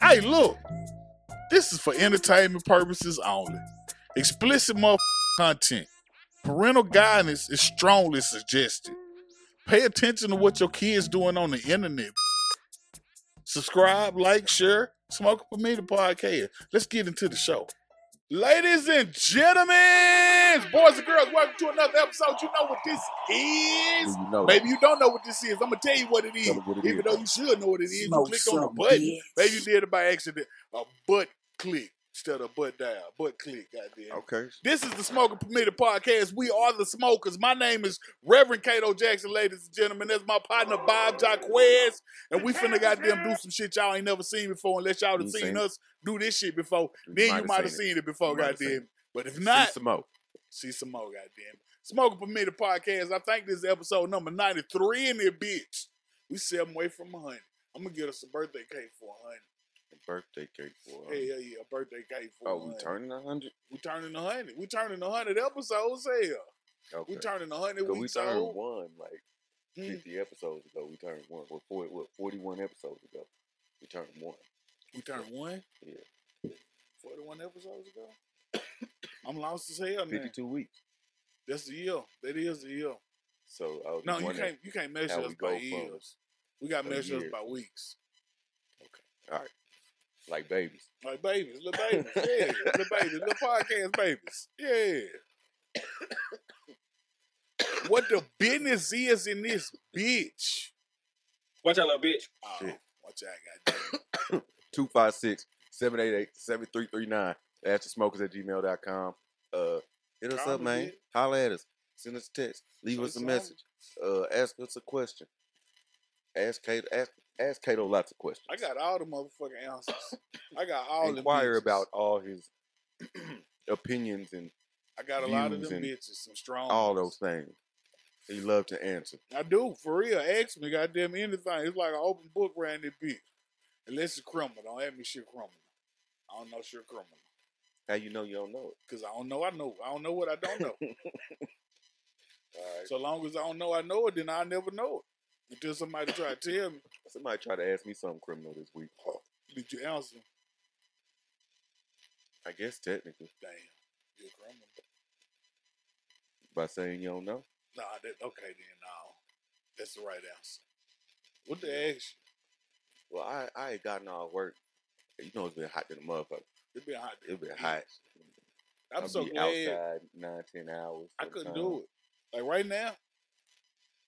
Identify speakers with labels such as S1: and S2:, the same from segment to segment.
S1: Hey, look, this is for entertainment purposes only. Explicit mother content. Parental guidance is strongly suggested. Pay attention to what your kids doing on the internet. Subscribe, like, share, smoke for me the podcast. Let's get into the show. Ladies and gentlemen, boys and girls, welcome to another episode. You know what this is?
S2: you know
S1: Maybe you don't know what this is. I'm gonna tell you what it is.
S2: Tell me what it
S1: Even
S2: is.
S1: though you should know what it is,
S3: Smoke
S1: you click on the
S3: some,
S1: button.
S3: bitch.
S1: Maybe you did it by accident. A butt click instead of butt down. Butt click, goddamn.
S2: Okay.
S1: This is the Smoker Permitted Podcast. We are the smokers. My name is Reverend Cato Jackson, ladies and gentlemen. That's my partner Bob Jacquez. And we finna goddamn do some shit y'all ain't never seen before unless y'all have
S2: You
S1: seen
S2: seen
S1: us do this shit before. Then you might have seen it before,
S2: You might have seen
S1: goddamn. But if not,
S2: See some more.
S1: See some more, goddamn. Smoking Permitted Podcast. I think this is episode number 93 in there, bitch. We seven away from a hundred. I'm gonna get us a birthday cake for a hundred.
S2: Birthday cake for.
S1: Hey, yeah, yeah, a birthday cake for
S2: oh,
S1: a
S2: we
S1: hundred.
S2: turning a hundred.
S1: we turning a hundred. We turning a hundred episodes. Hell,
S2: Okay.
S1: we turning a hundred.
S2: 'Cause
S1: We,
S2: we turned
S1: told.
S2: one like
S1: Hmm.
S2: fifty episodes ago. We turned one. Well, four, what, forty-one episodes ago. We turned one.
S1: We turned one.
S2: Yeah.
S1: 41 episodes ago. I'm lost as hell now.
S2: Fifty-two weeks.
S1: That's the year. That is the year.
S2: So I was
S1: No, you
S2: wondering-
S1: can't. You can't measure
S2: how
S1: us by
S2: we go from-
S1: years. We got to
S2: a
S1: measure us
S2: year.
S1: by weeks.
S2: like babies.
S1: Like babies, little babies, yeah, little babies, little podcast babies, yeah. what the business is in this bitch?
S3: Watch out, little bitch.
S1: Oh,
S2: Shit.
S1: watch out, goddamn.
S2: 256 788 7339. That's the smokers at gmail.com. Uh, hit us
S1: Call
S2: up,
S1: us,
S2: man.
S1: yeah.
S2: Holler at us. Send us a text. Leave
S1: Say
S2: us a
S1: something.
S2: message. Uh, ask us a question. Ask Kato, ask, ask Kato lots of questions.
S1: I got all the motherfucking answers. I got all
S2: Inquire
S1: them bitches.
S2: about all his opinions and
S1: I got a lot of
S2: views
S1: them
S2: and
S1: bitches, some strong.
S2: all
S1: ones.
S2: those things. He loved to answer.
S1: I do for real. Ask me, goddamn anything. It's like an open book around this bitch. Unless it's criminal, don't ask me shit criminal. I don't know shit criminal.
S2: How you know you don't know it?
S1: Cause I don't know, I know. I don't know what I don't know.
S2: All right.
S1: So long as I don't know I know it, then I never know it. Until somebody try to tell me,
S2: Somebody tried to ask me something criminal this week.
S1: did you answer?
S2: I guess technically
S1: Damn, you're a criminal.
S2: by saying you don't know.
S1: Nah, that okay then. No, that's the right answer. What the ask
S2: Well, I, I ain't gotten all work. You know it's been hot to the motherfucker.
S1: you? It been hot.
S2: It been hot.
S1: I'm
S2: I'll
S1: so
S2: be
S1: glad
S2: outside nine, ten hours.
S1: I couldn't do it. Like right now,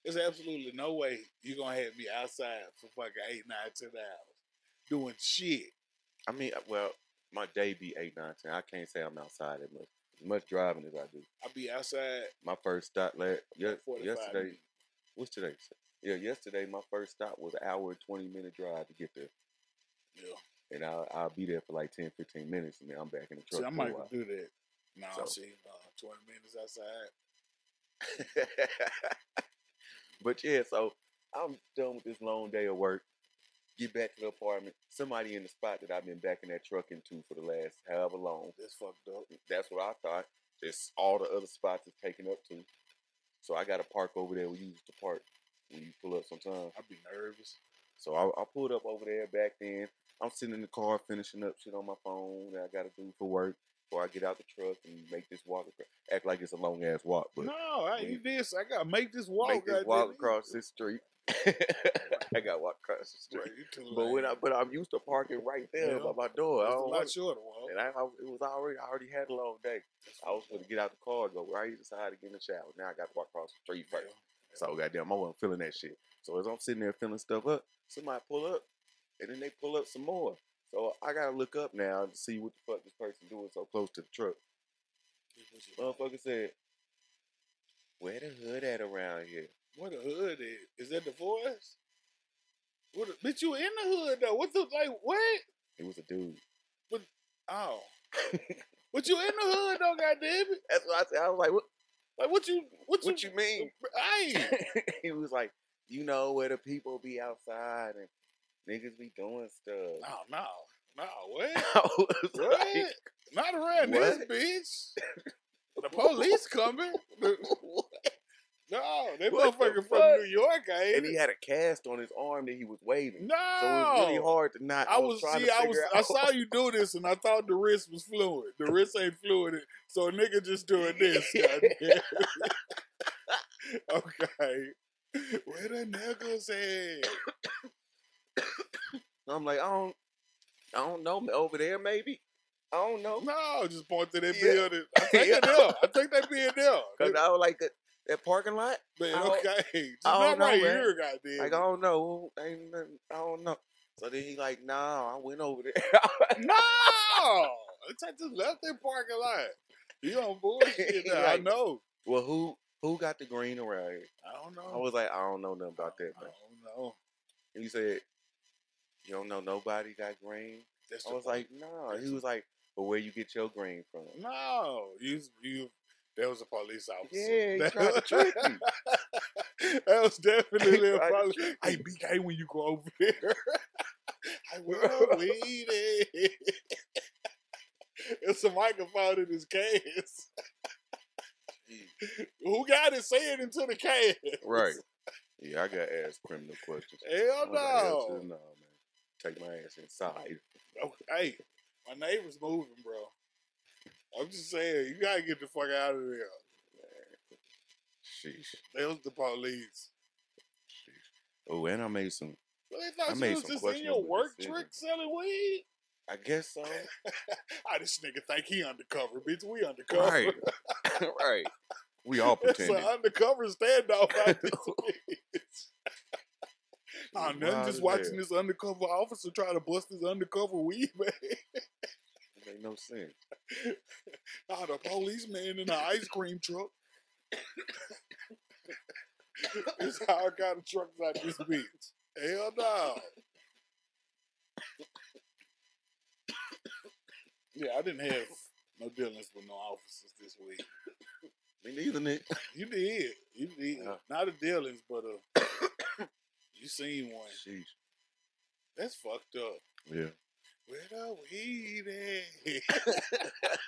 S1: there's absolutely no way you're gonna have me outside for fucking eight, nine, ten hours doing shit.
S2: I mean, uh, well, my day be eight, nine, ten. I can't say I'm outside that much. As much driving as I do.
S1: I be outside.
S2: My first stop last yes,
S1: 45
S2: yesterday.
S1: minutes.
S2: What's today? Yeah, yesterday my first stop was an hour and twenty minute drive to get there,
S1: Yeah.
S2: and I'll, I'll be there for like 10, 15 minutes, and then I'm back in the truck.
S1: See, I
S2: for a
S1: might
S2: while.
S1: do that. No,
S2: So-
S1: see, uh, twenty minutes outside.
S2: but yeah, so I'm done with this long day of work. Get back to the apartment. Somebody in the spot that I've been backing that truck into for the last however long.
S1: That's fucked up.
S2: That's what I thought. Just all the other spots is taken up too. So I got to park over there. We used to park when you pull up sometimes.
S1: I'd be nervous.
S2: So I, I pulled up over there back then. I'm sitting in the car finishing up shit on my phone that I got to do for work before I get out the truck and make this walk. acro- Act like it's a long ass walk, but
S1: no, I, you did. say I gotta make this walk.
S2: make this
S1: goddamn
S2: walk
S1: it.
S2: across this street. I got to walk across the street.
S1: Right, you too
S2: But when
S1: lame.
S2: I but I'm used to parking right there
S1: Yeah.
S2: by my door. I
S1: It's a lot
S2: don't want-
S1: shorter walk.
S2: and I, I it was already I already had a long day. I was going to get out the car and go right inside to get in the shower. Now I got to walk across the street first. So goddamn, I wasn't feeling that shit. So as I'm sitting there feeling stuff up, somebody pull up, and then they pull up some more. So I gotta look up now to see what the fuck this person doing so close to the truck. Motherfucker said, "Where the hood at around here?"
S1: What the hood is? Is that the forest? What the, bitch? You in the hood though? What the like? What?
S2: It was a dude.
S1: Oh, but you in the hood though? Goddamn it!
S2: That's what I said. I was like, "What?
S1: Like what you? What you?
S2: What you mean?"
S1: Hey,
S2: he was like, you know where the people be outside and niggas be doing
S1: no,
S2: stuff.
S1: no, no. What?
S2: I was like,
S1: What? Not around this bitch. The police coming. The-
S2: what?
S1: No, that
S2: What the
S1: motherfucker
S2: fuck?
S1: from New York. I ain't
S2: and he had a cast on his arm that he was waving.
S1: no.
S2: So it was really hard to not.
S1: I was
S2: trying
S1: see,
S2: to
S1: I was,
S2: figure
S1: I
S2: out.
S1: saw you do this, and I thought the wrist was fluid. The wrist ain't fluid, so a nigga just doing this. goddamn. okay, where the knuckles at?
S2: I'm like, I don't, I don't know. Over there, maybe. I don't know.
S1: No, just point to that
S2: Yeah.
S1: building. I think they there. I think they being there.
S2: Cause
S1: They-
S2: I was like that, that parking lot.
S1: Man,
S2: I don't-
S1: okay, just
S2: I
S1: not
S2: don't know,
S1: right
S2: man.
S1: here, goddamn.
S2: Like I don't know. Ain't nothing, I don't know. So then he like, nah, I went over there.
S1: no, it's I just left that parking lot. You on bullshit? now, I
S2: Right.
S1: know.
S2: well, who who got the green around here?
S1: I don't know.
S2: I was like, I don't know nothing about that,
S1: I
S2: man.
S1: don't know.
S2: And he said, you don't know nobody got green.
S1: That's
S2: I
S1: the
S2: was
S1: point.
S2: like, nah. He was like, but where you get your green from?
S1: No, you you. That was a police officer.
S2: Yeah, he
S1: That-
S2: tried to trick me.
S1: that was definitely a
S2: Tried to
S1: police.
S2: trick
S1: Hey,
S2: me.
S1: BK, when you go over there, I will weed it. It's a microphone in his case. Who got it? Say it into the case.
S2: Right. Yeah, I got asked criminal questions. I
S1: Hell
S2: was like, hell to the
S1: no.
S2: no, man. Take my ass inside.
S1: Oh, Hey, my neighbor's moving, bro. I'm just saying, you gotta get the fuck out of there.
S2: Sheesh.
S1: That was the police.
S2: Oh, and I made some.
S1: Well, they thought
S2: I made
S1: you was
S2: some
S1: just in your
S2: questionable
S1: work
S2: decisions.
S1: trick selling weed.
S2: I guess so.
S1: I this nigga think he undercover, bitch. We undercover.
S2: right. right. We all
S1: It's an
S2: pretending.
S1: undercover standoff out this bitch. Nah, nothing.
S2: Wild
S1: Just
S2: as
S1: watching
S2: hell.
S1: this undercover officer try to bust this undercover weed man.
S2: It Make no sense.
S1: Nah, the policeman in the ice cream truck. it's how I got the trucks out this bitch. Hell no. yeah, I didn't have no dealings with no officers this week.
S2: Me neither, Nick.
S1: You did. You did.
S2: Yeah.
S1: Not a dealings, but a. you seen one.
S2: Sheesh.
S1: That's fucked up.
S2: Yeah.
S1: Where the weed at?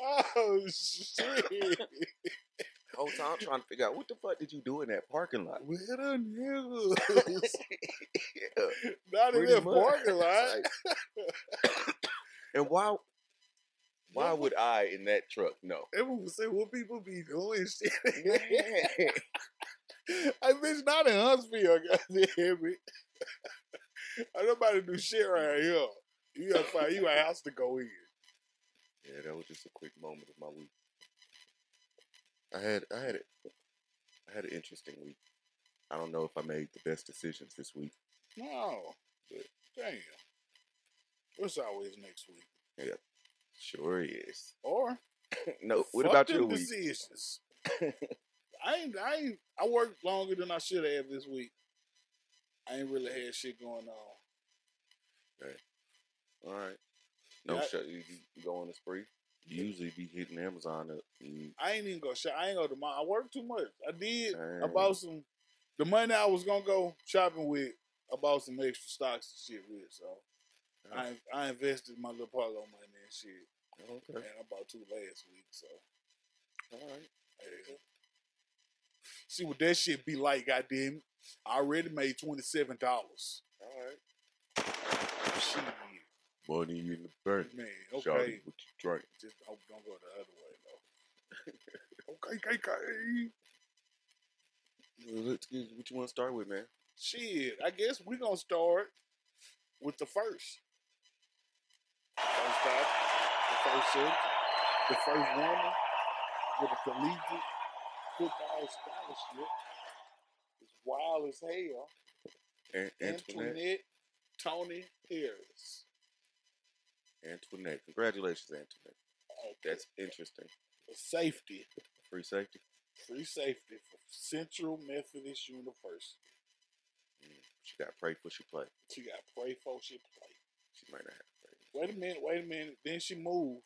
S1: oh shit!
S2: whole time trying to figure out what the fuck did you do in that parking lot?
S1: Where the niggas?
S2: Yeah.
S1: Not in
S2: pretty
S1: that
S2: much.
S1: parking lot.
S2: It's like- and why why
S1: What
S2: would I in that truck know?
S1: Everyone say what people be doing shit.
S2: That's
S1: I bitch not in Huntsville, goddamn it. Ain't Nobody do shit right here. You gotta find you a house to go in.
S2: Yeah, that was just a quick moment of my week. I had I had it. I had an interesting week. I don't know if I made the best decisions this week.
S1: No, but damn, it's always next week.
S2: Sure is.
S1: Or
S2: no, what
S1: fuck
S2: about
S1: them
S2: your week?
S1: decisions? I ain't, I ain't, I worked longer than I should have this week. I ain't really had shit going on.
S2: All right. No,
S1: Yeah, I-
S2: shut. You, you go on the spree. You usually be hitting Amazon up. Mm,
S1: I ain't even go shop. I ain't go to my. I worked too much. I did. I
S2: dang.
S1: bought some. The money I was gonna go shopping with, I bought some extra stocks and shit with. So
S2: Uh-huh.
S1: I, I invested my little Apollo money and shit, and
S2: Okay.
S1: I bought two last week. So
S2: All right.
S1: yeah. see what that shit be like. Goddamn, it. I already made twenty seven dollars.
S2: All right.
S1: Shit,
S2: Money in the bank.
S1: man.
S2: Shawty,
S1: Okay.
S2: what you drink?
S1: Just hope don't go the other way though. okay, okay, okay.
S2: Well, let's get what you want to start with, man.
S1: Shit, I guess we gonna start with the first. First topic, the first subject, the first woman with a collegiate football scholarship. It's wild as hell.
S2: An- Antoinette.
S1: Antoinette Tony Harris.
S2: Antoinette. Congratulations, Antoinette.
S1: Okay.
S2: That's interesting.
S1: For safety,
S2: Free safety.
S1: free safety for Central Methodist University.
S2: Mm. She got prayed for she played.
S1: She got pray for she play.
S2: She might not have prayed.
S1: wait a minute, wait a minute. Then she moved.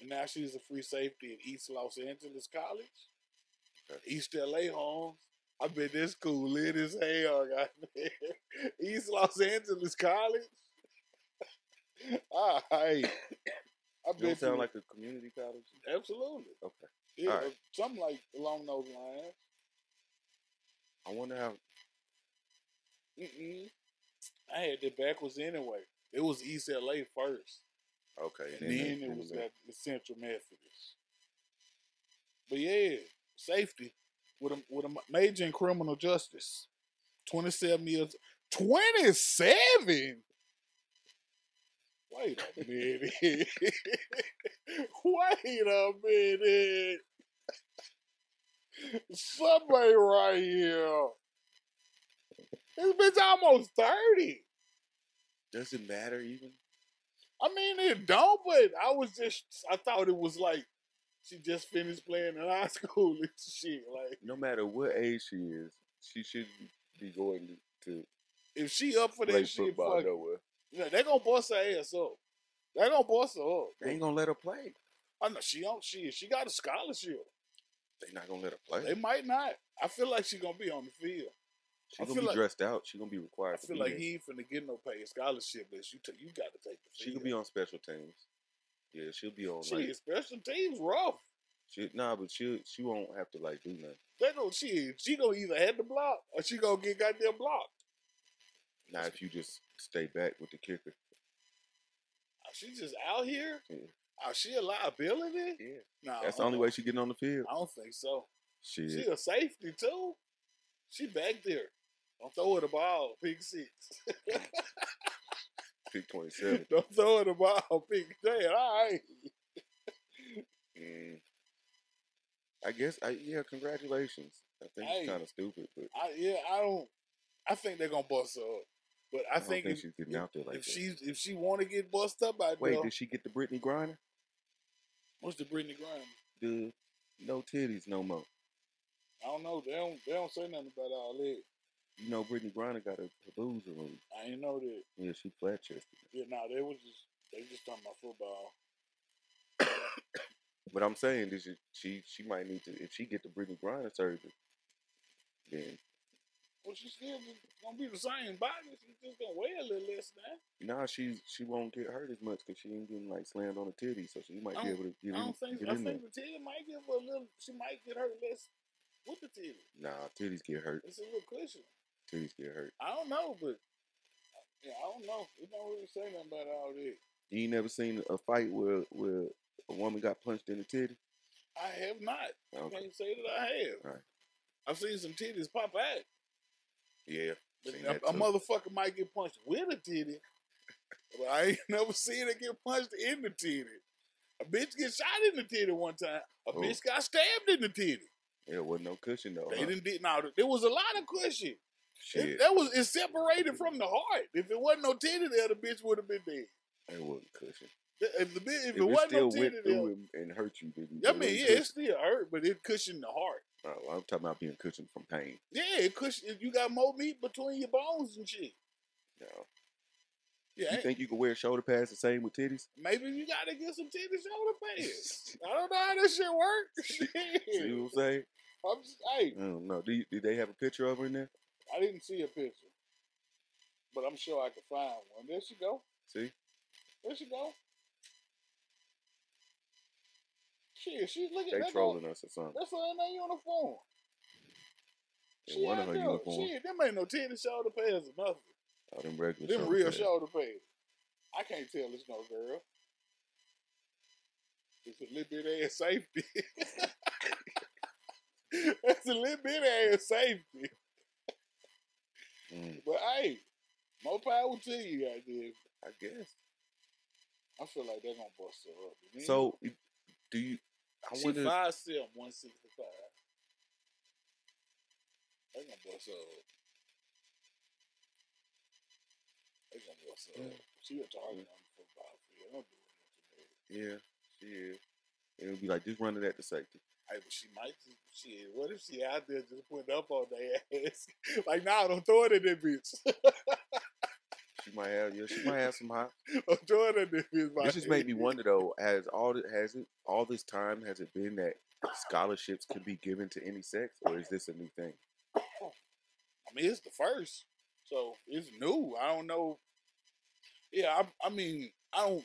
S1: And now she's a free safety at East Los Angeles College.
S2: Okay.
S1: East LA Homes. I bet this school lit as hell, goddamn. East Los Angeles College. All right. I
S2: You don't
S1: Ah, bet you.
S2: sound like a community college.
S1: absolutely.
S2: Okay.
S1: Yeah,
S2: All right.
S1: something like along those lines.
S2: I wonder how.
S1: Mm-mm. I had the backwards anyway. It was East LA first,
S2: Okay.
S1: and then,
S2: they-
S1: it was at the Central Methodist. But yeah, safety with a with a major in criminal justice. Twenty seven years. Twenty seven. Wait a minute. Wait a minute. Somebody right here. This bitch almost 30.
S2: Does it matter even?
S1: I mean, it don't, but I was just, I thought it was like she just finished playing in high school and shit. Like,
S2: No matter what age she is, she should be going to
S1: if she up for
S2: play
S1: that shit,
S2: football
S1: fuck,
S2: nowhere.
S1: yeah, they gonna bust her ass up. They gonna bust her up.
S2: They ain't gonna let her play.
S1: I know she don't, she, she got a scholarship.
S2: They not gonna let her play.
S1: They might not. I feel like she gonna be on the field. I
S2: She's gonna
S1: feel
S2: be
S1: like-
S2: dressed out. She's gonna be required.
S1: I
S2: to
S1: feel
S2: be
S1: like
S2: there.
S1: he ain't finna get no paid scholarship unless you, ta- you gotta take the
S2: She
S1: field.
S2: could be on special teams. Yeah, she'll be on.
S1: Shit,
S2: Like,
S1: special teams rough.
S2: she, nah, but she she won't have to like do nothing.
S1: They gonna, she, she gonna either have the block or she gonna get goddamn blocked.
S2: Now, if you just stay back with the kicker,
S1: Oh, She just out here?
S2: Yeah.
S1: Oh, she a liability?
S2: yeah,
S1: No.
S2: that's the only way she getting on the field.
S1: I don't think so. She
S2: Shit,
S1: a safety too. She back there. Don't throw her the ball, pick six.
S2: pick twenty seven.
S1: Don't throw her the ball, pick ten. All right.
S2: Mm. I guess. I yeah. Congratulations. I think
S1: Hey.
S2: it's kind of stupid, but
S1: I yeah, I don't I think they're gonna bust her up. But I,
S2: I, don't
S1: think,
S2: think,
S1: if,
S2: she's getting out there like
S1: if
S2: that.
S1: she's if she wanna get bust up I
S2: Wait,
S1: Wait,
S2: did she get the Britney grinder?
S1: what's the Brittany Grind?
S2: The no titties no more.
S1: I don't know. They don't they don't say nothing about all that.
S2: You know Britney Grinder got a palooza room.
S1: I didn't know that.
S2: Yeah, she flat chested.
S1: Yeah, no, they was just they just talking about football.
S2: But I'm saying this is she she might need to if she get the Britney Grinder surgery, then
S1: Well, she's still just gonna be the same body. She's just gonna weigh a little less now.
S2: now she's she won't get hurt as much because she ain't getting like slammed on the titty, so she might
S1: I
S2: be
S1: don't-
S2: able to get
S1: Oh, I
S2: in,
S1: don't think.
S2: get
S1: I
S2: in there.
S1: think the titty might give her a little. She might get hurt less with the titty.
S2: Nah, titties get hurt.
S1: It's a little cushion.
S2: Titties get hurt.
S1: I don't know, but yeah, I don't know. It don't really say nothing about all that.
S2: You ain't never seen a fight where where a woman got punched in the titty?
S1: I have not. I
S2: Okay.
S1: can't say that I have.
S2: Alright.
S1: I've seen some titties pop out.
S2: Yeah.
S1: But
S2: Seen
S1: a,
S2: that
S1: a
S2: too.
S1: motherfucker might get punched with a titty, but I ain't never seen it get punched in the titty. A bitch get shot in the titty one time. A
S2: Oh.
S1: bitch got stabbed in the titty.
S2: It wasn't no cushion though.
S1: They
S2: huh?
S1: didn't did now. There was a lot of cushion. It-
S2: Shit.
S1: that was it's separated from the heart. If it wasn't no titty there, the bitch would have been dead.
S2: It wasn't cushion.
S1: Th- If the bitch, if, it
S2: If it
S1: wasn't no
S2: still
S1: titty
S2: went
S1: there,
S2: through and, and hurt you, didn't
S1: I mean, yeah, it still hurt, but it cushioned the heart.
S2: Oh, I'm talking about being cushioned from pain.
S1: Yeah, it cushioned. You got more meat between your bones and shit.
S2: No.
S1: Yeah,
S2: You think you can wear shoulder pads the same with titties?
S1: maybe you got to get some titty shoulder pads. I don't know how this shit works.
S2: See what I'm saying?
S1: I'm just, hey,
S2: I don't know. Do you, did they have a picture of her in there?
S1: I didn't see a picture, but I'm sure I could find one. There she go.
S2: See?
S1: There she go. Shit, she look at
S2: They
S1: that. go-
S2: trolling us or something.
S1: That's her in that uniform.
S2: In
S1: She
S2: one of
S1: out
S2: her
S1: there.
S2: uniforms.
S1: Shit, them ain't no titty shoulder pads or nothing.
S2: Oh, them regular
S1: Them
S2: shoulder
S1: real
S2: pads.
S1: shoulder pads. I can't tell it's no girl. It's a little bit ass safety. That's a little bit ass safety.
S2: Mm,
S1: But hey, more power to you out there.
S2: I guess.
S1: I feel like they're gonna bust her up. Man,
S2: So, you- do you? I
S1: she
S2: wonder.
S1: five seven, one sixty five. They're gonna bust her up. They're gonna bust her up. She a
S2: Mm.
S1: target on the football field. Don't do it to me.
S2: Yeah, she is. It'll be like just running at the safety.
S1: Hey, but she might just shit. What if she out there just putting up on their ass? like, nah, don't throw it at that bitch.
S2: She might have. Yeah, she might have some hot.
S1: don't throw it at that bitch.
S2: This just made me wonder though. Has all th- has it all this time has it been that scholarships could be given to any sex, or is this a new thing?
S1: I mean, it's the first, so it's new. I don't know. Yeah, I, I mean, I don't.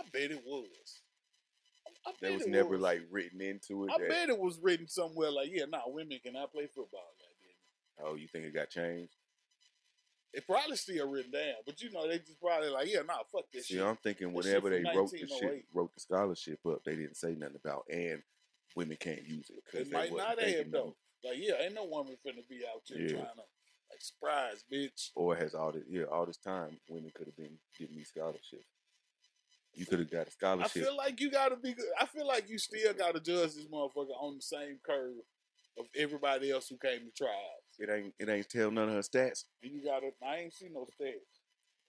S1: I bet it was. I
S2: That
S1: bet
S2: was
S1: it
S2: never like written into it.
S1: I
S2: that,
S1: bet it was written somewhere like, yeah, nah, women cannot play football like that.
S2: Oh, you think it got changed?
S1: It probably still written down, but you know, they just probably like, yeah, nah, fuck this
S2: See,
S1: shit.
S2: I'm thinking
S1: That shit
S2: whenever they
S1: from
S2: wrote the shit,
S1: 1908.
S2: wrote the scholarship up, they didn't say nothing about and women can't use it because
S1: It
S2: they
S1: might
S2: wasn't
S1: not
S2: thinking
S1: have
S2: nothing.
S1: though. Like, yeah, ain't no woman finna be out here
S2: Yeah.
S1: trying to like surprise, bitch.
S2: Or has all this yeah all this time women could have been getting these scholarships. You could have got a
S1: I
S2: scholarship.
S1: feel like you gotta be. good- I feel like you still gotta judge this motherfucker on the same curve of everybody else who came to trials.
S2: it ain't it ain't tell none of her stats.
S1: And you gotta. I ain't seen no stats.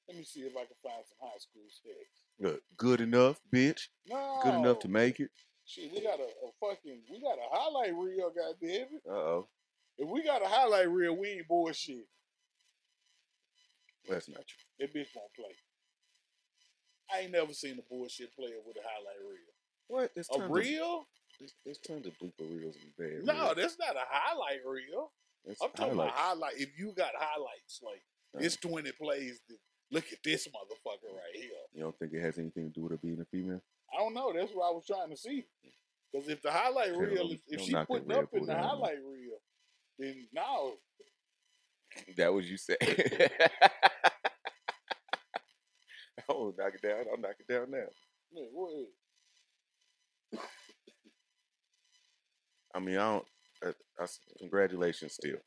S1: Let me see if I can find some high school stats.
S2: Look, good enough, bitch.
S1: No.
S2: Good enough to make it.
S1: Shit, we got a, a fucking. We got a highlight reel. Goddamn it!
S2: Uh oh,
S1: If we got a highlight reel, we ain't bullshit.
S2: that's not true.
S1: That bitch won't play. I ain't never seen a bullshit player with a highlight reel.
S2: What? There's
S1: A
S2: tons Of,
S1: reel?
S2: there's, there's tons of blooper reels and bad.
S1: No,
S2: reels.
S1: that's not a highlight reel.
S2: That's
S1: I'm talking about
S2: highlights.
S1: highlight. If you got highlights, like it's 20 plays. That, look at this motherfucker right here.
S2: You don't think it has anything to do with her being a female?
S1: I don't know. That's what I was trying to see. Because if the highlight
S2: Yeah,
S1: reel,
S2: don't-
S1: if, if
S2: don't
S1: she
S2: knock that
S1: putting
S2: Red
S1: up
S2: Bull
S1: in the
S2: down.
S1: highlight reel, then no,
S2: That was you said. I'll knock it down. I'll knock it down now.
S1: man, what-
S2: I mean, I don't. I, I s- congratulations still.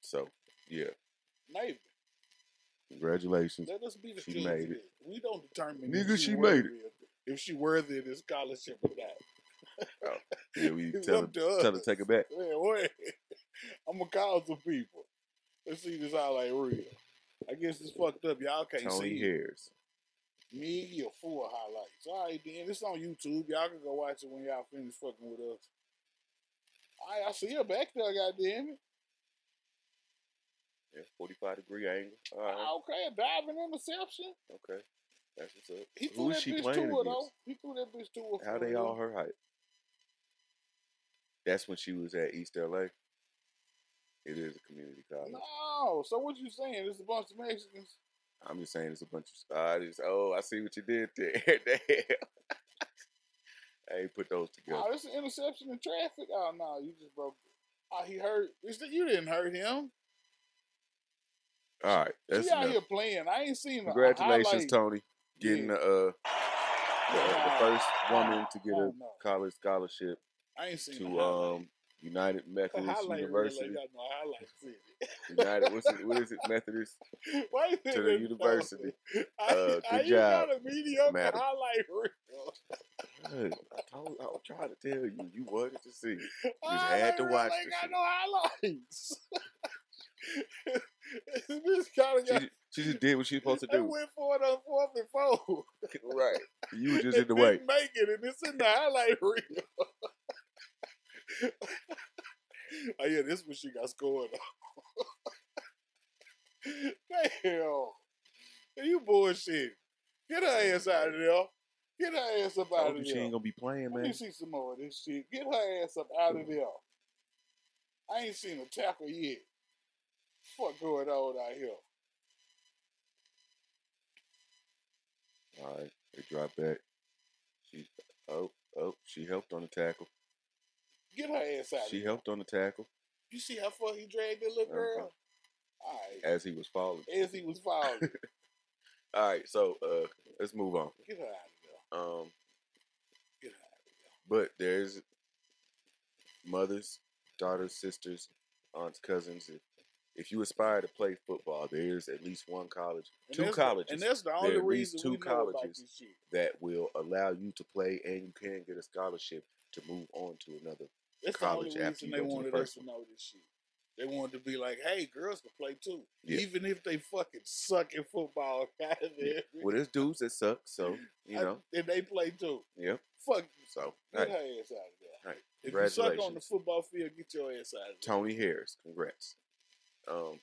S2: So yeah,
S1: maybe.
S2: congratulations.
S1: Let us be the
S2: She
S1: judge.
S2: made
S1: of
S2: it.
S1: it. We don't determine
S2: Nigga,
S1: if
S2: she made
S1: worthy of- if she worthy of this scholarship or not.
S2: Yeah, we
S1: It's
S2: tell her,
S1: up to us.
S2: tell her to take it back.
S1: Man, wait. I'm gonna call some people. Let's see this highlight reel. I guess it's fucked up. Y'all can't see
S2: Tony
S1: it.
S2: Harris.
S1: me or full highlights. All right, then it's on YouTube. Y'all can go watch it when y'all finish fucking with us. All right, I see her back there. Goddamn it!
S2: Yeah, forty-five degree angle. All right.
S1: Ah, Okay, a diving interception.
S2: Okay, that's what's up.
S1: He threw
S2: Who
S1: that
S2: is she
S1: bitch to
S2: playing
S1: her though.
S2: against?
S1: He threw that bitch to her.
S2: How
S1: for
S2: they
S1: real.
S2: all her height? That's when she was at East LA. It is a community college.
S1: No. So what you saying? It's a bunch of Mexicans.
S2: I'm just saying it's a bunch of artists. Oh, I see what you did there. Damn. I ain't put those together.
S1: Oh, this an interception in traffic. Oh no, you just broke. it. Oh, he hurt. It's that you didn't hurt him.
S2: All right, that's
S1: she out
S2: enough.
S1: here playing. I ain't seen a- a
S2: Congratulations,
S1: highlight.
S2: Tony, getting
S1: Yeah.
S2: the, uh, the, the
S1: Nah,
S2: first woman to get a
S1: Oh, no.
S2: college scholarship
S1: I ain't seen a
S2: to
S1: highlight.
S2: um, United
S1: A
S2: Methodist
S1: highlight
S2: University.
S1: Reel ain't got no highlights in it.
S2: United, what's it, what is it? Methodist.
S1: Why you
S2: to the
S1: didn't
S2: university.
S1: tell me?
S2: Uh,
S1: I, I
S2: good
S1: you got
S2: job,
S1: a mediocre
S2: madam.
S1: highlight reel.
S2: Good. I, told, I was trying to tell you, you wanted to see.
S1: Highlight
S2: had to
S1: reel
S2: watch
S1: Ain't
S2: the
S1: got
S2: shit.
S1: no highlights. this kind of
S2: She,
S1: got.
S2: ju- she just did what she was supposed to
S1: I
S2: do.
S1: went for it on fourth and four.
S2: Right. You were just
S1: It
S2: in the way.
S1: Didn't make it, and it's in the highlight reel. oh yeah, this one she got scored on. Damn, you bullshit. Get her ass out of there. Get her ass up
S2: I
S1: out
S2: told
S1: of
S2: you she
S1: there.
S2: ain't gonna be playing,
S1: Let me
S2: man.
S1: see some more of this shit. Get her ass up out of there. I ain't seen a tackle yet. What going on out here?
S2: All right, they drop back. She, oh, oh, she helped on the tackle.
S1: Get her ass out of
S2: She
S1: here.
S2: helped on the tackle
S1: You see how far he dragged that little girl?
S2: Okay.
S1: All right.
S2: as he was falling.
S1: as he was falling.
S2: All right, so uh, let's move on.
S1: Get her out of there.
S2: Um,
S1: Get her out.
S2: but there's mothers, daughters, sisters, aunts, cousins. If, if you aspire to play football, there's at least one college,
S1: And
S2: two
S1: that's the-
S2: colleges
S1: and that's the
S2: There
S1: only
S2: are at least
S1: reason
S2: two
S1: we know about
S2: colleges.
S1: this shit.
S2: that will allow you to play, and you can get a scholarship to move on to another.
S1: That's
S2: college
S1: the only
S2: after
S1: reason
S2: you
S1: they
S2: go to the
S1: wanted us
S2: first
S1: to know this shit. They wanted to be like, hey, girls can play too,
S2: Yeah.
S1: even if they fucking suck at football. goddamn it.
S2: Well, there's dudes that suck, so you
S1: I-
S2: know,
S1: and they play too.
S2: yep.
S1: Fuck,
S2: So, all
S1: get
S2: right,
S1: her ass out of there.
S2: Right.
S1: If you suck on the
S2: Congratulations.
S1: football field, get your ass out of there.
S2: Tony Harris, congrats. Um,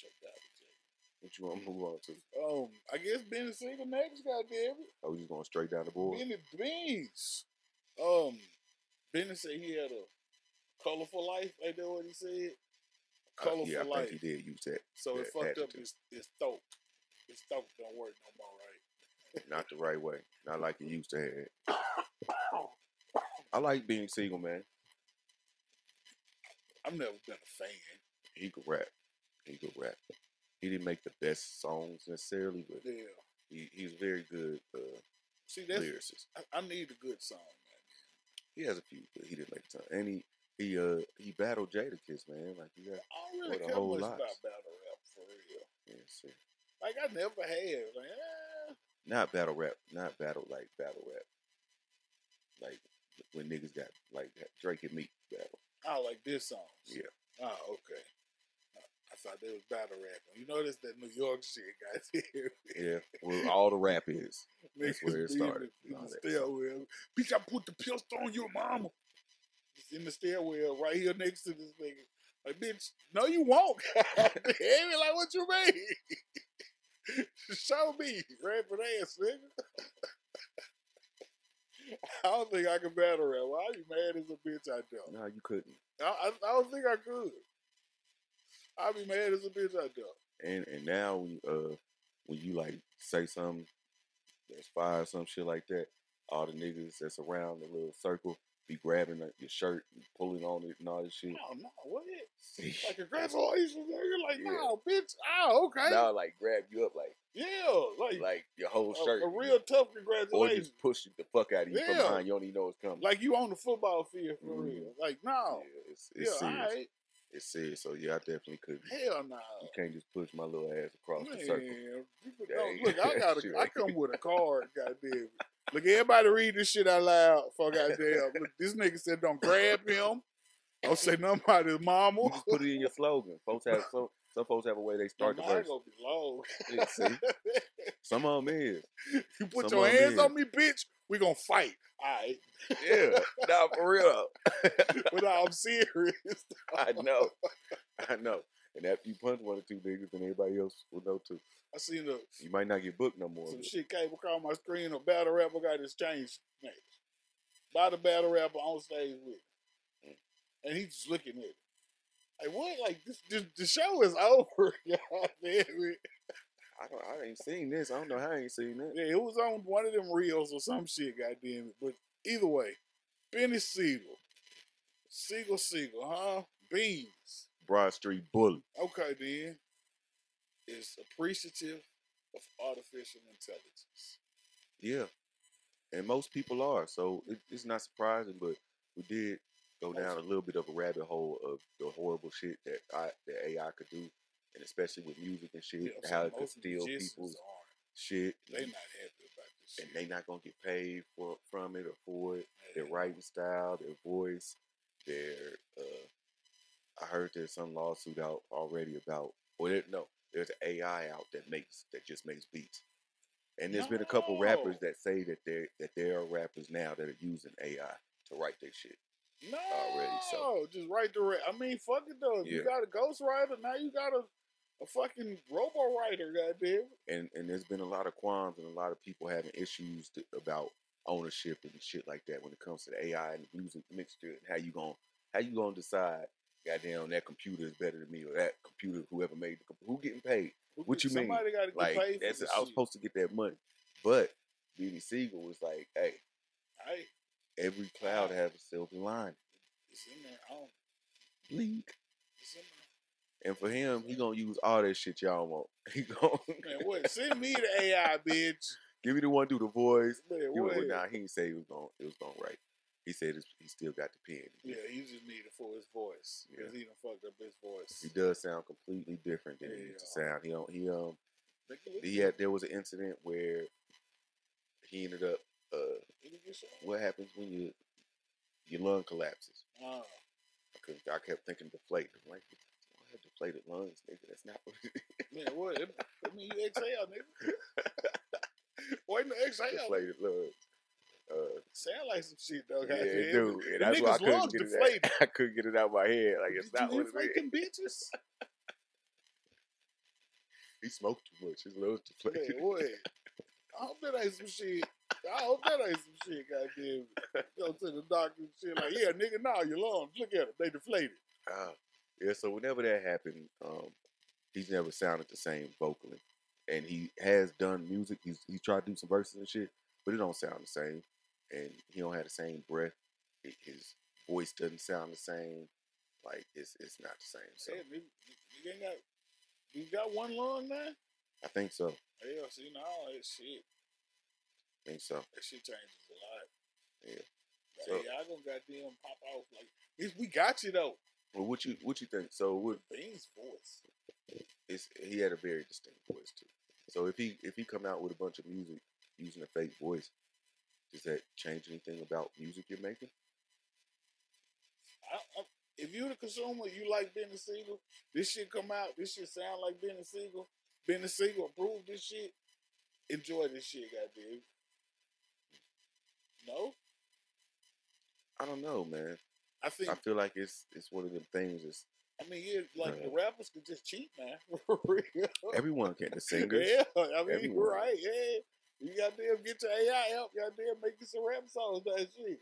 S1: Check that out, Jay.
S2: what you want to move on to?
S1: Um, I guess Benny Siegel next, goddamn it.
S2: Oh, just going straight down the board.
S1: Benny Beans. Um, Benny said he had a colorful life. Ain't that what he said?
S2: Uh,
S1: Colorful
S2: yeah, I
S1: life.
S2: think he did use that.
S1: So it
S2: that
S1: fucked up
S2: adjective.
S1: his his throat. His throat don't work no more, right?
S2: Not the right way. Not like it used to have. I like being single, man.
S1: I've never been a fan.
S2: He could rap. He could rap. He didn't make the best songs necessarily, but
S1: Yeah.
S2: he, he's very good uh,
S1: See, that's
S2: lyricist.
S1: I, I need a good song, man.
S2: He has a few, but he didn't make a ton. And he he uh he battled Jada Kiss, man. Like you got
S1: I don't really
S2: Or the
S1: care
S2: whole
S1: much
S2: lot.
S1: about battle rap for real.
S2: yeah, see.
S1: Like I never have. Like, eh,
S2: not battle rap, not battle like battle rap. Like when niggas got like Drake and Meek battle.
S1: Oh, like this song.
S2: Yeah.
S1: Oh, okay. I thought they was battle rapping. You notice that New York shit got here.
S2: Yeah, well, all the rap is. That's where it
S1: be in
S2: started
S1: the- In
S2: and all
S1: the
S2: that.
S1: stairwell. Bitch, I put the pistol on your mama. It's in the stairwell right here next to this nigga. Like, bitch, no, you won't. Damn it, like, what you mean? Show me, rapping ass nigga. I don't think I can battle rap. Why are you mad as a bitch? I don't.
S2: No, you couldn't.
S1: I, I, I don't think I could. I'd be mad as a bitch I don't.
S2: And and now when you, uh when you like say something that's fire, some shit like that, all the niggas that's around the little circle be grabbing like, your shirt and pulling on it and all this shit.
S1: No, no, what? Like, congratulations, nigga. Like,
S2: Yeah.
S1: no, bitch. Oh, okay.
S2: now like grab you up like
S1: Yeah, like,
S2: like your whole
S1: a,
S2: shirt.
S1: a real tough
S2: or
S1: congratulations.
S2: just push the fuck out of you from
S1: Yeah.
S2: behind. You don't even know it's coming.
S1: Like, you on the football field for
S2: Mhm.
S1: real. Like, no.
S2: yeah, it's,
S1: Yeah,
S2: it's serious.
S1: all right.
S2: It's serious. So yeah, I definitely couldn't.
S1: Hell no.
S2: You can't just push my little ass across
S1: Man,
S2: the circle.
S1: you could-
S2: Yeah,
S1: no,
S2: you-
S1: look, I got
S2: shit.
S1: a, I come with a card, goddamn. Look, everybody read this shit out loud. Fuck, goddamn. Look, this nigga said don't grab him. Don't say nothing about his mama.
S2: You just put it in your slogan. Folks have so, some folks have a way they start the
S1: Mine
S2: verse.
S1: gonna be long.
S2: Yeah, see? Some of them is.
S1: You put
S2: Some
S1: your
S2: of 'em
S1: hands
S2: is.
S1: on me, bitch. We gonna fight. All right,
S2: Yeah, nah, for real.
S1: but uh, I'm serious.
S2: I know. I know. And after you punch one or two niggas, then everybody else will know too.
S1: I seen the,
S2: You might not get booked no more.
S1: some
S2: but
S1: shit came across my screen. A battle rapper got his change name. By the battle rapper on stage with, him.
S2: Mm.
S1: and he's just looking at it. Like what? Like this? this the show is over, y'all. Damn it.
S2: I don't. I ain't seen this. I don't know how I ain't seen that.
S1: Yeah, it was on one of them reels or some shit, goddamn it. But either way, Benny Siegel, Siegel, Siegel, huh? Beans.
S2: Broad Street Bully.
S1: Okay, then. Is appreciative of artificial intelligence.
S2: Yeah, and most people are. So it, it's not surprising, but we did go down a little bit of a rabbit hole of the horrible shit that I, that AI could do, and especially with music and shit,
S1: You know,
S2: how
S1: so
S2: it could
S1: most
S2: steal
S1: musicians
S2: people's
S1: aren't.
S2: shit,
S1: They not happy about this shit.
S2: and they not gonna get paid for from it or for it. Their
S1: man.
S2: writing style, their voice, their. Uh, I heard there's some lawsuit out already about. Well, there, no, there's an AI out that makes that just makes beats. And there's been a couple rappers
S1: No.
S2: that say that they that there are rappers now that are using AI to write their shit.
S1: No,
S2: already, so-
S1: just write the. Re- I mean, fuck it though. If
S2: Yeah.
S1: You got a ghostwriter now. You got a, a fucking robo writer. Goddamn.
S2: And and there's been a lot of qualms and a lot of people having issues to, about ownership and shit like that when it comes to the AI and the music mixture and how you gonna how you gonna decide. Goddamn, that computer is better than me, or that computer, whoever made the computer, who getting paid?
S1: Who
S2: What
S1: get-
S2: you mean?
S1: Somebody got to get
S2: Like
S1: paid for
S2: that's
S1: this
S2: I was
S1: shit.
S2: supposed to get that money, but Benny Siegel was like, "Hey,
S1: Hey,
S2: every cloud has a silver line."
S1: it's in there. I don't.
S2: Link.
S1: It's in
S2: And for him, he gonna use all that shit y'all want. He gonna
S1: there. Man, what? Send me the AI, bitch.
S2: give me the one do the voice.
S1: Man,
S2: He went,
S1: what?
S2: well, nah, he didn't say he was gonna it was gonna write. He said it's, he still got the pen.
S1: Yeah, you just need it for his voice because he done fucked up his voice.
S2: He does sound completely different than he used to sound. He don't he um he had there was an incident where he ended up uh what happens when you your lung collapses.
S1: Uh,
S2: I couldn't I kept thinking deflate. I'm like I don't have deflated lungs, nigga. That's not what it is.
S1: man, what? It- I mean, you exhale, nigga. Wait, no, exhale.
S2: deflated lungs. Uh
S1: Sound like some shit, though.
S2: Yeah,
S1: goddamn.
S2: it do.
S1: The
S2: And that's why I
S1: niggas' lungs
S2: couldn't get it
S1: deflated.
S2: out. I couldn't get it out of my head. Like it's
S1: Did
S2: not
S1: you
S2: what it
S1: inflate
S2: is.
S1: them bitches?
S2: He smoked too much. His lungs deflated.
S1: Man, what? I hope that ain't some shit. I hope that ain't some shit, goddamn. it. Go to the doctor and shit like, yeah, nigga, now your lungs, look at them, they deflated.
S2: Ah. yeah. So whenever that happened, um, he's never sounded the same vocally, and he has done music. He's he tried to do some verses and shit, but it don't sound the same, and he don't have the same breath. hi- his voice doesn't sound the same. Like it's it's not the same. So
S1: Yeah, nigga, nigga ain't got, you got one lung now?
S2: I think so.
S1: Hell, see, now all that shit,
S2: I think so.
S1: that shit changes a lot.
S2: Yeah.
S1: Like,
S2: So-
S1: hey, I gonna goddamn pop off like, bitch, we got you though.
S2: Well, what you what you think? So what
S1: Bean's voice.
S2: it's he had a very distinct voice too. So if he if he come out with a bunch of music using a fake voice, does that change anything about music you're making?
S1: I, I, if you the consumer, you like Benny Siegel. This shit come out. This shit sound like Benny Siegel. Benny Siegel approved this shit. Enjoy this shit, goddamn. No,
S2: I don't know, man.
S1: I think
S2: I feel like it's it's one of them things. It's
S1: I mean yeah, like the
S2: No.
S1: rappers could just cheat, man. For real.
S2: everyone can the singers.
S1: Yeah, I mean
S2: Everyone.
S1: right, yeah. You goddamn get your AI help, goddamn make you some rap songs, that shit.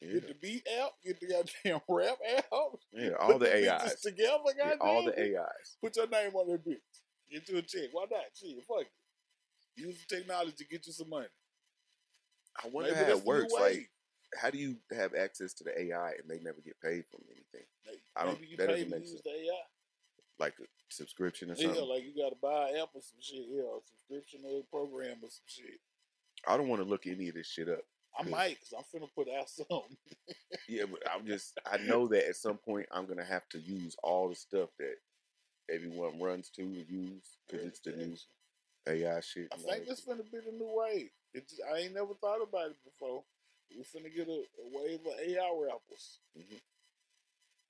S2: Yeah,
S1: Get the beat out, get the goddamn rap out.
S2: yeah, all
S1: put
S2: the
S1: bitches
S2: AIs,
S1: together,
S2: Yeah,
S1: goddamn.
S2: all the AIs.
S1: Put your name on that bitch. Get you a check. Why not? Shit, fuck it. Use the technology to get you some money.
S2: I wonder
S1: Maybe
S2: how
S1: that's the
S2: it
S1: new
S2: works.
S1: wave.
S2: Like, how do you have access to the AI and they never get paid from anything,
S1: Like,
S2: I don't-
S1: Maybe you
S2: that
S1: pay
S2: doesn't
S1: to
S2: make
S1: use
S2: sense.
S1: the AI.
S2: like a subscription or
S1: Yeah,
S2: something?
S1: like you gotta buy an app or some shit. Yeah, or subscription or a program or some shit.
S2: I don't want to look any of this shit up.
S1: I
S2: Yeah.
S1: might, cause I'm finna put out some.
S2: Yeah, but I'm just I know that at some point I'm gonna have to use all the stuff that everyone runs to to use because it's the new AI shit.
S1: I
S2: and all
S1: think
S2: that
S1: it's finna be the new wave. It just, I ain't never thought about it before. We finna get a, a wave of AI rappers.
S2: Mhm.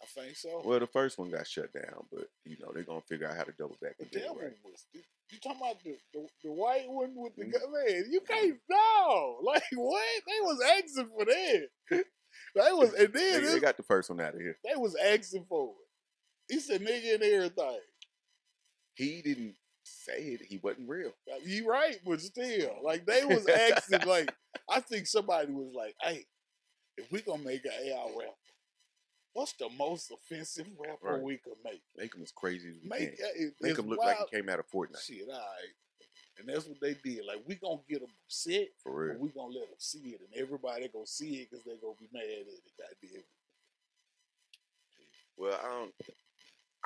S1: I think so.
S2: shit. Well, the first one got shut down, but you know they're gonna figure out how to double back
S1: The
S2: and do it
S1: devil
S2: right.
S1: was. You, you talking about the, the, the white one with the
S2: Mhm.
S1: gun? Man, you can't no. Like what? They was asking for that. they was and
S2: They,
S1: then
S2: they
S1: this,
S2: got the first one out of here.
S1: they was asking for it. He said nigga and everything.
S2: He didn't say it. He wasn't real.
S1: Like, You right, but still, like they was asking. like I think somebody was like, "Hey, if we gonna make an AI rapper, what's the most offensive rapper
S2: Right.
S1: we could make?
S2: Make him as crazy as we
S1: Make
S2: can.
S1: uh, it,
S2: Make
S1: it's
S2: him look
S1: wild-
S2: like he came out of Fortnite
S1: shit. All right." And that's what they did. Like we gonna get them upset.
S2: for
S1: But
S2: real.
S1: we gonna let them see it, and everybody gonna see it because they gonna be mad at it. Goddamn.
S2: Well, I don't.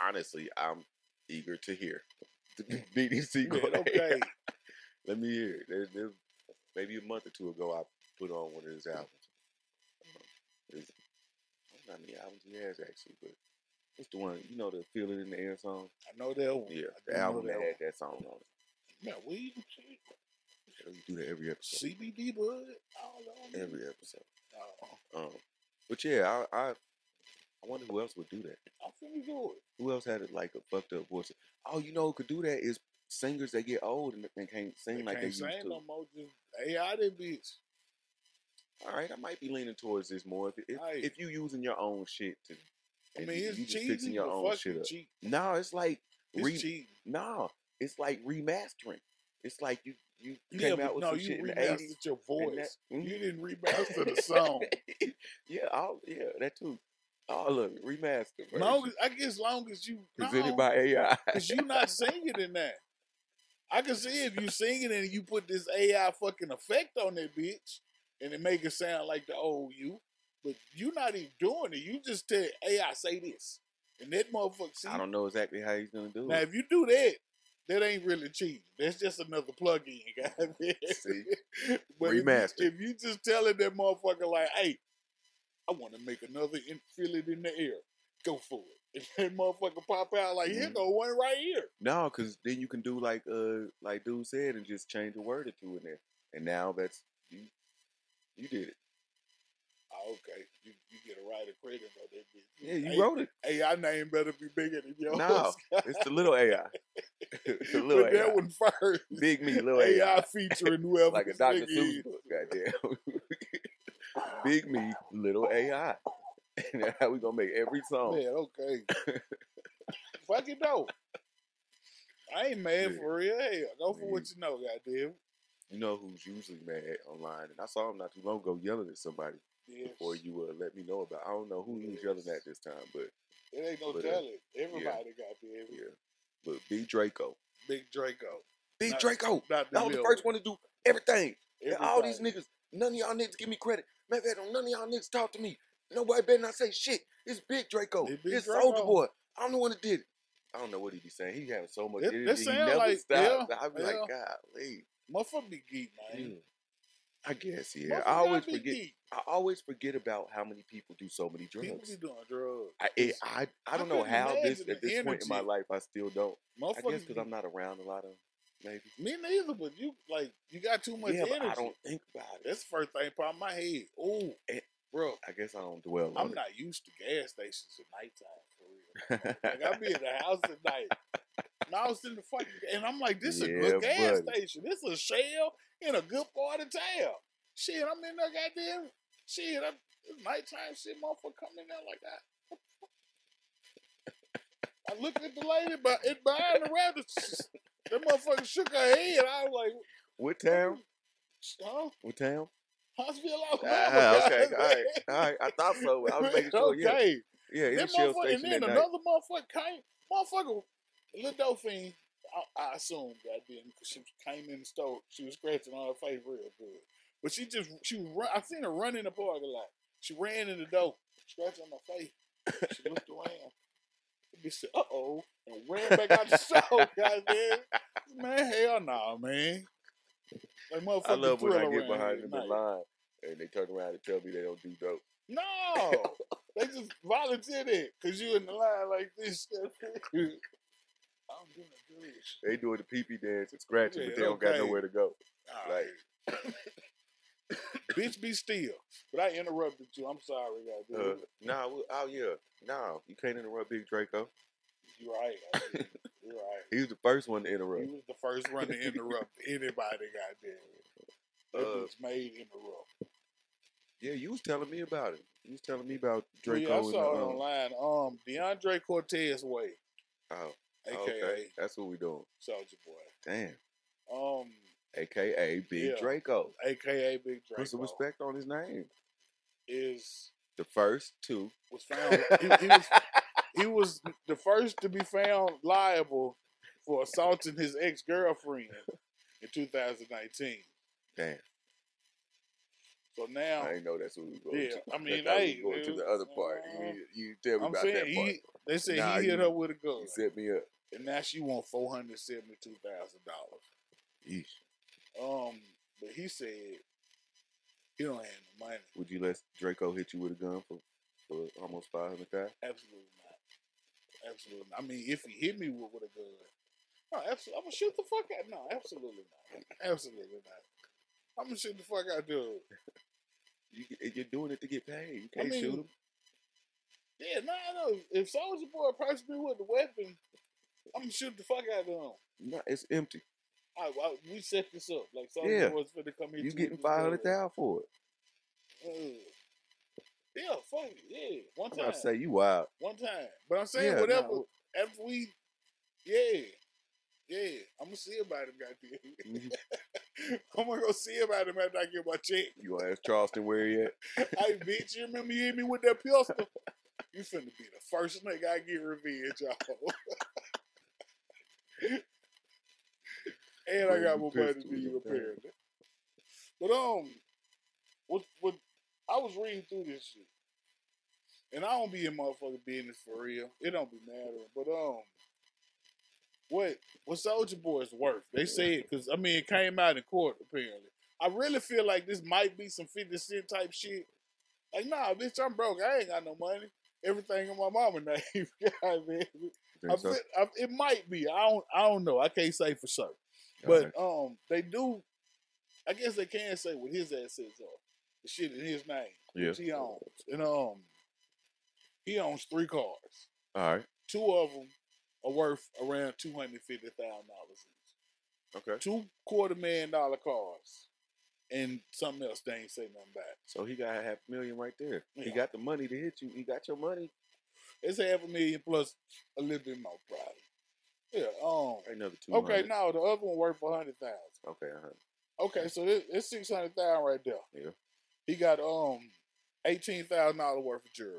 S2: Honestly, I'm eager to hear the BDC.
S1: Man, okay,
S2: Let me hear it. There, there, maybe a month or two ago, I put on one of his albums. Um, it's- I don't know how many albums he has actually, but it's the one you know the "Feel It in the Air" song.
S1: I know that one.
S2: Yeah,
S1: Oh, I do
S2: the
S1: know
S2: album that
S1: one.
S2: had that song on it.
S1: Yeah, we
S2: We do that every episode.
S1: CBD bud. all on it.
S2: Every episode.
S1: Uh,
S2: Um, but yeah, I, I I wonder who else would do that.
S1: I'm finna do it.
S2: Who else had like a fucked up voice? Oh, you know who could do that is singers that get old and, and can't sing
S1: They
S2: like
S1: can't
S2: they used
S1: sing
S2: to.
S1: no more. Just AI that bitch.
S2: All right, I might be leaning towards this more if if,
S1: Right.
S2: if you using your own shit to.
S1: I
S2: and
S1: mean,
S2: you-
S1: it's
S2: you just fixing
S1: cheesy,
S2: your
S1: but
S2: own
S1: fuck
S2: shit
S1: it,
S2: up.
S1: cheat.
S2: No, it's like
S1: It's
S2: re-
S1: cheating.
S2: no, it's like remastering. It's like you you
S1: Yeah,
S2: came
S1: but
S2: out with
S1: no,
S2: some
S1: you
S2: shit in the eighties.
S1: remastered your voice.
S2: mhm.
S1: You didn't remaster the song.
S2: yeah, all yeah, that too. All of it remastered.
S1: long as, I guess, as long as you
S2: presented
S1: no.
S2: by AI.
S1: Cause you not singing in that. I can see if you singing and you put this AI fucking effect on that bitch, and it make it sound like the old you. But you not even doing it. You just tell AI say this, and that motherfucker. See,
S2: I don't know exactly how he's gonna do
S1: now
S2: it.
S1: if you do that, that ain't really cheating. That's just another plug-in, goddamn.
S2: See?
S1: But if you-
S2: Remastered.
S1: If you, just telling that motherfucker like, "Hey, I want to make another and feel it in the air," go for it. If that motherfucker pop out like, "Here
S2: Mhm.
S1: go one right here."
S2: No, because then you can do like uh like dude said and just change a word or two in there. And now that's you you did it.
S1: Oh, okay. You, you get a writer credit on that bitch.
S2: Yeah, you
S1: hey,
S2: wrote it.
S1: Hey, our name better be bigger than yours.
S2: No, it's the little AI. the little
S1: Put
S2: AI.
S1: that one first.
S2: Big me, little
S1: AI
S2: AI.
S1: featuring whoever
S2: like a
S1: this
S2: Dr.
S1: nigga is.
S2: Seuss book, goddamn. Big me, little AI. And that's how we gonna make every song.
S1: Man, okay. Fuck it though. I ain't mad
S2: Yeah.
S1: for real. Hey, go for
S2: Man,
S1: what you know, goddamn.
S2: You know who's usually mad online, and I saw him not too long ago yelling at somebody
S1: Yes.
S2: before you uh, let me know about. I don't know who he was yelling at this time, but
S1: It ain't no
S2: but, uh,
S1: talent. Everybody goddamn.
S2: yeah. But B Draco,
S1: Big Draco.
S2: Big
S1: Not-
S2: Draco,
S1: Not
S2: I was the first one to do everything. And all these
S1: niggas.
S2: niggas, none of y'all niggas give me credit. Matter of fact, none of y'all niggas talk to me. Nobody better not say shit. It's Big Draco.
S1: It Big
S2: It's
S1: Draco.
S2: Soldier Boy. I'm the one that did it. I don't know what he be saying. He having so much
S1: That- that
S2: energy. he
S1: sound
S2: never
S1: like-
S2: stops. I be like,
S1: yeah.
S2: golly.
S1: Motherfucker be geek, man.
S2: Mm. I guess, yeah.
S1: Motherfucker
S2: I always
S1: gotta be
S2: forget.
S1: geek.
S2: I always forget about how many people do so many
S1: People be
S2: drugs.
S1: doing drugs.
S2: I, it, I, I
S1: I
S2: don't know
S1: couldn't
S2: how this
S1: imagine
S2: at this
S1: the
S2: point in my
S1: energy.
S2: life I still don't. I
S1: Motherfuckers.
S2: guess because
S1: be-
S2: I'm not around a lot of 'em, maybe.
S1: me neither, but you like you got too much
S2: yeah,
S1: energy.
S2: but I don't think about it.
S1: That's the first thing popped in my head. Oh,
S2: It-
S1: bro,
S2: I guess I don't dwell on
S1: I'm not used to gas stations at nighttime for real. Like I
S2: it.
S1: be in the house at night. And I was in the fucking and I'm like, this is a
S2: Yeah,
S1: good gas
S2: buddy.
S1: station. This is a shell in a good part of town. Shit, I'm in there goddamn shit. I'm, it's nighttime shit, motherfucker coming in there like that. I looked at the lady but it behind the rabbit. That motherfucker shook her head. I was like,
S2: what town?
S1: huh?
S2: What town?
S1: Huntsville, Alabama.
S2: Ah, okay,
S1: goddamn.
S2: all right, all right. I thought so. I was making sure. Yeah,
S1: Okay.
S2: yeah. It's
S1: That
S2: a shell
S1: motherfucker, and
S2: station at
S1: then
S2: night.
S1: another motherfucker came. Motherfucker, little dolphin. I, I assume goddamn because she came in the store. She was scratching on her face real good, but she just she was run. I seen her run in the parking lot. She ran in the door, scratching on my face. She looked around. She said, "Uh oh," and ran back out the store. Goddamn, man, hell no, man. Like motherfucker,
S2: I love when I
S1: Thriller
S2: get
S1: ran
S2: behind
S1: here
S2: them in
S1: tonight.
S2: line and they turn around and tell me they don't do dope.
S1: No, they just volunteered it because you in the line like this. I'm gonna do this.
S2: They doing the pee pee dance and scratching, but they
S1: Yeah,
S2: don't
S1: okay.
S2: got nowhere to go. Like,
S1: bitch, be still. But I interrupted you. I'm sorry, guys.
S2: uh, nah, we, oh yeah, nah, you can't interrupt Big Draco.
S1: You're right. I did. You're right.
S2: He was the first one to
S1: He
S2: interrupt.
S1: was the first one to interrupt anybody. Goddamn, that
S2: Uh,
S1: was made interrupt.
S2: yeah, you was telling me about it. You was telling me about
S1: Draco
S2: Draco.
S1: yeah, I
S2: and,
S1: saw it
S2: uh,
S1: online. Um, DeAndre Cortez Way,
S2: Oh,
S1: aka
S2: okay, that's what we doing.
S1: Soldier Boy.
S2: Damn,
S1: Um,
S2: AKA Big
S1: Yeah.
S2: Draco.
S1: aka Big Draco
S2: Put some respect on his name.
S1: is
S2: The first two.
S1: was found. He, he was he was the first to be found liable for assaulting his ex girlfriend in 2019.
S2: Damn,
S1: So now,
S2: I didn't know that's what we going
S1: yeah,
S2: to.
S1: I mean,
S2: thought we
S1: hey,
S2: going to
S1: it-
S2: the other part.
S1: uh,
S2: You, you tell me
S1: I'm
S2: about
S1: saying
S2: that part.
S1: he. They said
S2: Nah,
S1: he hit
S2: you-
S1: her with a gun,
S2: You set me up.
S1: and now she want four hundred seventy two thousand dollars.
S2: Yeesh.
S1: Um, but he said he don't have no money.
S2: Would you let Draco hit you with a gun for, for almost five hundred thousand?
S1: Absolutely not. Absolutely. Not. I mean, if he hit me with, with a gun, no, absolutely. I'm gonna shoot the fuck out. No, absolutely not. Absolutely not. I'm gonna shoot the fuck out, dude.
S2: You, and you're doing it to get paid. You
S1: I
S2: can't
S1: mean-
S2: shoot him.
S1: Yeah, no, nah, no. If Soldier Boy approaches me with a weapon, I'm gonna shoot the fuck out of him.
S2: No, it's empty.
S1: I, I, we set this up. Like Soldier
S2: Yeah.
S1: Boy's finna come here.
S2: You getting five hundred thousand for it?
S1: thousand? Yeah, fuck it. Yeah, one
S2: I'm
S1: time.
S2: about to say you wild.
S1: One time. But I'm saying
S2: Yeah,
S1: whatever.
S2: no.
S1: After we, yeah, yeah, I'm gonna see about him. Goddamn.
S2: Mhm.
S1: I'm gonna go see about him after I get my check.
S2: You gonna ask Charleston where he at?
S1: Hey, bitch, you remember you hit me with that pistol? You finna be the first nigga I get revenge on. and I got my
S2: Bring
S1: money
S2: the
S1: to
S2: pistol,
S1: you
S2: you
S1: apparently. But um, what what I was reading through this shit, and I don't be in motherfucking business for real. It don't be mattering. But um, what what Soldier Boy is worth? They said because I mean it came out in court apparently. I really feel like this might be some fifty cent type shit. Like, nah, bitch, I'm broke. I ain't got no money. Everything in my mama name. God, man.
S2: You
S1: I
S2: think so?
S1: feel- I- it might be. I don't. I don't know. I can't say for sure. But
S2: Alright.
S1: um, they do. I guess they can say what his assets are. The shit in his name,
S2: yeah,
S1: which he owns, and um, he owns three cars.
S2: all right,
S1: Two of them are worth around two hundred fifty thousand dollars each.
S2: okay.
S1: Two quarter million dollar cars, and something else they ain't say nothing about.
S2: So he got a half million right there. He
S1: Yeah.
S2: got the money to hit you. He got your money.
S1: It's half a million plus a little bit more, probably. Yeah. Um.
S2: Another two.
S1: Okay. Now the other one worth a hundred thousand.
S2: Okay. Uh-huh.
S1: Okay, so this, it's six hundred thousand right there.
S2: Yeah.
S1: He got um eighteen thousand dollars worth of jewelry.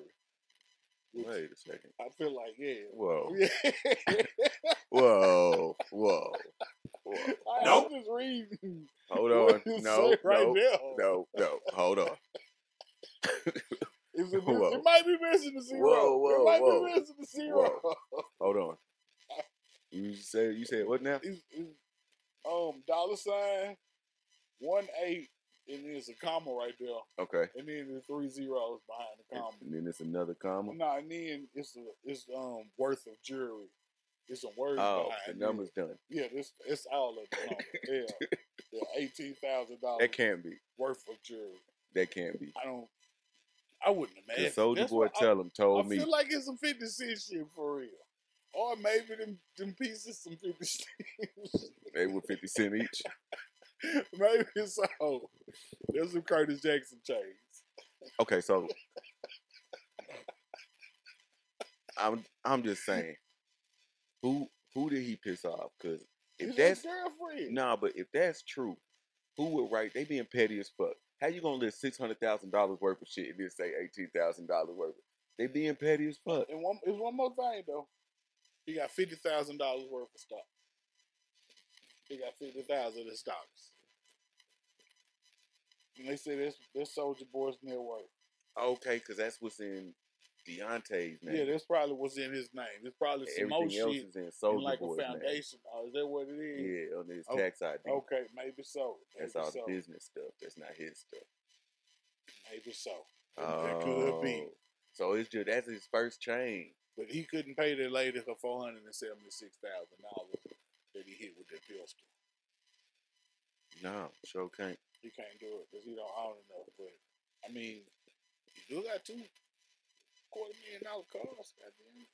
S1: Which
S2: Wait a second.
S1: I feel like yeah.
S2: Whoa.
S1: Oh, Yeah.
S2: Whoa. Whoa. Whoa.
S1: I
S2: Nope.
S1: was just reading.
S2: Hold
S1: what
S2: on.
S1: it
S2: No.
S1: say right
S2: no.
S1: there.
S2: No, no, hold on.
S1: It's in this.
S2: Whoa.
S1: It might be missing the zero.
S2: Whoa, whoa,
S1: it might
S2: whoa.
S1: be missing the zero.
S2: Hold on. You said you said what now?
S1: It's, it's, um, dollar sign, one eight, and then it's a comma right there,
S2: Okay.
S1: and then the three zeros behind the comma.
S2: And then it's another comma.
S1: Nah, and then it's a, it's um worth of jewelry. It's a word
S2: Oh,
S1: behind
S2: the
S1: it.
S2: number's done.
S1: Yeah, it's it's all of it. No, yeah, yeah, eighteen thousand dollars
S2: That can't be.
S1: worth of jewelry.
S2: That can't be.
S1: I don't. I wouldn't imagine.
S2: The soldier
S1: That's
S2: boy
S1: why I-
S2: tell him told
S1: I
S2: me
S1: feel like it's some 50 cent shit for real. Or maybe them, them pieces some 50 cent.
S2: they were fifty cent each.
S1: maybe so. There's some Curtis Jackson chains.
S2: Okay, so I'm I'm just saying, who who did he piss off? Because if
S1: It's
S2: that's
S1: his girlfriend.
S2: nah, but if that's true, who would write? They being petty as fuck. How you gonna list six hundred thousand dollars worth of shit and then say eighteen thousand dollars worth? They being petty as fuck.
S1: And one, it's one more thing, though. He got $50,000 worth of stock. He got 50000 in stocks. And they say that's, that's Soldier Boy's net worth.
S2: Okay, because that's what's in Deontay's name.
S1: Yeah, that's probably what's in his name. It's probably some more
S2: Everything else
S1: shit
S2: is in
S1: in
S2: Soldier
S1: like
S2: Boy's
S1: a foundation. Oh, is that what it is?
S2: name. Yeah, on his
S1: Oh,
S2: tax ID.
S1: Okay, maybe so. Maybe
S2: That's all
S1: so.
S2: business stuff. That's not his stuff.
S1: Maybe so. It could be.
S2: Oh, So it's just that's his first chain.
S1: But he couldn't pay the lady her four hundred and seventy six thousand dollars that he hit with that pistol.
S2: No, sure can't.
S1: He can't do it because he don't own enough. But I mean, he do got two quarter million dollar cars. Goddamn.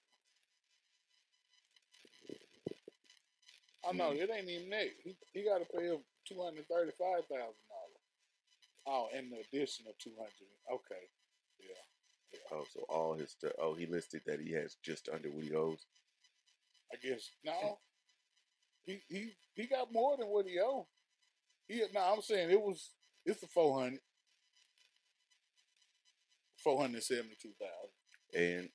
S1: I know
S2: Mm-hmm.
S1: it ain't even that. He, he got to pay him two hundred thirty five thousand dollars. Oh, and the additional two hundred. Okay, yeah.
S2: Oh, so all his stuff. Oh, he listed that he has just under what he owes.
S1: I guess no. He he he got more than what he owed. He no, I'm saying it was it's the four hundred. Four hundred seventy two thousand.
S2: And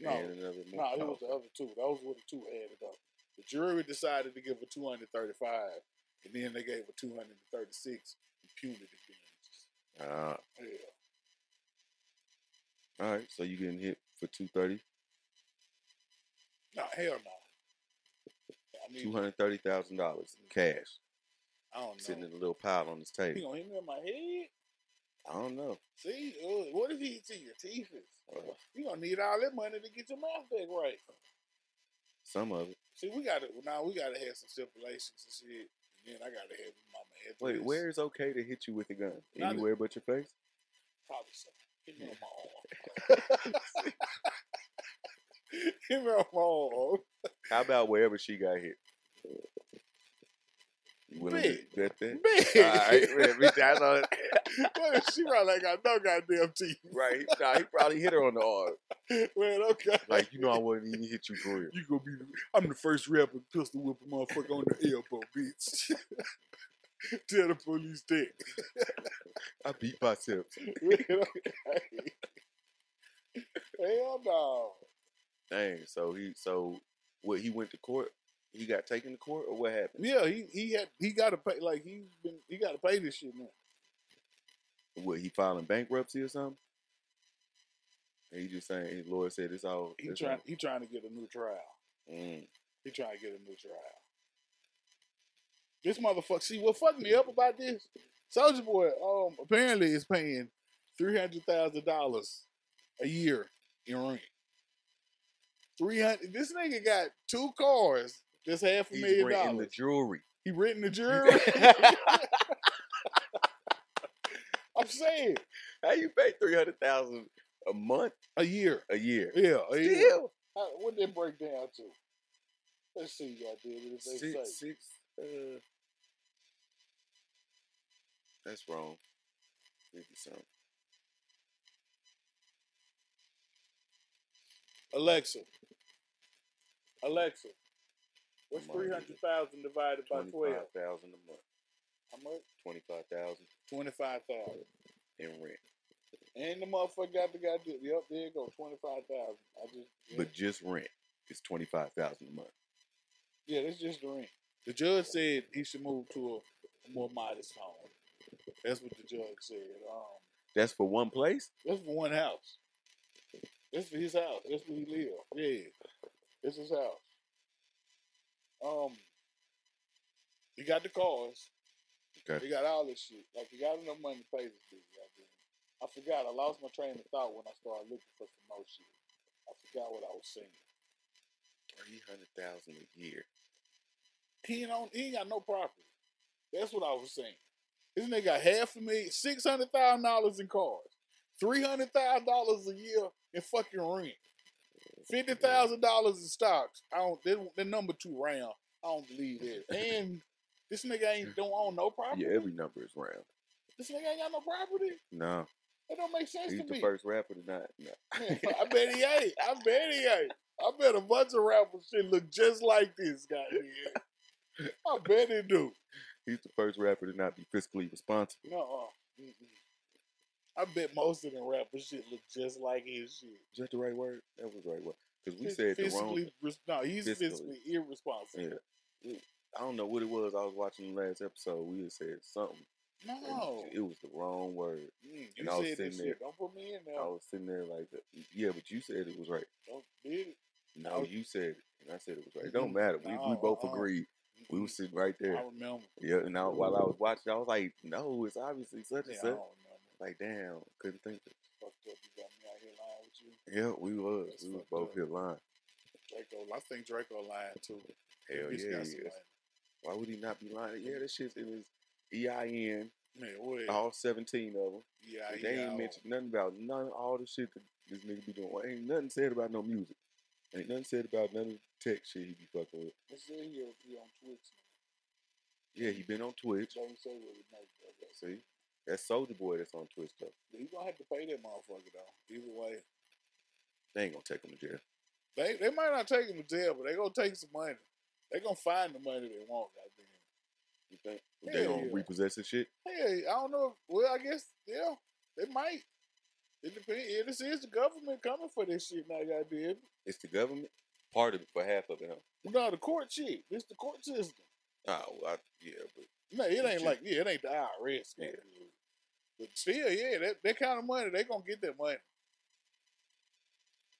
S1: No.
S2: and another
S1: No,
S2: more.
S1: it was the other two. Those were the two added up. The jury decided to give her two hundred thirty five and then they gave her two hundred and thirty six punitive damages.
S2: Oh, uh,
S1: Yeah.
S2: all right. So you getting hit for two thirty,
S1: No, hell no. I mean
S2: two hundred thirty thousand dollars in cash
S1: I don't
S2: sitting
S1: know.
S2: in a little pile on his
S1: He
S2: table.
S1: gonna hit me in my head?
S2: I don't know.
S1: See, uh, what if he see your teeth? is?
S2: Uh,
S1: You gonna need all that money to get your mouth back right.
S2: some of it.
S1: See, we gotta now we gotta have some stipulations and shit. And then I gotta have my man.
S2: Wait, where is okay to hit you with a gun?
S1: Not-
S2: Anywhere but your face.
S1: Probably so. Hit me on my arm. Hit me on my
S2: How about wherever she got hit? You willing to
S1: Big.
S2: bet that? All
S1: arm.
S2: right, man, bitch, I know it.
S1: Man, what if she probably ain't got no goddamn teeth?
S2: Right. he- Nah, he probably hit her on the arm.
S1: Man, okay.
S2: Like, you know, I wouldn't even hit you for real.
S1: You gonna be? The, I'm the first rapper to pistol whip a motherfucker on the elbow, bitch. Tell the police that.
S2: I beat myself.
S1: Man, okay. Hell no.
S2: Dang. So he, so what? He went to court. He got taken to court, or what happened?
S1: Yeah, he he had he got to pay like he's been he got to pay this shit now.
S2: What? He filing bankruptcy or something? And he just saying, his lawyer said it's all.
S1: He
S2: it's
S1: trying he trying to get a new trial.
S2: all- Mm.
S1: He trying to get a new trial. This motherfucker. See what fucked me up about this? Soldier Boy um apparently is paying three hundred thousand dollars a year in rent. Three hundred. This nigga got two cars. That's half a
S2: He's
S1: million
S2: renting
S1: dollars.
S2: the jewelry.
S1: He renting the jury. I'm saying
S2: How you pay three hundred thousand a month,
S1: a year.
S2: a year?
S1: Yeah, a year.
S2: Still,
S1: How, what did it break down to? Let's see, y'all did what did they say.
S2: six, six. Uh, that's wrong. Fifty something.
S1: Alexa. Alexa. What's
S2: Come on,
S1: three hundred thousand divided by twelve?
S2: Twenty-five thousand a month.
S1: How much?
S2: Twenty-five thousand
S1: Twenty five thousand.
S2: in rent,
S1: And the motherfucker got the goddamn. Yep, there you go. Twenty five thousand. I just yeah,
S2: but just rent is twenty-five thousand a month.
S1: yeah, that's just the rent. The judge said he should move to a more modest home. That's what the judge said. Um,
S2: That's for one place.
S1: that's for one house. This is his house. This where he live. Yeah, this is his house. Um, he got the cars.
S2: Okay.
S1: He got all this shit. Like he got enough money to pay this dude. goddamn. I forgot. I lost my train of thought when I started looking for some more shit. I forgot what I was saying.
S2: Three hundred thousand a year.
S1: He ain't on. He ain't got no property. That's what I was saying. This nigga got half a million, six hundred thousand dollars in cars, three hundred thousand dollars a year in fucking rent, fifty thousand dollars in stocks. I don't. That, that number too round. I don't believe that. And this nigga ain't don't own no property.
S2: Yeah, every number is round.
S1: This nigga ain't got no property.
S2: No,
S1: That don't make sense
S2: he's
S1: to
S2: the
S1: me.
S2: first rapper to not. No.
S1: Man, I bet he ain't. I bet he ain't. I bet a bunch of rappers shit look just like this guy here. I bet he do.
S2: He's the first rapper to not be fiscally responsible.
S1: No, uh, mm-mm. I bet most of them rappers shit look just like his shit.
S2: Is that the right word? That was the right word. Because we
S1: Phys-
S2: said the wrong.
S1: physically, res- no, he's
S2: Fiscally.
S1: physically irresponsible.
S2: Yeah. I don't know what it was. I was watching the last episode. We had said something. and
S1: No,
S2: It was the wrong word.
S1: Mm,
S2: and I was
S1: you said this
S2: sitting there-
S1: shit. Don't put me in there.
S2: I was sitting there like, yeah, but you said it was right.
S1: Don't did it.
S2: No,
S1: was-
S2: you said it. And I said it was right. It
S1: Mhm.
S2: don't matter. We, we
S1: Oh. No,
S2: both
S1: uh-uh.
S2: agreed. We were sitting right
S1: I
S2: there.
S1: remember.
S2: Yeah, and I, while I was watching, I was like, no, it's obviously such
S1: Yeah,
S2: and
S1: I don't
S2: such.
S1: remember.
S2: Like, damn, couldn't think. Of
S1: Fucked up. You got me out here lying with you.
S2: it. Yeah, we was.
S1: That's
S2: we was
S1: fucked
S2: both
S1: up.
S2: here lying.
S1: Draco, I think Draco lying too.
S2: Hell
S1: This
S2: yeah,
S1: guy
S2: he
S1: some
S2: is.
S1: money.
S2: Why would he not be lying? Yeah, this shit's in his EIN,
S1: Man, what?
S2: all 17 of them.
S1: yeah,
S2: they
S1: Uh, yeah,
S2: Oh,
S1: oh.
S2: ain't
S1: I-
S2: mentioned nothing about none all the shit that this nigga be doing. Ain't nothing said about no music. Ain't nothing said about none of the tech shit he be fucking with.
S1: Let's see here if he on Twitch.
S2: Yeah, he been on Twitch.
S1: Don't say what he make. though.
S2: See, that's Soldier Boy that's on Twitch though.
S1: But You gonna have to pay that motherfucker though. Either way,
S2: They ain't gonna take him to jail.
S1: they they might not take him to jail, but they gonna take some money. They gonna find the money they want. Goddamn.
S2: You think
S1: Hell
S2: they gonna
S1: yeah.
S2: repossess his shit?
S1: Hey, I don't know. Well, I guess yeah, they might. It depends. Yeah, this is the government coming for this shit now. Goddamn.
S2: It's the government. Part of it for half of it. Huh?
S1: No, the court shit. This the court system.
S2: Oh, well, I, yeah, but
S1: No, it ain't
S2: Shit.
S1: like yeah, it ain't the IRS.
S2: Yeah.
S1: goddamn. But still, yeah, that, that kind of money, they gonna get that money.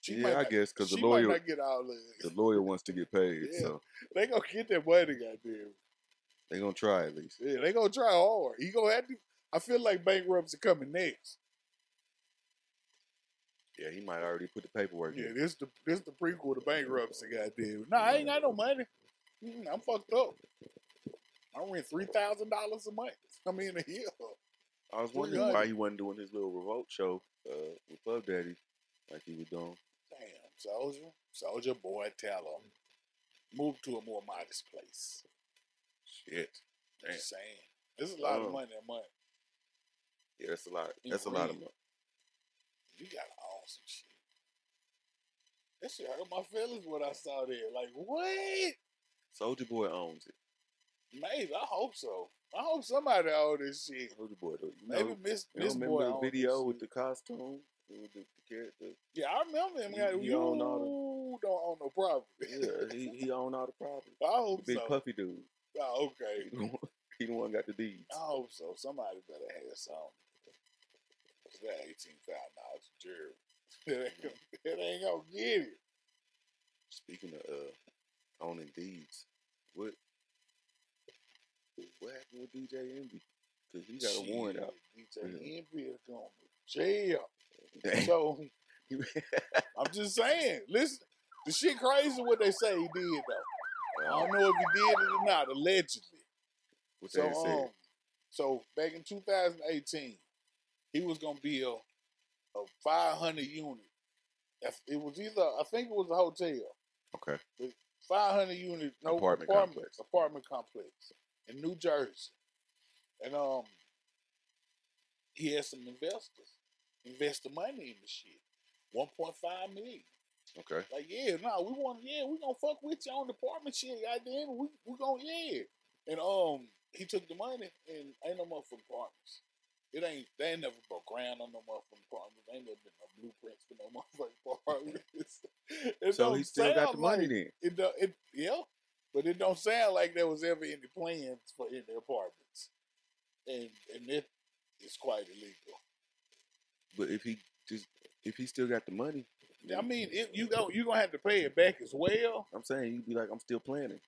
S1: She might
S2: yeah, I
S1: not-
S2: guess because the
S1: she
S2: lawyer,
S1: might not get all of
S2: the
S1: it.
S2: lawyer wants to get paid,
S1: Yeah.
S2: so
S1: They gonna get that money, goddamn.
S2: they gonna try at least.
S1: Yeah, they gonna try hard. He gonna have to. I feel like bankruptcy coming next.
S2: Yeah, he might already put the paperwork
S1: Yeah,
S2: in.
S1: this the this the prequel to bankruptcy. Goddamn. Nah, I ain't got no money. Mm, I'm fucked up. I rent three thousand dollars a month. I mean a year.
S2: I was
S1: Three
S2: wondering
S1: hundred.
S2: why he wasn't doing his little revolt show uh, with Puff Daddy like he was doing.
S1: Damn, soldier, soldier boy, tell him move to a more modest place.
S2: Shit.
S1: I'm
S2: Damn.
S1: just saying, this is a lot
S2: Oh.
S1: of money a month.
S2: Yeah, that's a lot.
S1: In
S2: That's a lot of
S1: green.
S2: money.
S1: You gotta own some shit. That shit hurt my feelings when I saw that. Like what?
S2: Soldier Boy owns it.
S1: Maybe I hope so. I hope somebody own this shit.
S2: Soldier Boy, though. You know,
S1: Maybe Miss
S2: you
S1: Miss
S2: remember
S1: Boy
S2: the
S1: own
S2: video
S1: this
S2: with
S1: shit.
S2: the costume? With the, the character?
S1: yeah, I remember him.
S2: He-
S1: Like,
S2: he
S1: you
S2: owned all the-
S1: don't own no property.
S2: Yeah, he, he owned all the property.
S1: I
S2: The
S1: hope
S2: big
S1: so.
S2: puffy dude.
S1: Oh,
S2: He
S1: okay.
S2: the one, he the one got the deeds.
S1: I hope Oh, so. Somebody better have something. 'Cause that eighteen thousand dollars jury. It ain't, gonna- it ain't gonna get it.
S2: Speaking of uh, owning deeds, what what happened with DJ Envy? Because he got a warrant out.
S1: Shit, DJ Envy is going to jail. So I'm just saying, listen, the shit crazy what they say he did though. I
S2: Um,
S1: don't know if he did it or not, allegedly.
S2: what they
S1: Oh, So,
S2: had said.
S1: um, so back in 2018, he was gonna build a 500 unit. If- It was either I think it was a hotel,
S2: Okay.
S1: 500 unit no, apartment,
S2: Apartment complex.
S1: complex. apartment complex in New Jersey, and um, he had some investors invest the money in the shit, 1.5 million.
S2: Okay.
S1: Like, yeah, no, nah, we want, yeah, we gonna fuck with you on the apartment shit, goddamn, we we gonna, yeah. And um, he took the money and ain't no motherfucking apartments. It ain't they ain't never broke ground on no motherfucking apartments. Ain't never been no blueprints for no motherfucking apartments. It
S2: So
S1: don't
S2: he still got
S1: sound
S2: the money
S1: like-
S2: then.
S1: It do, it yeah, but it don't sound like there was ever any plans for any apartments, and and it is quite illegal.
S2: But if he just if he still got the money,
S1: I mean, it, you go, you gonna have to pay it back as well.
S2: I'm saying you'd be like, I'm still planning.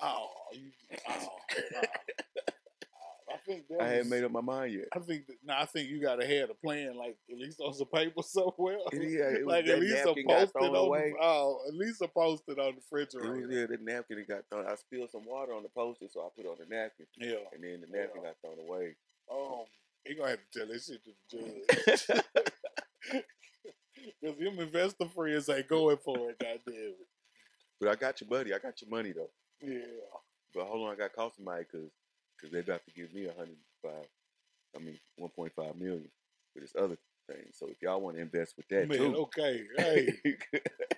S1: Oh, you, oh, no. Oh, I think that
S2: I hadn't
S1: was-
S2: made up my mind yet.
S1: I think that, no, I think you gotta have a plan, like at least on some paper somewhere.
S2: Yeah, it was
S1: like
S2: that
S1: at least a
S2: napkin got
S1: post it
S2: thrown
S1: on
S2: away.
S1: the, oh, at least a post it on the
S2: It was,
S1: refrigerator.
S2: yeah, that napkin that got thrown. I spilled some water on the poster, so I put it on the napkin,
S1: Yeah.
S2: and then the napkin got thrown away.
S1: Um, he gonna have to tell that shit to the judge. Cause them investor friends ain't going for it, goddamn it.
S2: But I got your buddy. I got your money though.
S1: Yeah.
S2: But hold on, I got to call somebody because cause they're about to give me a hundred and five. I mean, one point five million for this other thing. So if y'all want to invest with that
S1: Man,
S2: too,
S1: okay. Hey,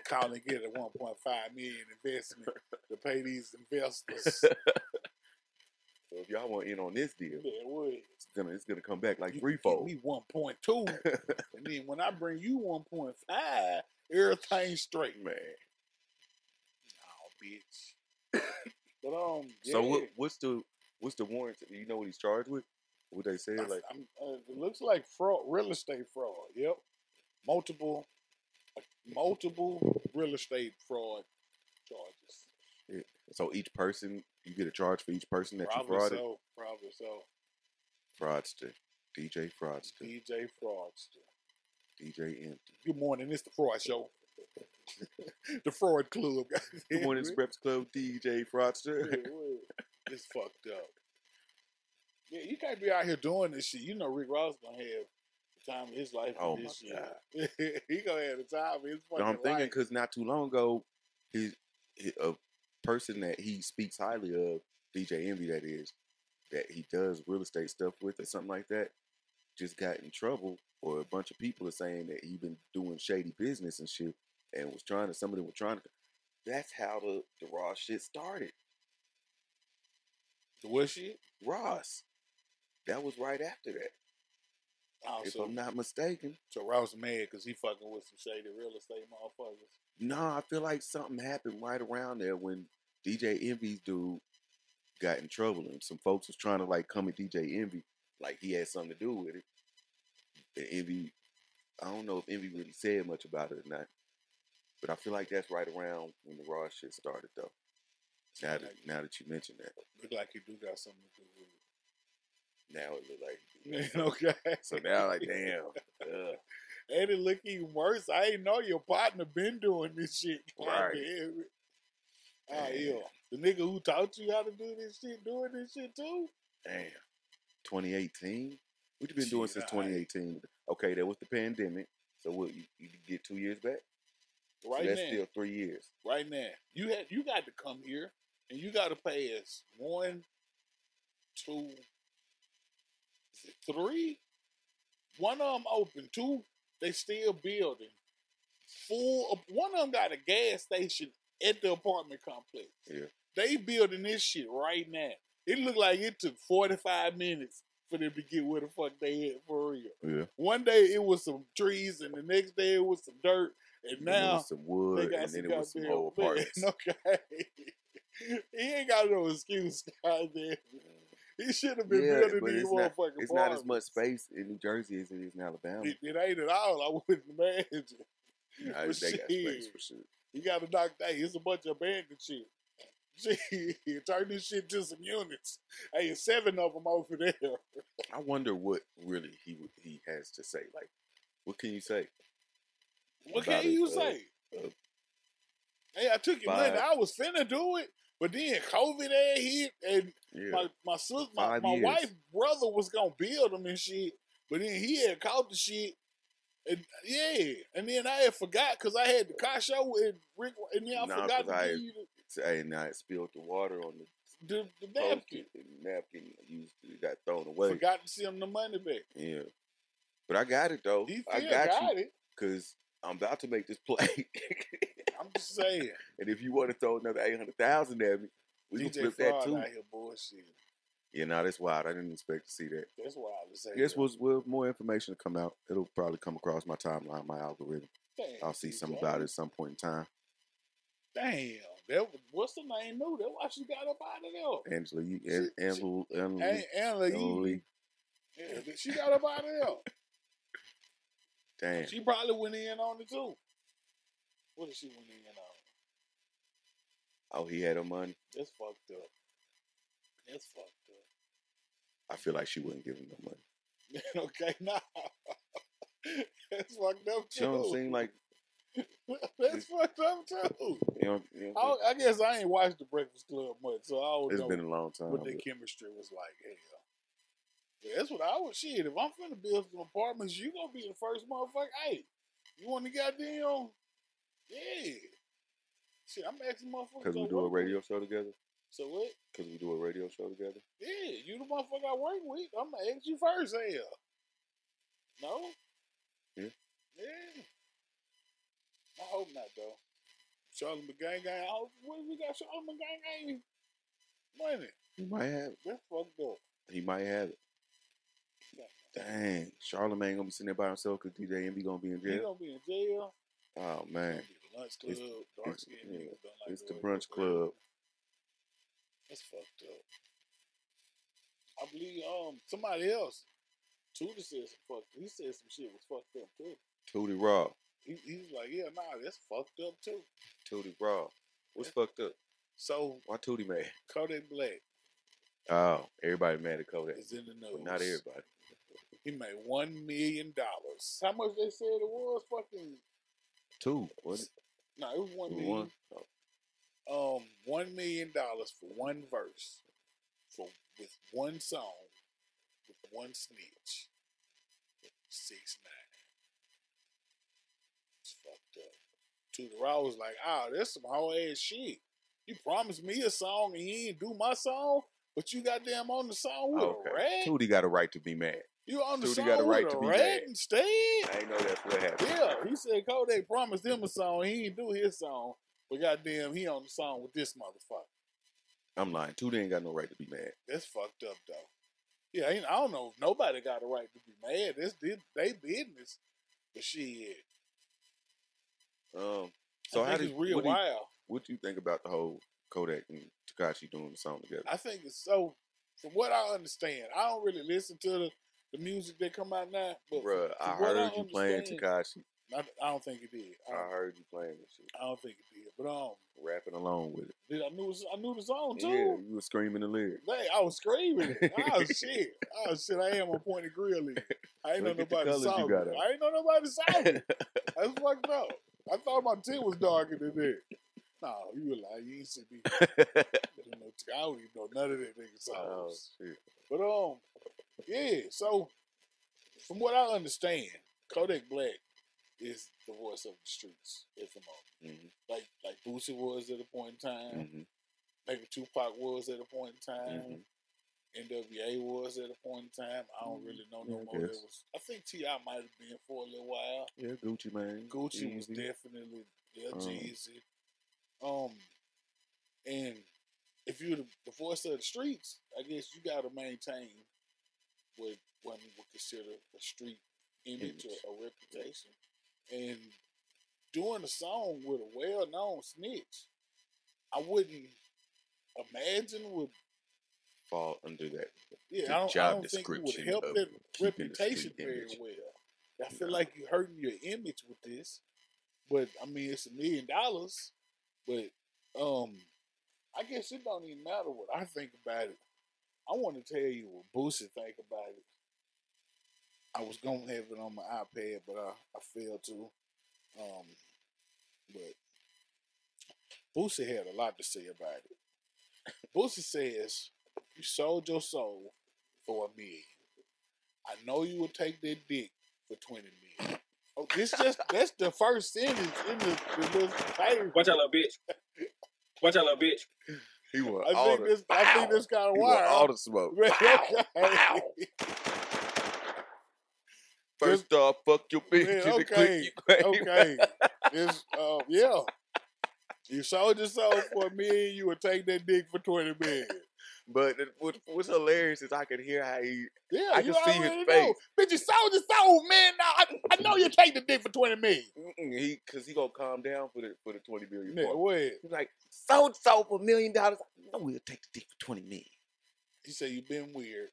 S1: call and get a one point five million investment to pay these investors.
S2: so if y'all want in on this deal,
S1: yeah, would.
S2: it's gonna it's gonna come back like
S1: You can give
S2: threefold.
S1: Me one point two, and then when I bring you one point five, everything straight, man. No, bitch. but um,
S2: So
S1: yeah.
S2: what, what's the what's the warrant? Do you know what he's charged with? What they say? Like
S1: I'm, uh, it looks like fraud, real estate fraud. Yep, multiple, uh, multiple real estate fraud charges.
S2: so, each person you get a charge for each person that you
S1: Probably
S2: frauded.
S1: so. Probably so.
S2: Fraudster, DJ Fraudster,
S1: DJ Fraudster.
S2: DJ Empty.
S1: Good morning. It's the Fraud Show. the Fraud Club.
S2: Good morning, it's Reps Club. DJ Fraudster.
S1: It's fucked up. Yeah, you can't be out here doing this shit. You know Rick Ross gonna have the time of his life.
S2: Oh,
S1: with this
S2: my God.
S1: shit. he gonna have the time of his
S2: No,
S1: fucking
S2: I'm thinking
S1: life.
S2: because not too long ago, his, he- a person that he speaks highly of, DJ Envy, that is, that he does real estate stuff with or something like that, just got in trouble, or a bunch of people are saying that he been doing shady business and shit, and was trying to. Some of them were trying to. That's how the the raw shit started.
S1: The what shit?
S2: Ross, that was right after that,
S1: Oh,
S2: if
S1: so,
S2: I'm not mistaken.
S1: so Ross mad because he fucking with some shady real estate motherfuckers.
S2: No, I feel like something happened right around there when DJ Envy's dude got in trouble and some folks was trying to like come at DJ Envy like he had something to do with it. And Envy, I don't know if Envy really said much about it or not, but I feel like that's right around when the raw shit started though. Now that now that you mention that,
S1: Look like he do got something to do with
S2: now it look like
S1: it. Man, okay.
S2: so now like damn, ugh.
S1: And it look even worse. I ain't know your partner been doing this shit.
S2: Right.
S1: Goddamn it. Ah,
S2: Damn.
S1: yeah. The nigga who taught you how to do this shit doing this shit too?
S2: damn. 2018. What you been doing
S1: Shit,
S2: since
S1: I-
S2: 2018? Okay, that was the pandemic. So what you, you get two years back?
S1: Right
S2: so that's
S1: now.
S2: still three years.
S1: right now. You had you got to come here and you gotta pass one, two, is it three. One of them open, two, they still building. Full one of them got a gas station at the apartment complex.
S2: Yeah.
S1: They building this shit right now. It looked like it took 45 minutes for them to get where the fuck they had for real.
S2: Yeah.
S1: One day it was some trees and the next day it was some dirt. And
S2: And then it
S1: now
S2: was some wood, and then it was some
S1: goddamn
S2: whole
S1: man,
S2: apartments.
S1: Okay. he ain't got no excuse, goddamn. He should have been
S2: Yeah,
S1: building
S2: but
S1: these
S2: it's not-
S1: motherfucking
S2: It's not as
S1: apartments.
S2: much space in New Jersey as it is in Alabama.
S1: It, it ain't at all. I wouldn't imagine.
S2: Nah, they got space
S1: shit.
S2: for sure.
S1: You got to knock that. It's a bunch of abandoned shit. Shit, turn this shit to some units. Hey, it's seven of them over there.
S2: I wonder what really he would- he has to say. Like, what can you say?
S1: What
S2: About
S1: can
S2: it,
S1: you
S2: uh,
S1: say?
S2: uh,
S1: hey, I took your money.
S2: five-
S1: I was finna do it, but then COVID had hit, and
S2: Yeah,
S1: my my sis, my,
S2: Five
S1: my
S2: years.
S1: wife brother was gonna build him and shit, but then he had caught the shit, and yeah, and then I had forgot because I had the car show and Rick, and then I
S2: Nah,
S1: forgot
S2: 'cause
S1: to
S2: I-
S1: give you
S2: say now it spilled the water on the
S1: the, the, the napkin.
S2: napkin. And the napkin used it got thrown away.
S1: Forgot to send him the money back.
S2: Yeah, but I got it though.
S1: He still
S2: I
S1: got,
S2: got, you
S1: it.
S2: because I'm about to make this play.
S1: I'm just saying,
S2: and if you want to throw another eight hundred thousand at me, we
S1: DJ
S2: can flip
S1: Fraud
S2: that too.
S1: out here bullshit.
S2: Yeah, no, that's wild. I didn't expect to see that.
S1: That's why I was saying.
S2: I guess was will more information to come out. It'll probably come across my timeline, my algorithm.
S1: Damn,
S2: I'll see something
S1: DJ.
S2: about it at some point in time.
S1: Damn, that was, what's the name? Knew that why she got up out of there.
S2: Angela, you,
S1: She- uh,
S2: An- Angela, Angela,
S1: Hey, Anna,
S2: Angela
S1: you,
S2: Lee.
S1: yeah, she got up out of there.
S2: damn,
S1: She probably went in on it too. What if she went in on?
S2: Oh, he had her money.
S1: That's fucked up. That's fucked
S2: I feel like she wouldn't give him no money.
S1: up. okay, nah. That's fucked up
S2: She don't
S1: too.
S2: seem like
S1: That's fucked up too.
S2: you know. You
S1: I,
S2: know
S1: I guess I ain't watched The Breakfast Club much, so I don't
S2: it's
S1: know
S2: been a long time.
S1: what their
S2: but-
S1: chemistry was like. Hell. But that's what I would shit. If I'm finna build some apartments, you gonna be the first motherfucker. Hey, you want to goddamn? Yeah. Shit, I'm asking motherfuckers.
S2: Cause
S1: I
S2: we do a
S1: work with.
S2: radio show together.
S1: So what?
S2: Cause we do a radio show together.
S1: Yeah, you the motherfucker I work with. I'm gonna ask you first, hell. No?
S2: Yeah.
S1: Yeah. I hope not though. Charlie McGang Gang, I hope what if we got Charlie McGang Gang money.
S2: He might have. It.
S1: That's fucked up.
S2: He might have it. Dang, Charlamagne gonna be sitting there by himself because DJ MB gonna be in
S1: You
S2: jail.
S1: gonna be in jail.
S2: Oh
S1: Gonna
S2: man,
S1: be the lunch club.
S2: It's-
S1: Dark skin
S2: yeah,
S1: niggas don't like
S2: it's the
S1: way
S2: brunch
S1: that-
S2: club.
S1: That's fucked up. I believe um somebody else, Tudor said some fuck. He said some shit was fucked up too.
S2: Tootie Raw,
S1: He, he was like, yeah, nah, that's fucked up too.
S2: Tootie Raw. What's fucked up?
S1: So
S2: Why Tootie mad?
S1: Kodak Black
S2: Oh, everybody mad at Kodak.
S1: is in the news.
S2: But not everybody.
S1: He made one million dollars. How much they said it was? Fucking
S2: Two. What?
S1: no, it was one million.
S2: One. Oh,
S1: Um, one million dollars for one verse, for with one song, with one snitch. Six nine. It's fucked up. To the raw was like, ah, that's some whole ass shit. You promised me a song and you ain't do my song, but you goddamn on the song with
S2: Okay.
S1: a rat.
S2: Tootie got a right to be mad.
S1: You on the
S2: Dude, he
S1: song
S2: got a right
S1: with
S2: to
S1: a
S2: be
S1: rat
S2: mad.
S1: instead?
S2: I ain't know that's what happened.
S1: Yeah, he said Kodak promised him a song. He didn't do his song, but goddamn, he on the song with this motherfucker.
S2: I'm lying. Tootie ain't got no right to be mad.
S1: That's fucked up though. Yeah, ain't, I don't know. if Nobody got a right to be mad. That's they, they business. But shit,
S2: Um. So
S1: I
S2: how
S1: think
S2: did
S1: it's real
S2: what do you,
S1: wild.
S2: what do you think about the whole Kodak and Takashi doing the song together?
S1: I think it's so. From what I understand, I don't really listen to the, the music that come out now. But from-
S2: Bruh, I
S1: from what
S2: heard you playing Uh,
S1: understand-
S2: Takashi.
S1: I, I don't think it did. I,
S2: I heard you playing this shit,
S1: I don't think it did. But um,
S2: rapping along with it.
S1: dude, I knew I knew the song too.
S2: Yeah, you were screaming the lyrics.
S1: Dang, I was screaming. it. Oh shit. Oh shit, I am a pointed grill in. I ain't know
S2: Look at the
S1: nobody
S2: colours you
S1: saw me.
S2: got up.
S1: I ain't know nobody saw me. That's fucked up. I thought my tint was darker than that. No, you were like, you used to be. I don't, know, I don't even know none of that nigga
S2: Oh,
S1: songs.
S2: shit.
S1: But um, yeah. So from what I understand, Kodak Black is the voice of the streets at the moment.
S2: Mhm,
S1: Like like Boosie was at a point in time.
S2: mhm,
S1: Maybe Tupac was at a point in time.
S2: mhm.
S1: NWA was at a point in time. I don't really know no
S2: Mm-hmm. Yeah, I
S1: more. That
S2: guess.
S1: was I think Ti might have been for a little while.
S2: Yeah, Gucci man.
S1: Gucci Mm-hmm. was
S2: Yeezy.
S1: definitely yeah,
S2: Um,
S1: Jeezy. Um, and if you're the, the voice of the streets, I guess you got to maintain what one would consider a street image
S2: Image.
S1: or a reputation. And doing a song with a well-known snitch, I wouldn't imagine would
S2: Fall under that.
S1: yeah,
S2: the
S1: I don't,
S2: job
S1: I don't think it would
S2: description
S1: help
S2: of
S1: that
S2: keeping the street
S1: reputation very
S2: image.
S1: well. I feel
S2: No.
S1: like you're hurting your image with this, but I mean it's a million dollars. But um, I guess it don't even matter what I think about it. I want to tell you what Boosie think about it. I was gonna have it on my iPad, but I, I failed to. Um, but Boosie had a lot to say about it. Boosie says, "You sold your soul for a million. I know you would take that dick for twenty million. Oh, this just that's the first sentence in the, the little title.
S3: Watch out, little bitch. Watch out, little bitch.
S2: He was
S1: I
S2: all
S1: think
S2: the,
S1: this I think this kind of
S2: he was all
S1: wild.
S2: the smoke.
S1: Man,
S2: Pow,
S1: okay.
S2: pow. First off, fuck your bitch.
S1: Man,
S2: and the
S1: okay,
S2: click you claim.
S1: okay. It's, uh, yeah. You sold your soul for a million, you would take that dick for 20 million.
S2: But it- what, what's hilarious is I could hear how he
S1: Yeah,
S2: I
S1: you
S2: can see his
S1: already
S2: face.
S1: Know. Bitch, you sold your soul, man. Now, I, I know you take the dick for 20 million.
S2: Mm-mm, he because he gonna calm down for the for the twenty million.
S1: Nigga,
S2: part.
S1: what?
S2: He's like sold sold for a million dollars. I know we'll take the dick for twenty million.
S1: He said, you been weird.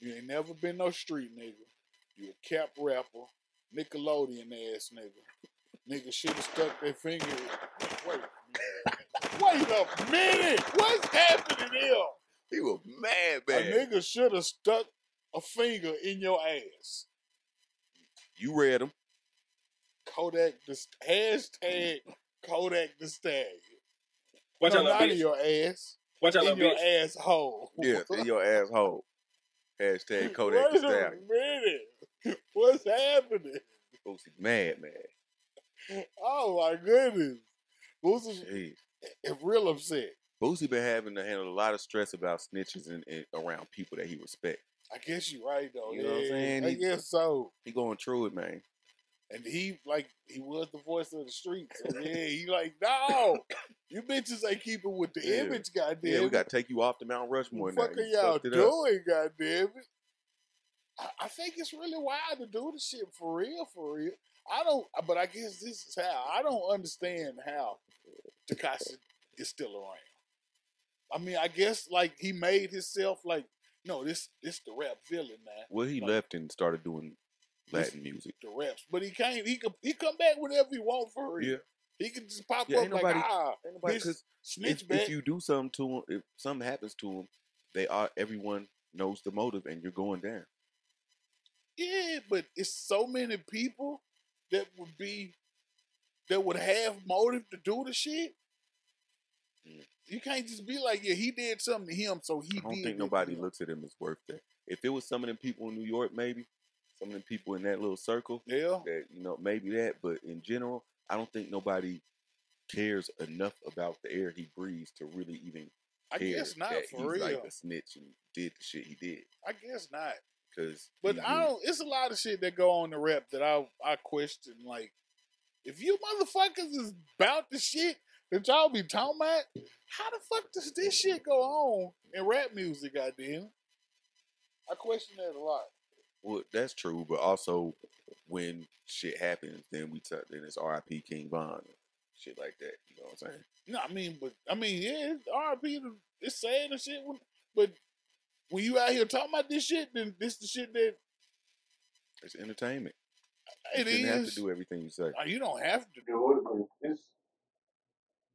S1: You ain't never been no street nigga. You a cap rapper, Nickelodeon ass nigga. Niggas should have stuck their finger. Wait, wait a minute. What's happening here?
S2: He was mad, man.
S1: A nigga should have stuck a finger in your ass.
S2: You read him.
S1: Kodak the st- hashtag Kodak the Stallion.
S3: Watch out,
S1: Come
S3: little
S1: out of
S3: bitch.
S1: your ass.
S3: Watch out,
S1: In
S3: little
S1: your
S3: bitch.
S1: asshole.
S2: Yeah, in your asshole. Hashtag Kodak the
S1: Wait a
S2: Stallion.
S1: minute. What's happening?
S2: Boosie mad, man.
S1: Oh my goodness. Boosie
S2: Jeez.
S1: is real upset.
S2: Boosie been having to handle a lot of stress about snitches and, and around people that he respect.
S1: I guess you're right though.
S2: You know what I'm
S1: Yeah,
S2: saying?
S1: I
S2: He-
S1: guess so.
S2: He going through it, man.
S1: And he like he was the voice of the streets. So yeah, he like, no, you bitches ain't keeping with the
S2: Yeah.
S1: image, goddamn.
S2: Yeah, we
S1: it.
S2: got to take you off the Mount Rushmore
S1: What
S2: now.
S1: the fuck are
S2: You
S1: y'all
S2: fucked it up.
S1: doing, goddamn it? I, I think it's really wild to do this shit for real, for real. I don't, uh, but I guess this is how I don't understand how Takashi is still around. I mean, I guess like he made himself like, no, this this the rap villain now,
S2: Well, he
S1: Like-
S2: left and started doing
S1: This-
S2: Latin music.
S1: the raps. But he can't. He could he come back whenever he want for real.
S2: Yeah.
S1: He can just pop
S2: Yeah,
S1: up
S2: ain't
S1: like
S2: nobody-
S1: ah, bitch,
S2: Because
S1: snitch
S2: if,
S1: back.
S2: if you do something to him, if something happens to him, they are everyone knows the motive, and you're going down.
S1: Yeah, but it's so many people that would be that would have motive to do the shit.
S2: Mm.
S1: You can't just be like, yeah, he did something to him, so he.
S2: I don't
S1: did
S2: think
S1: this
S2: nobody
S1: to him.
S2: looks at him as worth that. If it was some of them people in New York, maybe some of them people in that little circle,
S1: Yeah,
S2: that you know, maybe that. But in general, I don't think nobody cares enough about the air he breathes to really even
S1: I
S2: care
S1: guess not
S2: that
S1: for
S2: he's
S1: real.
S2: like a snitch and did the shit he did.
S1: I guess not.
S2: Because
S1: But
S2: Mm-hmm.
S1: I don't. It's a lot of shit that go on the rep that I I question. Like, if you motherfuckers is about the shit that y'all be talking about, how the fuck does this shit go on in rap music? Goddamn, I question that a lot.
S2: Well, that's true, but also when shit happens, then we t- then it's R.I.P. King Von, shit like that. You know what I'm saying?
S1: No, I mean, but I mean, yeah, it's R.I.P. to- It's sad and shit, when- but when you out here talking about this shit, then this the shit that
S2: It's entertainment.
S1: it
S2: you didn't have to
S1: is.
S2: do everything you say.
S1: Uh, You don't have to.
S4: do it, but it's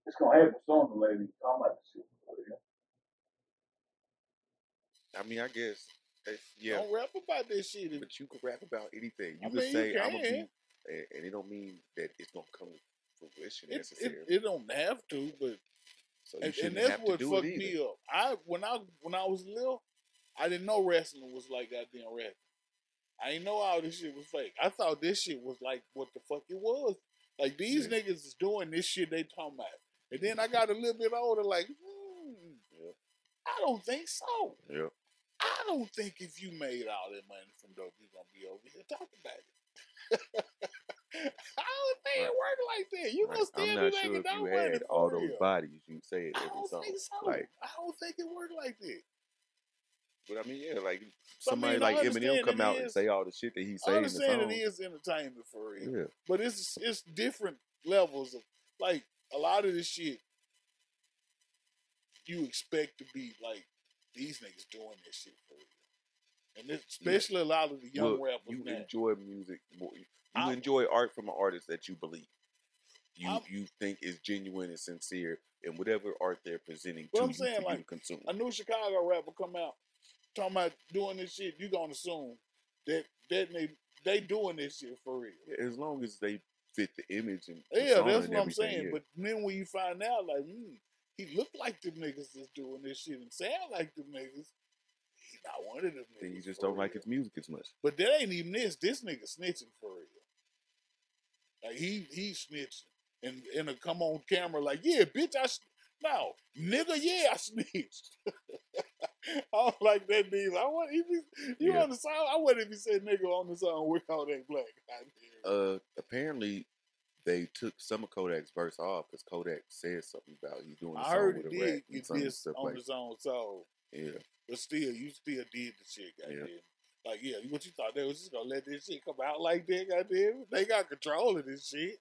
S4: it's gonna happen sooner or later. I'm about to see.
S2: I mean, I guess, it's, yeah.
S1: Don't rap about this shit. If-
S2: But you can rap about anything. You
S1: I
S2: can
S1: mean, you
S2: say I'm gonna be,
S1: can.
S2: and, and it don't mean that it's gonna come to fruition
S1: It, it,
S2: necessarily.
S1: it don't have to, but
S2: so you
S1: and, and
S2: shouldn't
S1: that's
S2: have to
S1: what
S2: do it
S1: fucked
S2: either.
S1: me up. I when I when I was little, I didn't know wrestling was like goddamn rap. I didn't know all this shit was fake. I thought this shit was like what the fuck it was. Like these
S2: Yeah.
S1: niggas is doing this shit they talking about. And then I got a little bit older, like, hmm,
S2: Yeah.
S1: I don't think so.
S2: Yeah.
S1: I don't think if you made all that money from dope, you're gonna be over here talking about it. I don't think
S2: Right.
S1: it worked like that. You
S2: Right?
S1: gonna
S2: I'm
S1: still
S2: not
S1: be
S2: sure
S1: making
S2: if
S1: dope
S2: you
S1: money
S2: had
S1: for
S2: all those
S1: real.
S2: bodies. You say it
S1: I
S2: every
S1: don't
S2: song.
S1: think so.
S2: Like,
S1: I don't think it worked like that.
S2: but I mean, yeah, like
S1: So, I mean,
S2: somebody
S1: I
S2: like Eminem
S1: understand
S2: come
S1: it
S2: out and
S1: is-
S2: say all the shit that he
S1: I
S2: saying in the
S1: understand it
S2: song.
S1: is entertainment for real,
S2: Yeah.
S1: but it's it's different levels of like a lot of this shit. You expect to be like these niggas doing this shit for real, and it's
S2: Yeah.
S1: especially a lot of the young
S2: Look,
S1: rappers
S2: you
S1: now.
S2: enjoy music more. You
S1: I-
S2: enjoy art from an artist that you believe. You
S1: I'm-
S2: you think is genuine and sincere, and whatever art they're presenting
S1: But
S2: to
S1: I'm
S2: you
S1: saying,
S2: for you
S1: like,
S2: to consume.
S1: a new Chicago rapper come out talking about doing this shit, you gonna assume that that they they doing this shit for real.
S2: Yeah, As long as they fit the image and the
S1: Yeah,
S2: song
S1: that's
S2: and
S1: what I'm
S2: everything,
S1: saying.
S2: yeah.
S1: But then when you find out, like, hmm, he looked like them niggas that's doing this shit and sound like them niggas, he's not one of them niggas.
S2: then you just
S1: for
S2: don't like
S1: real.
S2: his music as much.
S1: But that ain't even this. This nigga snitching for real. Like he he snitching and and a come on camera like yeah bitch I s- no nigga yeah I snitched. I don't like that nigga. I want he be, you
S2: Yeah.
S1: on the song. I wouldn't if he said nigga on the song with all that black. Goddamn.
S2: Uh, apparently, they took some of Kodak's verse off because Kodak said something about you doing. A
S1: I
S2: song
S1: heard
S2: with
S1: it
S2: a rat
S1: did
S2: and
S1: get
S2: some
S1: this
S2: stuff
S1: on
S2: like
S1: his own song.
S2: yeah.
S1: But still, you still did the shit,
S2: Yeah.
S1: goddamn. Like, yeah, what you thought they was just gonna let this shit come out like that, goddamn? They got control of this shit.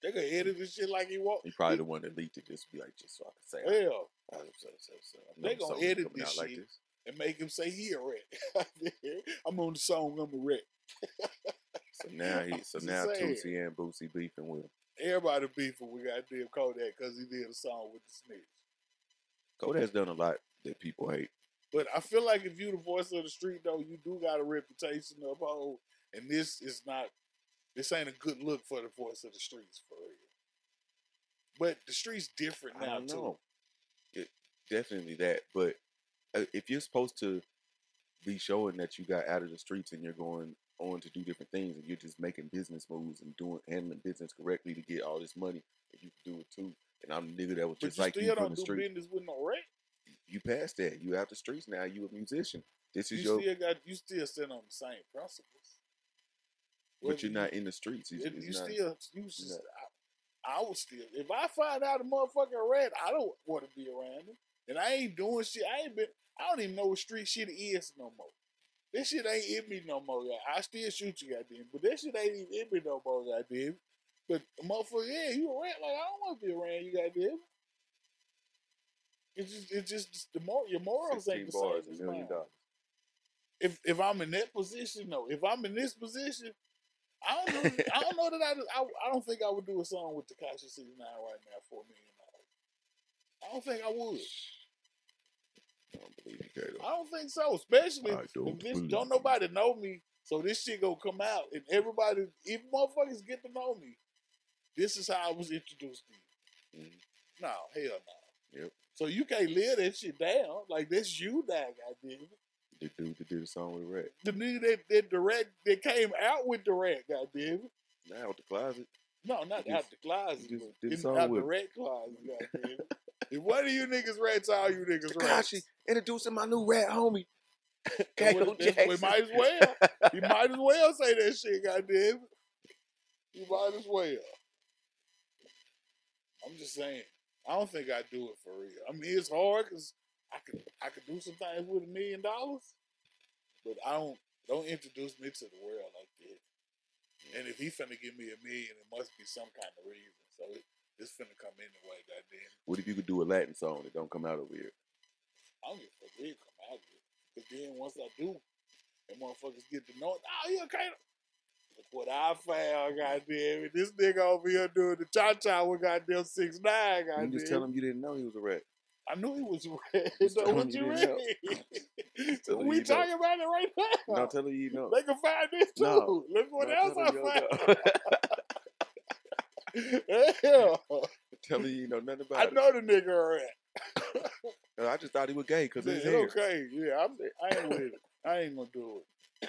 S1: They can edit this shit like he want.
S2: He probably the one that leaked it. Just be like, just so I can say. "Oh, I-
S1: Hell,
S2: I was upset, upset, upset. I
S1: They
S2: know
S1: gonna
S2: something was
S1: edit
S2: coming
S1: this
S2: out like
S1: shit.
S2: this.
S1: and make him say he a rat. I'm on the song, I'm a rat.
S2: So now he, so
S1: That's
S2: now
S1: insane.
S2: Tootsie and Boosie beefing with him.
S1: Everybody beefing with goddamn Kodak because he did a song with the snitch.
S2: Kodak's done a lot that people hate.
S1: But I feel like if you the voice of the street though, you do got a reputation to uphold, and this is not. This ain't a good look for the voice of the streets for real. But the streets different
S2: I
S1: now
S2: don't
S1: too.
S2: know. It, definitely that, but uh, if you're supposed to be showing that you got out of the streets and you're going on to do different things and you're just making business moves and doing handling business correctly to get all this money, if you can do it too. And I'm the nigga that was
S1: But
S2: just
S1: you
S2: like you
S1: still
S2: from
S1: don't
S2: the
S1: do
S2: street.
S1: business with no rap.
S2: You passed that. You out the streets now. You a musician. This
S1: You
S2: is your,
S1: still got you still sitting on the same principles.
S2: but
S1: Whether
S2: you're
S1: you-
S2: not in the streets. It's,
S1: If
S2: it's
S1: you
S2: not-
S1: still, you just, I, I would still. If I find out a motherfucking rat, I don't want to be around him. And I ain't doing shit. I ain't been. I don't even know what street shit is no more. This shit ain't in me no more. God. I still shoot you, goddamn. But that shit ain't even in me no more, goddamn. But motherfucker, yeah, you a rat. Like I don't want to be around you, goddamn. It's just, it's just the mor- your morals ain't
S2: 16
S1: the
S2: bars,
S1: same
S2: a
S1: as
S2: million
S1: mine
S2: dollars.
S1: if if I'm in that position, no. If I'm in this position, I don't know. I don't know that I, I. I don't think I would do a song with Takashi Six Nine right now for a million dollars. I don't think I would.
S2: I don't believe you, Kato.
S1: I don't think so. Especially
S2: I don't
S1: if this
S2: believe
S1: don't
S2: you.
S1: nobody know me, so this shit gonna come out and everybody, if motherfuckers get to know me, this is how I was introduced to you.
S2: Mhm.
S1: No, hell no.
S2: Yep.
S1: So you can't live that shit down. Like that's you now, goddamn. it.
S2: The dude that did a song with Rat.
S1: The nigga that that direct that came out with direct, goddamn. it.
S2: Now out the closet.
S1: No, not
S2: You
S1: out
S2: just-
S1: the closet.
S2: you just
S1: but
S2: did
S1: in-
S2: something
S1: out the
S2: with-
S1: red closet, goddamn. it. if one of you niggas rats, all you niggas rats.
S2: Takashi introducing my new rat homie.
S1: That's
S2: Kato
S1: what- that's what-
S2: Jackson.
S1: might as well. He might as well say that shit, goddamn. it. He might as well. I'm just saying. I don't think I do it for real. I mean, it's hard because I could I could do some things with a million dollars, but I don't don't introduce me to the world like that. And if he finna give me a million, it must be some kind of reason. So it, it's finna come anyway, goddamn. it.
S2: What if you could do a Latin song that don't come out over here?
S1: I don't give a fuck where it come out with. But then once I do, and motherfuckers get to know it, oh, you okay? Look what I found, goddamn it. This nigga over here doing the cha cha with goddamn 6 9
S2: You
S1: goddamn.
S2: can just tell him you didn't know he was a rat.
S1: I knew he was red.
S2: Just
S1: so
S2: tell
S1: what
S2: him you
S1: you
S2: didn't
S1: mean?
S2: Tell him
S1: we
S2: you know.
S1: talking about it right now.
S2: No, tell him you know.
S1: they can find this too.
S2: No.
S1: Look what
S2: No,
S1: else
S2: tell
S1: I
S2: him you
S1: found.
S2: don't know.
S1: Hell,
S2: tell him you know nothing
S1: I
S2: about
S1: know the nigga a rat.
S2: it. I just thought he was gay because of his
S1: It's
S2: hair.
S1: okay. Yeah, I'm, I ain't with it. I ain't gonna do it.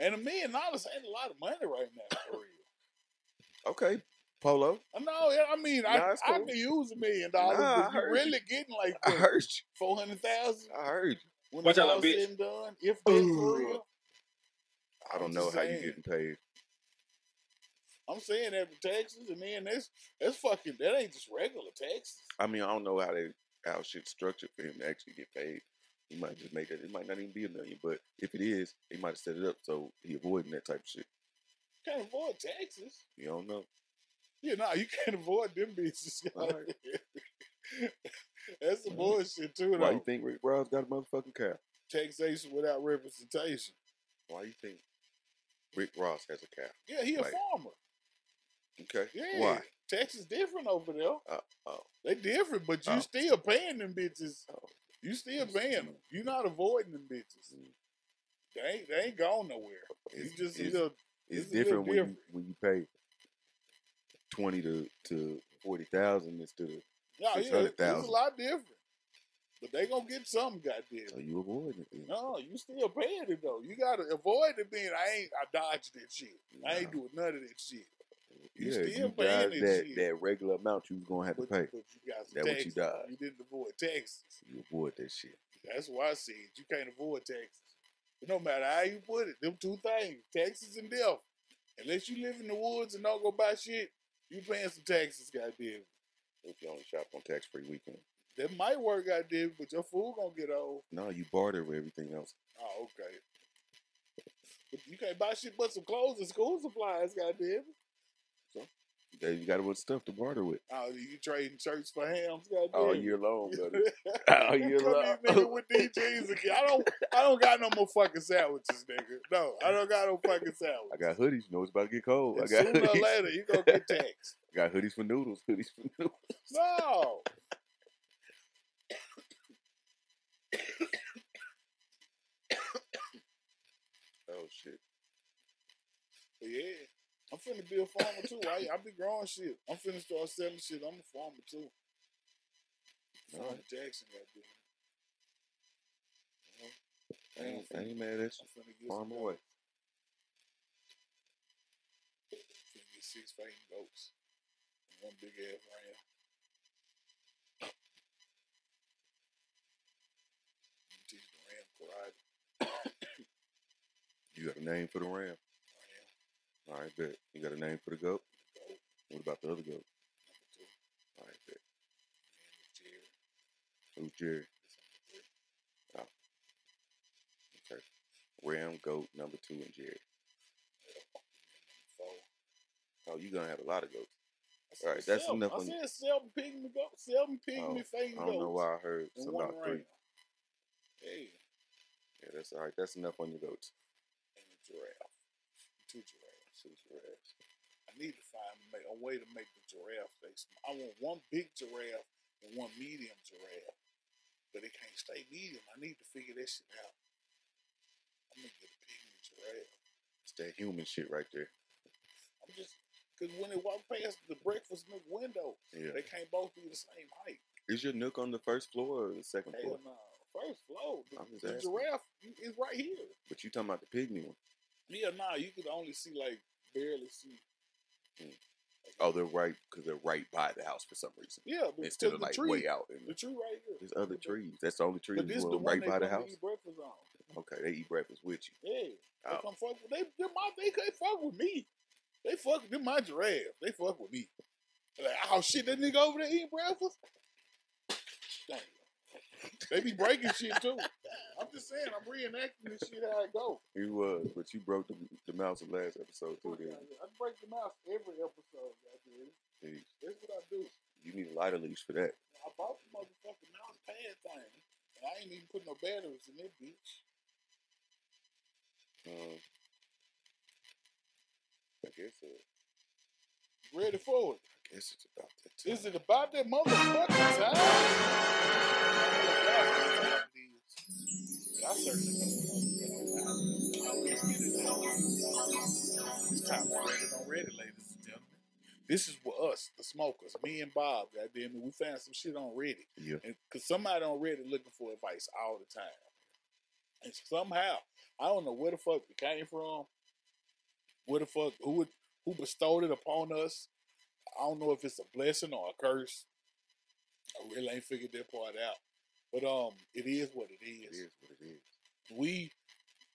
S1: And a million dollars ain't a lot of money right now for real.
S2: Okay, Polo.
S1: No, yeah, I mean, I,
S2: Nah, it's
S1: I
S2: cool.
S1: could use a million dollars,
S2: Nah, I
S1: but you
S2: heard you.
S1: really getting like
S2: I heard
S1: four hundred thousand
S2: you. I heard you.
S1: when
S3: Watch
S1: it's
S3: out,
S1: all
S3: little bitch.
S1: said and done. If that's for
S2: Ooh.
S1: real,
S2: I don't
S1: I'm
S2: know
S1: just
S2: how you
S1: saying.
S2: getting paid.
S1: I'm saying that for taxes, and then that's that's fucking that ain't just regular taxes.
S2: I mean, I don't know how they how shit's structured for him to actually get paid. He might just make it. It might not even be a million, but if it is, he might set it up so he avoiding that type of shit.
S1: Can't avoid taxes.
S2: You don't know.
S1: Yeah, no, you can't avoid them bitches.
S2: Alright.
S1: that's some bullshit too,
S2: Mm-hmm. Why
S1: though.
S2: you think Rick Ross got a motherfucking cow?
S1: taxation without representation.
S2: Why you think Rick Ross has a cow?
S1: Yeah, he a
S2: Right.
S1: farmer.
S2: Okay.
S1: Yeah,
S2: Why?
S1: Texas different over there.
S2: Uh, oh,
S1: They different, but you
S2: Oh.
S1: still paying them bitches.
S2: Oh.
S1: You still paying them. You not avoiding them bitches.
S2: Mm.
S1: They ain't they ain't gone nowhere. You
S2: it's,
S1: just a
S2: it's,
S1: little
S2: it's
S1: it's a little
S2: different when you
S1: different.
S2: when you pay twenty to to forty thousand instead of
S1: no, yeah, it's, it's a
S2: 600,000.
S1: lot different. But they gonna get some goddamn.
S2: so you avoid it. then.
S1: No, you still paying it though. You gotta avoid it being I ain't I dodged that shit. I ain't
S2: Nah.
S1: doing none of that shit. you
S2: yeah,
S1: still
S2: you
S1: paying
S2: dodge
S1: this
S2: that
S1: shit.
S2: that regular amount you was gonna have to
S1: But,
S2: pay.
S1: but you got some
S2: That what you
S1: taxes.
S2: dodged.
S1: you didn't avoid taxes.
S2: You avoid that shit.
S1: That's why I said you can't avoid taxes. But no matter how you put it, them two things, taxes and death. Unless you live in the woods and don't go buy shit, you paying some taxes, goddamn.
S2: If you only shop on tax free weekend,
S1: That might work, goddamn, but your food gonna get old.
S2: no, you barter with everything else.
S1: Oh, okay. But you can't buy shit but some clothes and school supplies, goddamn.
S2: Yeah, you got to want stuff to barter with
S1: Oh, you trading shirts for hams? Goddamn.
S2: all year long, brother. all year
S1: Come here,
S2: long.
S1: nigga, with these jeans again. I don't, I don't got no more fucking sandwiches, nigga. No, I don't got no fucking sandwiches.
S2: I got hoodies. You know it's about to get cold. I
S1: And
S2: got
S1: sooner or
S2: hoodies.
S1: later, you gonna get taxed.
S2: I got hoodies for noodles. Hoodies for noodles.
S1: No,
S2: Oh shit.
S1: But yeah, I'm finna be a farmer too. I, I be growing shit. I'm finna start selling shit. I'm a farmer too. Farmer
S2: Alright.
S1: Jackson, goddamn.
S2: I ain't, I ain't mad at you.
S1: I'm finna get
S2: Farm
S1: some
S2: away.
S1: Finna get six fighting goats. and One big ass ram. Teach the ram karate.
S2: You got a name for the
S1: Oh,
S2: ram.
S1: Ram,
S2: All right, bet. You got a name for the goat.
S1: goat,
S2: What about the other goat?
S1: number two,
S2: All right, bet.
S1: and Jerry.
S2: Who's Jerry? Oh. Okay. Ram, goat, number two, and Jerry.
S1: Four.
S2: Oh, you're gonna have a lot of goats.
S1: I said,
S2: All right, that's
S1: sell 'em.
S2: enough
S1: I
S2: on-
S1: said seven pygmy goats, seven pygmy
S2: Oh,
S1: fighting
S2: I
S1: goats.
S2: don't know why I heard
S1: And
S2: something
S1: one
S2: about three.
S1: ram. Yeah.
S2: Yeah, that's all right. That's enough on your goats.
S1: and a giraffe. Two giraffes. Two giraffes. I need to find a, ma- a way to make the giraffe face. I want one big giraffe and one medium giraffe, but it can't stay medium. I need to figure that shit out. I'm gonna get a pygmy giraffe.
S2: It's that human shit right there.
S1: I'm just because when they walk past the breakfast nook window,
S2: Yeah.
S1: they can't both be the same height.
S2: Is your nook on the first floor or the second floor?
S1: Hell no. First floor, the,
S2: I'm just
S1: the
S2: asking.
S1: giraffe is right here.
S2: But you talking about the pygmy one?
S1: Yeah, nah, you could only see like barely see.
S2: Oh, they're right because they're right by the house for some reason.
S1: Yeah, but
S2: Instead
S1: the
S2: of like
S1: tree,
S2: way out. In
S1: the
S2: the,
S1: tree right here.
S2: there's other
S1: Look at that.
S2: trees. That's the only tree
S1: But this
S2: that's
S1: is the one
S2: right
S1: they
S2: by the
S1: come to
S2: house.
S1: eat breakfast on.
S2: Okay, they eat breakfast with you.
S1: Yeah, they
S2: Oh.
S1: come fuck with they. They, my, they can't fuck with me. They fuck with my giraffe. They fuck with me. Like, oh shit, that nigga over there eating breakfast. Damn. They be breaking shit too. I'm just saying, I'm reenacting this shit how it go.
S2: You was, but you broke the, the mouse in last episode
S1: I
S2: too. Then
S1: break the mouse every episode. Goddamn,
S2: Jeez.
S1: that's what I do.
S2: you need a lighter leash for that.
S1: I bought the motherfucking mouse pad thing, and I ain't even put no batteries in it, bitch.
S2: Um, I guess it,
S1: Ready for it.
S2: I guess it's about that time.
S1: Is it about that motherfucking time? I certainly don't know. Let's get it on. It's time for Reddit on Reddit, ladies and gentlemen. This is with us, the smokers, me and Bob. Goddamn it, we found some shit on Reddit,
S2: Yeah.
S1: and cause somebody on Reddit looking for advice all the time, and somehow I don't know where the fuck it came from, where the fuck who it, who bestowed it upon us. I don't know if it's a blessing or a curse. I really ain't figured that part out. But um, it is what it
S2: It
S1: is.
S2: is what it is.
S1: We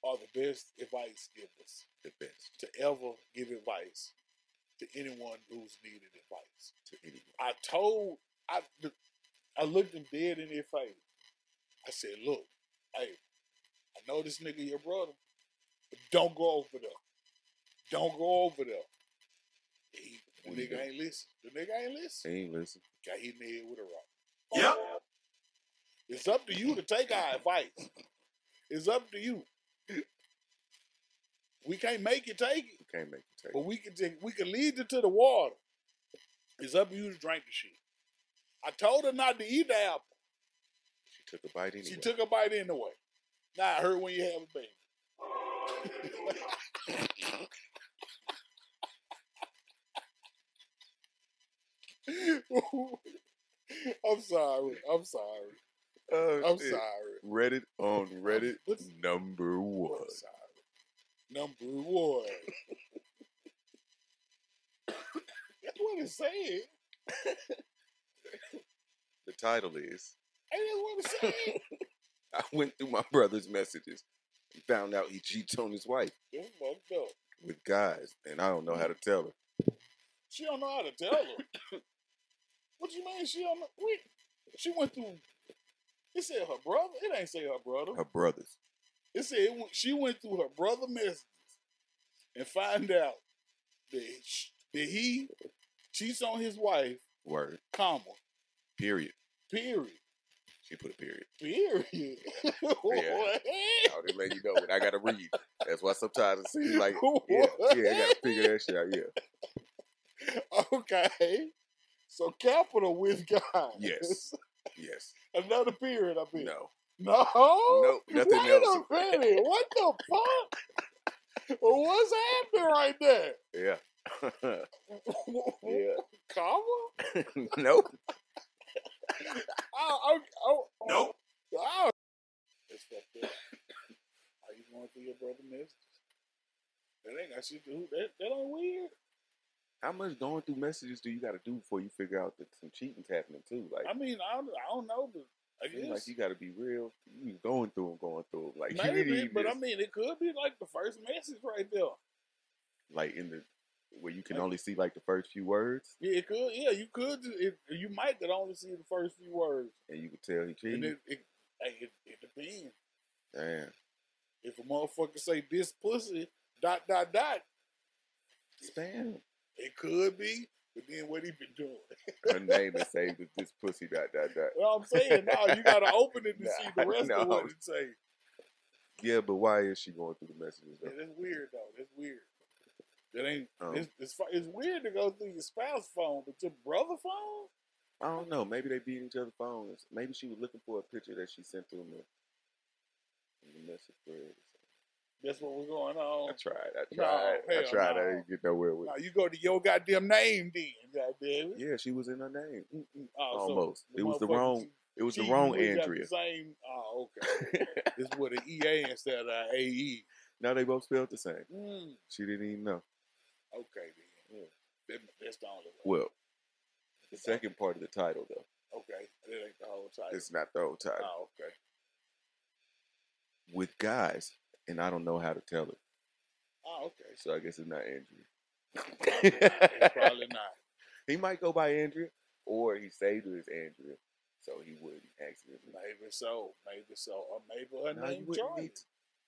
S1: are the best advice givers
S2: The best
S1: to ever give advice to anyone who's needed advice.
S2: to anyone.
S1: I told I the- I looked him dead in their face. I said, "Look, hey, I know this nigga your brother, but don't go over there. Don't go over there." He, the
S2: What he
S1: nigga
S2: do?
S1: ain't listen. The nigga ain't listen
S2: They ain't listen.
S1: got hit in the head with a rock.
S3: Yep.
S1: It's up to you to take our advice. It's up to you. We can't make you take it,
S2: You can't make the take.
S1: but we can take, we can lead you to the water. It's up to you to drink the shit. I told her not to eat the apple.
S2: She took a bite anyway.
S1: She took a bite anyway. Now I heard when you have a baby. I'm sorry. I'm sorry.
S2: Oh,
S1: uh, I'm
S2: shit.
S1: sorry.
S2: Reddit on Reddit
S1: What's-
S2: number one.
S1: I'm sorry. Number one. That's what it said. Ain't
S2: The title is
S1: that what it said?
S2: I went through my brother's messages and found out he cheats on his wife
S1: It's fucked up.
S2: with guys, and I don't know how to tell her.
S1: She don't know how to tell her. what you mean she don't know? We, she went through. It said her brother. It ain't say her brother.
S2: Her brothers.
S1: It said it went, she went through her brother messages and find out that, sh that he cheats on his wife,
S2: Word.
S1: comma,
S2: Period.
S1: period,
S2: She put a period.
S1: period. What?
S2: I'll just let you know when I gotta read. That's why sometimes it seems like yeah, yeah, I gotta figure that shit out. Yeah.
S1: Okay. So capital with God.
S2: Yes. Yes.
S1: Another period, I mean.
S2: No.
S1: No. Oh,
S2: No, nothing
S1: Wait
S2: else.
S1: a minute. What the fuck? What's happening right there?
S2: Yeah. yeah.
S1: Comma?
S2: nope.
S1: Oh, oh, oh, oh.
S2: Nope.
S1: Oh. It's fucked up. Are you going through your brother messages? That ain't got shit to do. That, that ain't weird.
S2: How much going through messages do you gotta do before you figure out that some cheating's happening too? Like
S1: I mean, I don't, I don't know. But I
S2: Seems
S1: guess.
S2: Like you got to be real. You was going through them, going through them. Like you
S1: Maybe,
S2: didn't
S1: but I
S2: even-
S1: mean, it could be like the first message right there.
S2: like in the where you can only see like the first few words,
S1: Yeah, it could. Yeah, you could. ju- It, you might could only see the first few words,
S2: and you could tell he
S1: and
S2: cheated.
S1: it it, hey, it it depends.
S2: Damn,
S1: If a motherfucker say this pussy dot dot dot,
S2: spam.
S1: it could be. But then what he been doing?
S2: Her name is saved as this pussy dot dot dot.
S1: You know what I'm saying? No, you gotta open it to see the
S2: Nah,
S1: rest of what
S2: no.
S1: it say.
S2: Yeah, but why is she going through the messages?
S1: Yeah,
S2: Though?
S1: that's weird though. That's weird. That ain't.
S2: Um,
S1: it's, it's fu- it's weird to go through your spouse phone, but your brother phone.
S2: I don't know. Maybe they beat each other phones. Maybe she was looking for a picture that she sent to him in the message thread.
S1: That's what was going
S2: I
S1: on.
S2: tried. I
S1: Oh, No,
S2: tried. I
S1: hell
S2: tried.
S1: no.
S2: I didn't get nowhere with.
S1: Now
S2: it.
S1: you go to your goddamn name then. Goddamn it.
S2: Yeah, she was in her name. Mm-mm.
S1: Oh, so
S2: Almost. it was the
S1: motherfucker
S2: wrong.
S1: che-
S2: It was the
S1: cheating
S2: wrong
S1: with got the
S2: Andrea.
S1: Same. Oh, okay. this with an EA E instead of an AE.
S2: Now they both spelled the same.
S1: Mm,
S2: She didn't even know.
S1: okay then. Yeah. That, that's the only way.
S2: Well, the second part of the title though.
S1: Okay. That ain't the whole title.
S2: It's not the whole title.
S1: oh, okay.
S2: With guys, and I don't know how to tell it.
S1: Oh, okay.
S2: So I guess it's not
S1: Nah, it's
S2: Andrea.
S1: probably not.
S2: he might go by Andrea, or he saved her as Andrea, so he wouldn't accidentally.
S1: Maybe so. Maybe so. Or maybe her
S2: Nah, you
S1: name
S2: wouldn't
S1: Charlie.
S2: need to,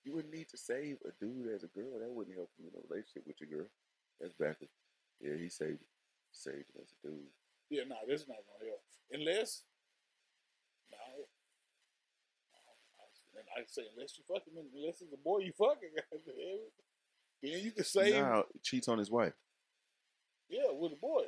S2: you wouldn't need to save a dude as a girl. That wouldn't help you in a relationship with your girl. That's backwards. Yeah, he saved saved her as a dude.
S1: Yeah, no, nah, that's not gonna help. Unless no. No, I- And I say unless you fucking unless it's a boy you fucking goddamn it. Then you can save
S2: Now cheats on his wife.
S1: yeah, with a boy.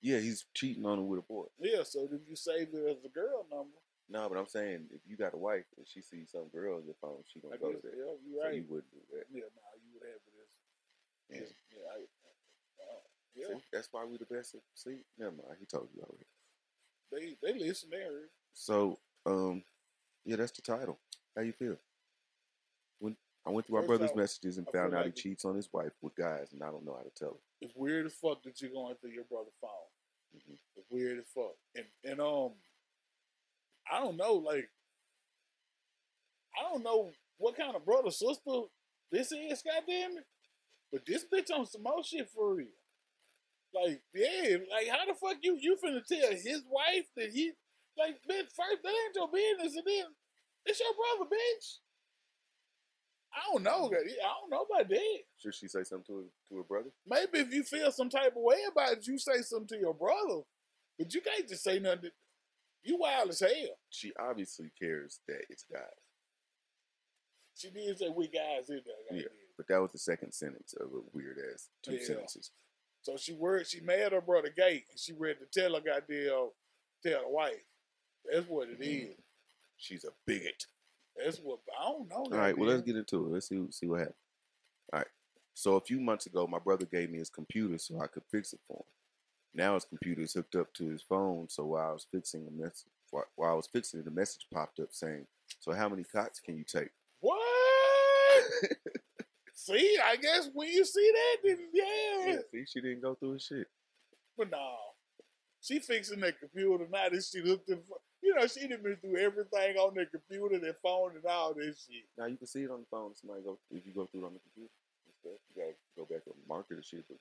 S2: Yeah, he's cheating on her with a boy.
S1: Yeah, so if you save it as a girl number,
S2: No, but I'm saying if you got a wife and she sees some girl on your phone, she gonna
S1: I
S2: go
S1: guess
S2: to that.
S1: yeah, you're
S2: So
S1: right.
S2: you wouldn't do that.
S1: yeah, no, you would have it
S2: Yeah.
S1: as yeah, yeah, I, uh, yeah.
S2: See, that's why we the best. At, see, never mind. He told you already.
S1: They they listen there.
S2: So, um, yeah, that's the title. How you feel? When I went through my
S1: First
S2: brother's
S1: off,
S2: messages and
S1: I
S2: found
S1: feel
S2: out
S1: like it-
S2: he cheats on his wife with guys, and I don't know how to tell her.
S1: It's weird as fuck that you're going through your brother's phone.
S2: Mhm.
S1: It's weird as fuck. And and um I don't know, like I don't know what kind of brother sister this is, goddamn it. But this bitch on some more shit for real. Like, yeah, like how the fuck you you finna tell his wife that he like bitch first that ain't your business and then it's your brother, bitch. I don't know, God- I don't know about that.
S2: Should she say something to her, to her brother?
S1: Maybe if you feel some type of way about it, you say something to your brother, but you can't just say nothing. to- You wild as hell.
S2: She obviously cares that it's guys,
S1: She did say we guys in there.
S2: Yeah.
S1: goddamn.
S2: but that was the second sentence of a weird ass two
S1: Yeah.
S2: sentences.
S1: So she worried. She mad her brother gay, and she ready to tell her goddamn tell her wife. That's what it
S2: Mm-hmm.
S1: is.
S2: She's a bigot.
S1: That's what I don't know.
S2: All right, well, let's get into it. Let's see see what happens. All right. So a few months ago, my brother gave me his computer so I could fix it for him. Now his computer is hooked up to his phone, so while I was fixing the message, while I was fixing it, the message popped up saying, "So how many cots can you take?"
S1: what. see, I guess when you see that, then yeah.
S2: Yeah, see, she didn't go through his shit.
S1: But no, she fixing that computer now. This shit up to you know she done been through everything on that computer, that phone, and all this shit.
S2: Now you can see it on the phone. Somebody go if you go through it on the computer and stuff. You gotta go back and mark it and shit. But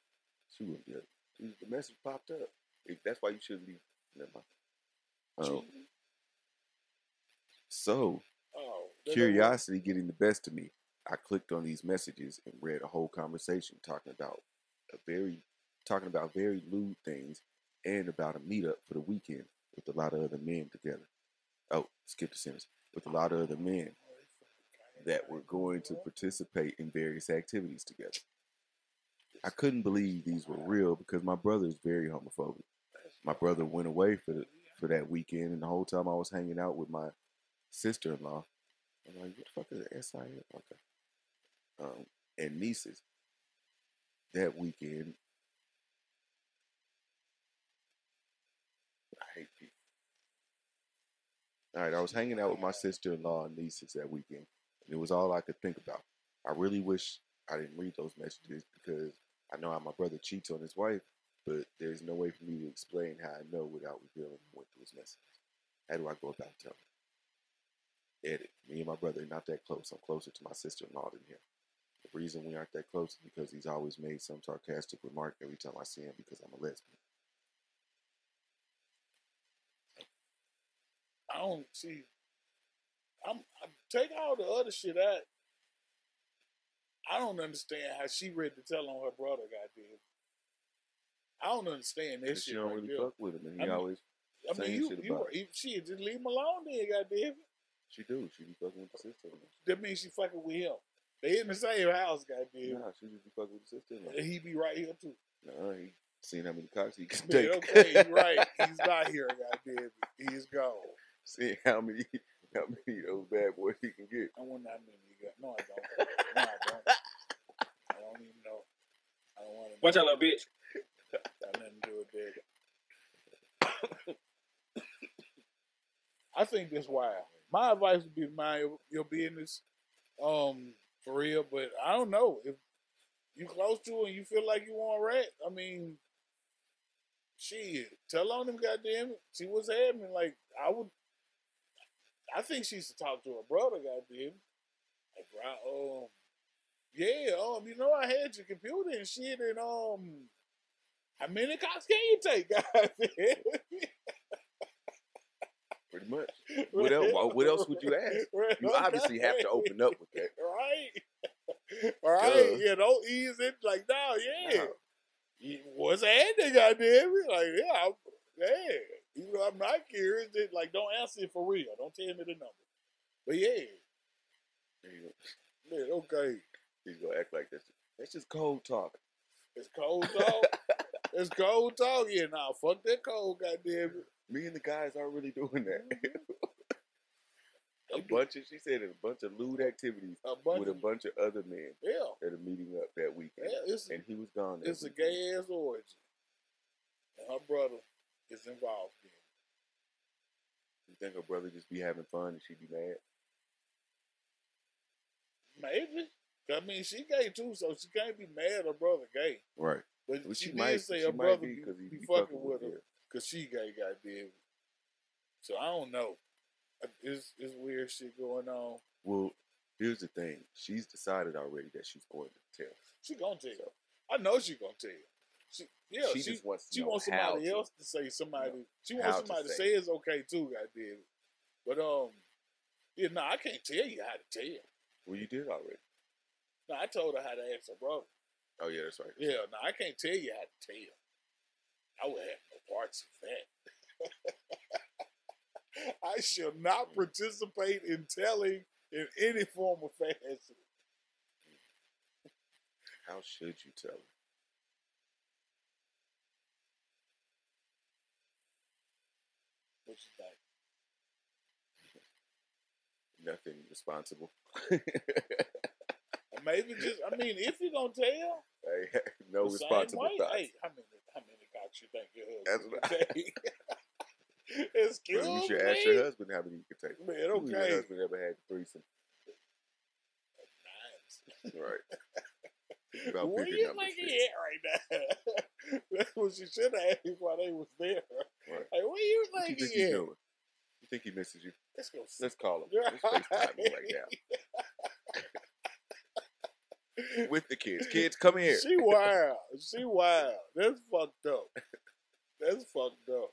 S2: she wouldn't get it. The- The message popped up. If- that's why you shouldn't be. Never mind. Um, so
S1: Oh, that don't work.
S2: curiosity getting the best of me. I clicked on these messages and read a whole conversation talking about a very talking about very lewd things and about a meetup for the weekend with a lot of other men together. Oh, skip the sentence. With a lot of other men that were going to participate in various activities together. I couldn't believe these were real because my brother is very homophobic. My brother went away for the, for that weekend, and the whole time I was hanging out with my sister-in-law. I'm like, what the fuck is an SIF? Okay. Um, and nieces. That weekend, I hate people. All right, I was hanging out with my sister in law and nieces that weekend, and it was all I could think about. I really wish I didn't read those messages because I know how my brother cheats on his wife, but there's no way for me to explain how I know without revealing what was messages. How do I go about telling? Edit. Me and my brother are not that close. I'm closer to my sister in law than him. The reason we aren't that close is because he's always made some sarcastic remark every time I see him because I'm a lesbian.
S1: I don't see. I'm, i take all the other shit out. I don't understand how she ready to tell on her brother. Goddamn, I don't understand that
S2: But
S1: shit.
S2: she don't
S1: right
S2: really
S1: there.
S2: fuck with him, and he
S1: I mean-
S2: always
S1: I mean,
S2: saying
S1: you,
S2: shit
S1: you,
S2: about
S1: were- you, shit, just leave him alone then, goddamn.
S2: she do. She be fucking with the sister. in law.
S1: That means she fucking with him. They in the same house, goddamn.
S2: Nah, she just be fucking with the sister. in law.
S1: And he be right here too.
S2: Nah, he seen how many cocks he can
S1: Man,
S2: take.
S1: okay, you right. He's not here, goddamn. it. He's gone.
S2: Seeing how many how many of those bad boys he can get.
S1: I wonder how many he got. No, I don't. No, I don't. I don't even know. I don't want to.
S3: Watch out, little bitch.
S1: Got nothing to do with that. I think that's wild. My advice would be mind your, your business, um, for real. But I don't know if you close to and you feel like you want rat. I mean, shit, tell on him, goddamn it. See what's happening. Like I would, I think she should talk to her brother, goddamn. Like, right, um, yeah, um, you know, I had your computer and shit, and um, how many cops can you take, goddamn?
S2: Pretty much. What else? why- What else would you ask? You obviously have to open up with that.
S1: Right. All right.
S2: Duh.
S1: Yeah, don't ease it. Like, no, yeah.
S2: No.
S1: You- What's happening, goddamn it? Like, yeah, I'm, yeah. Even though I'm not curious, it, like, don't answer it for real. Don't tell me the number. But yeah,
S2: There you go.
S1: man, okay.
S2: He's gonna act like that's that's just cold talk.
S1: It's cold talk. it's cold talk. Yeah, nah, fuck that cold, goddamn it.
S2: Me and the guys aren't really doing
S1: Mm-hmm.
S2: that. a
S1: They do
S2: bunch of she said a bunch of lewd activities
S1: A bunch
S2: with a
S1: of,
S2: bunch of other men
S1: yeah,
S2: that are meeting up that weekend.
S1: yeah, it's,
S2: And he was gone. that
S1: It's a
S2: weekend.
S1: gay ass origin. And her brother is involved in it.
S2: You think her brother just be having fun and she be mad?
S1: Maybe. I mean, she gay too, so she can't be mad her brother gay.
S2: Right.
S1: But
S2: Well,
S1: she,
S2: she
S1: did
S2: might
S1: say
S2: she
S1: her
S2: might
S1: brother
S2: be
S1: be,
S2: 'cause he
S1: be
S2: be
S1: fucking
S2: fucking
S1: with
S2: with
S1: her
S2: her.
S1: because she gay, goddamn. So I don't know. I- It's, it's weird shit going on.
S2: Well, here's the thing. She's decided already that she's going to tell.
S1: She gonna tell. I know she gonna tell. She, yeah,
S2: she,
S1: she,
S2: just wants to
S1: she
S2: know
S1: wants
S2: how
S1: somebody
S2: to.
S1: else to say somebody. She
S2: how
S1: wants
S2: to
S1: somebody to
S2: say
S1: say it's okay too, goddamn. But um, yeah, no, I can't tell you how to tell.
S2: Well, you did already.
S1: No, I told her how to ask her brother.
S2: Oh yeah, that's right.
S1: Yeah, no, I can't tell you how to tell. I would have no parts of that. I shall
S2: Mm.
S1: not participate in telling in any form of fashion.
S2: How should you tell her?
S1: What you think?
S2: Nothing responsible.
S1: Or maybe just, I mean, if you're going to tell,
S2: Hey, no
S1: the same
S2: responsible
S1: way,
S2: thoughts.
S1: Hey, how many, how many cocks you think your
S2: That's
S1: husband
S2: what
S1: can take? Excuse
S2: Well, you should
S1: me?
S2: ask your husband how many you could take.
S1: Man,
S2: Ooh, Your
S1: okay.
S2: husband ever had a threesome? Right. It's about
S1: Where
S2: bigger
S1: you
S2: numbers
S1: think
S2: here.
S1: he at right now? That's what she should have asked while they was there.
S2: Right.
S1: Like, where you
S2: What you
S1: think
S2: think
S1: he
S2: he's
S1: at?
S2: doing? You think he misses you?
S1: Let's go sit.
S2: Let's call him. Let's FaceTime him right now. With the kids. Kids, come here.
S1: She wild. She wild. That's fucked up. That's fucked up.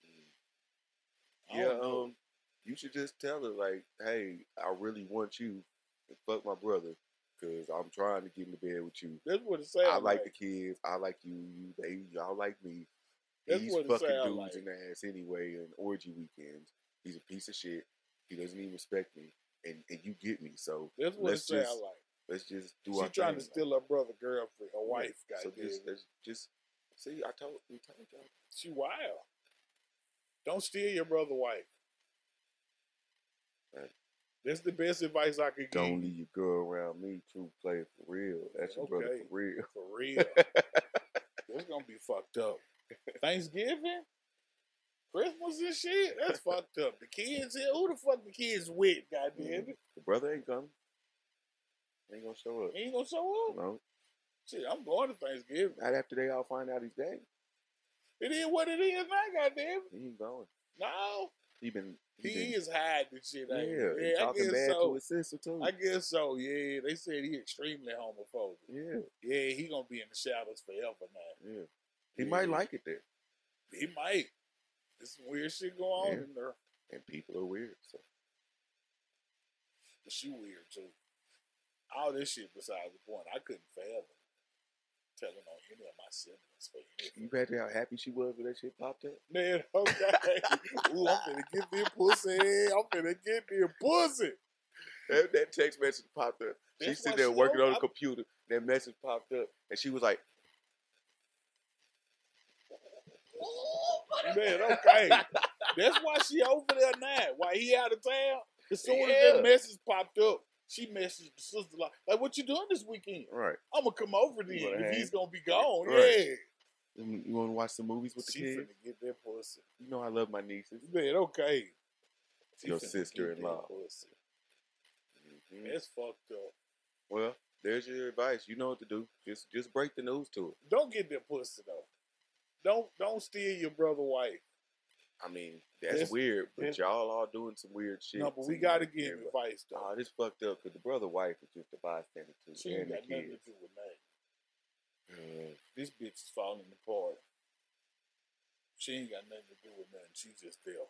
S1: I
S2: Mm. Yeah,
S1: don't know.
S2: um, you should just tell her like, hey, I really want you to fuck my brother, Cause I'm trying to get in the bed with you.
S1: That's what it sounds
S2: I like the kids. I like you. You they y'all like me.
S1: That's
S2: He's
S1: what it
S2: fucking
S1: sound
S2: dudes
S1: like.
S2: in the ass anyway and orgy weekends. He's a piece of shit. He doesn't even respect me. And and you get me. So
S1: That's what it
S2: let's
S1: sounds
S2: just
S1: like.
S2: let's just do our
S1: She's trying to
S2: thing.
S1: steal her brother girlfriend, her
S2: Yeah.
S1: wife.
S2: So
S1: goddamn
S2: just
S1: it.
S2: let's just see, I told we told y'all.
S1: she wild. Don't steal your brother wife.
S2: Right.
S1: That's the best advice I could give.
S2: Don't
S1: you,
S2: leave your girl around me, true play for real. That's your brother
S1: Okay.
S2: for real.
S1: for real. That's gonna be fucked up. Thanksgiving, Christmas and shit. That's fucked up. The kids here. Who the fuck the kids with? Goddamn it.
S2: The brother ain't coming. Ain't gonna show up.
S1: He ain't gonna show up.
S2: No.
S1: Shit, I'm going to Thanksgiving.
S2: Not after they all find out he's dead.
S1: It is what it is now. Goddamn. it.
S2: He ain't going.
S1: No,
S2: He been
S1: he
S2: been-
S1: is hiding shit.
S2: Yeah,
S1: ain't he?
S2: and
S1: yeah. I
S2: talking
S1: guess
S2: bad
S1: so.
S2: to his sister too.
S1: I guess so. Yeah, they said he extremely homophobic.
S2: yeah,
S1: Yeah, he gonna be in the shadows forever now.
S2: yeah. He might
S1: Yeah.
S2: like it there,
S1: He might. There's some weird shit going on
S2: Yeah.
S1: in there.
S2: and people are weird. So
S1: But she weird too. All this shit besides the point. I couldn't fathom telling on any of my siblings for anything.
S2: you imagine how happy she was when that shit popped up.
S1: Man, okay. Ooh, I'm gonna get this pussy. I'm gonna get this pussy.
S2: That, that text message popped up. She
S1: That's
S2: sitting
S1: why
S2: there
S1: she
S2: working
S1: don't-
S2: on the
S1: I-
S2: computer. That message popped up, and she was like,
S1: Man, okay. That's why she over there now. Why he out of town? As soon
S2: Yeah.
S1: as that message popped up, she messaged the sister like, like, "What you doing this weekend?
S2: "Right,
S1: I'm gonna come over then
S2: wanna
S1: if
S2: hang?
S1: he's gonna be gone."
S2: Right.
S1: Yeah.
S2: you want to watch some movies with the
S1: she
S2: kids?
S1: finna get that pussy.
S2: You know I love my nieces.
S1: Man, okay. She
S2: Your
S1: finna get
S2: sister-in-law.
S1: that pussy.
S2: Mhm.
S1: That's fucked up.
S2: Well, there's your advice. You know what to do. Just just break the news to her.
S1: Don't get that pussy though. Don't don't steal your brother wife.
S2: I mean, that's
S1: That's-
S2: weird, but
S1: that's-
S2: y'all all doing some weird shit.
S1: no, but we
S2: too.
S1: gotta give him
S2: Everybody-
S1: advice though.
S2: Oh, this fucked up because the brother wife is just a bystander too,
S1: she ain't
S2: and the
S1: got nothing
S2: kids.
S1: to do with that.
S2: Yeah.
S1: This bitch is falling apart. She ain't got nothing to do with nothing. She just there.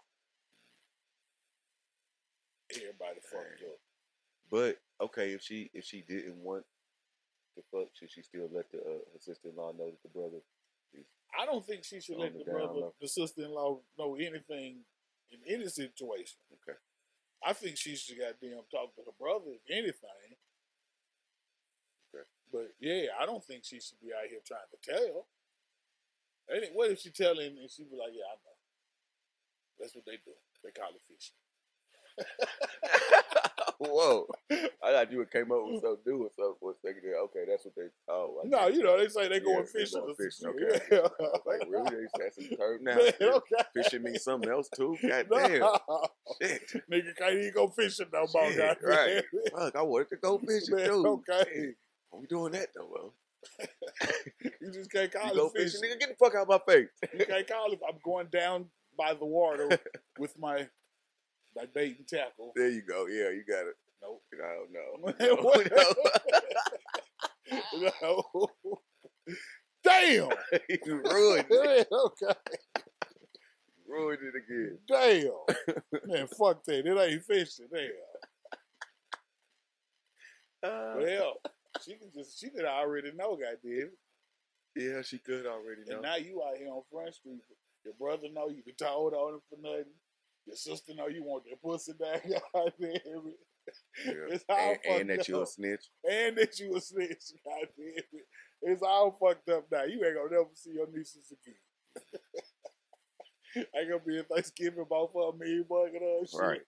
S1: Everybody fucked up.
S2: But okay, if she if she didn't want to fuck, should she still let the uh, her sister in law know that the brother?
S1: I don't think she should
S2: On
S1: let
S2: the
S1: the
S2: down
S1: brother,
S2: low.
S1: the sister in law, know anything in any situation.
S2: Okay.
S1: I think she should goddamn talk to her brother if anything.
S2: Okay.
S1: But yeah, I don't think she should be out here trying to tell. And it- what if she tell him and she be like, "Yeah, I know." That's what they do. They call it fishing.
S2: Whoa! I thought you had came up with something new or something for a second there. Okay, that's what they. Oh, I
S1: No,
S2: get it.
S1: you know they say they
S2: Yeah,
S1: going
S2: they
S1: fishing.
S2: going
S1: or some
S2: fishing,
S1: shit.
S2: okay. I was like really? They- That's a term now.
S1: Man, okay.
S2: Fishing means something else too. God damn!
S1: No.
S2: Shit!
S1: Nigga can't even go fishing no more.
S2: Shit,
S1: goddamn.
S2: right. Fuck! I wanted to go fishing
S1: Man,
S2: too.
S1: okay.
S2: Are we doing that though? Bro?
S1: You just can't call
S2: You
S1: it
S2: go
S1: fishing.
S2: fishing, nigga. Get the fuck out of my face.
S1: You can't call it. I'm going down by the water with my my bait and tackle.
S2: There you go. Yeah, you got it.
S1: Nope.
S2: I don't know.
S1: What? No. Damn.
S2: you ruined it.
S1: Man, okay.
S2: Ruined it again.
S1: Damn. Man, fuck that. It ain't fishing. Damn.
S2: Uh,
S1: Well, she can just she could already know, goddamn.
S2: yeah, she could already know.
S1: And now you out here on Front Street. Your brother know you can told on him for nothing. Your sister know you want that pussy down. Goddamn it.
S2: yeah.
S1: It's all
S2: and, and
S1: fucked
S2: that you a
S1: up.
S2: snitch.
S1: and that you a snitch. God damn it. It's all fucked up now. You ain't gonna never see your nieces again. I gonna be in Thanksgiving about for a million buck and all that shit.
S2: Right.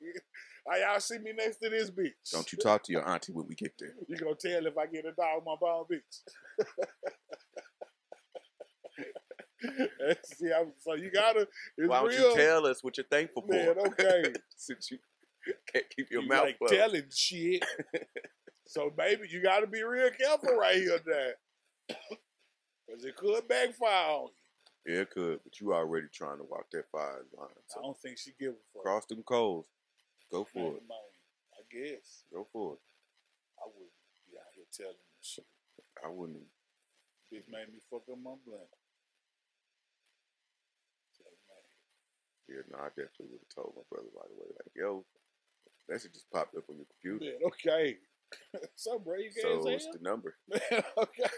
S1: All y'all see me next to this bitch.
S2: Don't you talk to your auntie when we get there.
S1: You gonna tell if I get a dog my bone bitch. see, I'm, so you gotta it's
S2: Why don't
S1: real.
S2: you tell us what you're thankful for?
S1: man, okay.
S2: Since you can't keep your
S1: you
S2: mouth
S1: like
S2: closed.
S1: telling shit. so baby, you got to be real careful right here, Dad, because it could backfire on you.
S2: yeah, it could, but you already trying to walk that fire line.
S1: I
S2: So
S1: don't think she give a fuck.
S2: cross them coals. Go
S1: Man,
S2: for it.
S1: man, I guess
S2: Go for it.
S1: I wouldn't be out here telling this shit.
S2: I wouldn't.
S1: Bitch made me fuck up my blunt. So, man,
S2: Yeah, no, I definitely would have told my brother right away. Like, yo, that shit just popped up on your computer.
S1: Man, okay. so bro, you
S2: So
S1: can't
S2: what's
S1: say
S2: the number?
S1: that? okay,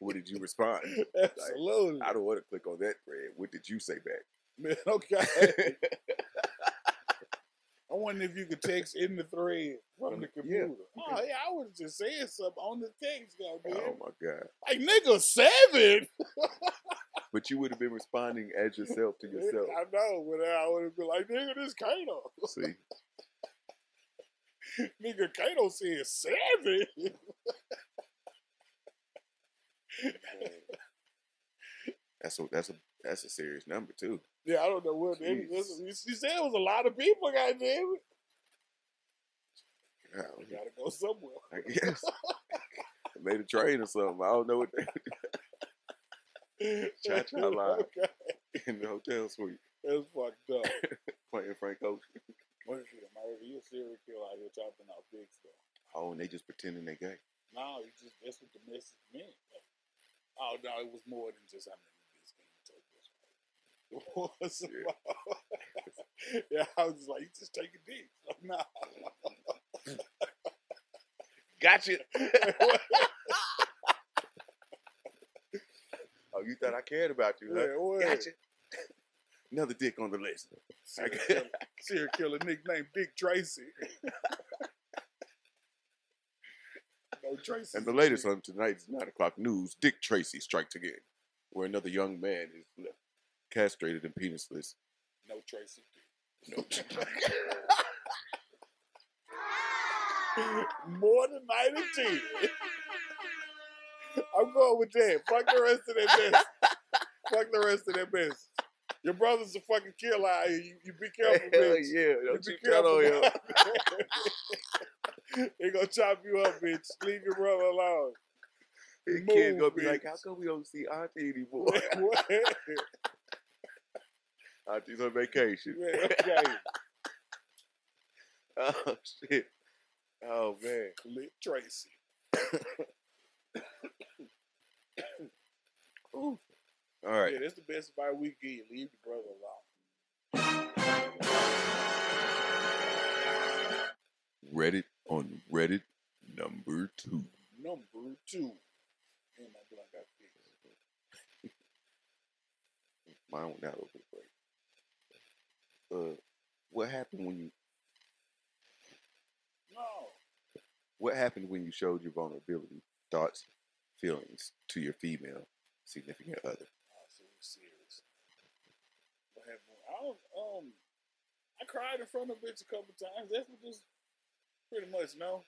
S2: What did you respond?
S1: absolutely.
S2: I don't want to click on that thread. What did you say back?
S1: Man, okay. I wonder if you could text in the thread from the
S2: Yeah.
S1: computer. Oh yeah, I would have just said something on the text,
S2: oh
S1: goddamn.
S2: my god!
S1: Like nigga, seven.
S2: But you would have been responding as yourself to yourself.
S1: I know, but I would have been like, nigga, this Kato.
S2: See,
S1: nigga, Kato said seven.
S2: that's a that's a that's a serious number too.
S1: yeah, I don't know what. It,
S2: Jeez.
S1: this, you she said it was a lot of people, goddamn it.
S2: Golly.
S1: We gotta go somewhere.
S2: I guess made a train or something. I don't know what they Cha-cha line.
S1: Okay,
S2: in the hotel suite
S1: That's fucked up.
S2: playing Frank Ocean.
S1: What if you a murder? You a serial killer out here chopping out big stuff.
S2: Oh, and they just pretending they gay.
S1: No, you just that's what the message meant. Like, oh no, it was more than just I mean this game take this. right? It was about- yeah. I was just like, you just take a dick. Like, nah.
S2: Gotcha. oh, you thought I cared about you, huh?
S1: Yeah, what?
S2: Gotcha. Another dick on the list.
S1: Serial killer- Serial killer nickname Dick Tracy. no Tracy.
S2: And the latest on tonight's 9 o'clock news Dick Tracy strikes again, where another young man is left castrated and penisless.
S1: No Tracy.
S2: No.
S1: More than nine and ten. I'm going with that. Fuck the rest of that business. Fuck the rest of that business. Your brother's a fucking killer out here. You, you be careful, bitch.
S2: Don't
S1: be
S2: you count on him.
S1: him. they gonna chop you up, bitch. Leave your brother alone.
S2: The kid
S1: Move,
S2: gonna be
S1: bitch.
S2: like, how come we don't see Auntie anymore?
S1: What?
S2: Auntie's on vacation.
S1: Man, okay.
S2: Oh, shit. Oh, man.
S1: Click Tracy.
S2: All right.
S1: Yeah, that's the best advice we can give. Leave your brother alone.
S2: Reddit on Reddit number two.
S1: Number two. And I feel like I fixed it.
S2: Mine went out over the break. Uh, what happened when you
S1: No.
S2: What happened when you showed your vulnerability, thoughts, feelings to your female significant other?
S1: I was so serious. What happened? I was, um, I cried in front of a bitch a couple times. That's what just pretty much no.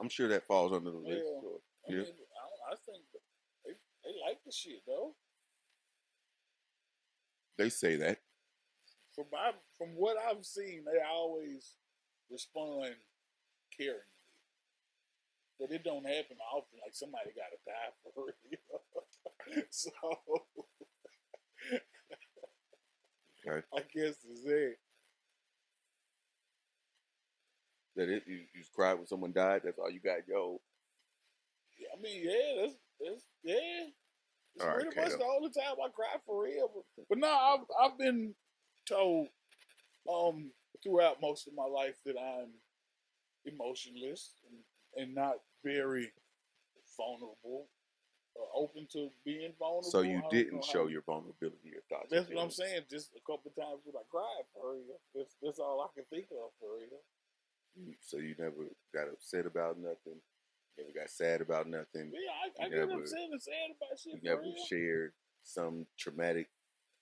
S2: I'm sure that falls under the list.
S1: Yeah. I
S2: so- Yeah.
S1: mean, I, don't, I think they, they like the shit though.
S2: They say that.
S1: From my, from what I've seen, they always respond caringly. But it don't happen often. Like somebody got to die for it. You know? so
S2: Okay.
S1: I guess it's it.
S2: That it, you, you cried when someone died. That's all you got, yo.
S1: Yeah, I mean, yeah, that's that's yeah. It's
S2: All right,
S1: pretty much
S2: Kato.
S1: the only time I cry for real. But, but no, I've I've been told um throughout most of my life that I'm emotionless and, and not very vulnerable or open to being vulnerable.
S2: So
S1: I
S2: you
S1: don't know
S2: didn't
S1: how-
S2: show your vulnerability, your thoughts. and
S1: That's what I'm
S2: feelings.
S1: saying. Just a couple times when I cried for real. That's that's all I can think of for real.
S2: You- So you never got upset about nothing. Never got sad about nothing.
S1: Yeah, I, I
S2: You
S1: get
S2: never-
S1: upset and sad about shit
S2: You
S1: for
S2: never
S1: real.
S2: shared some traumatic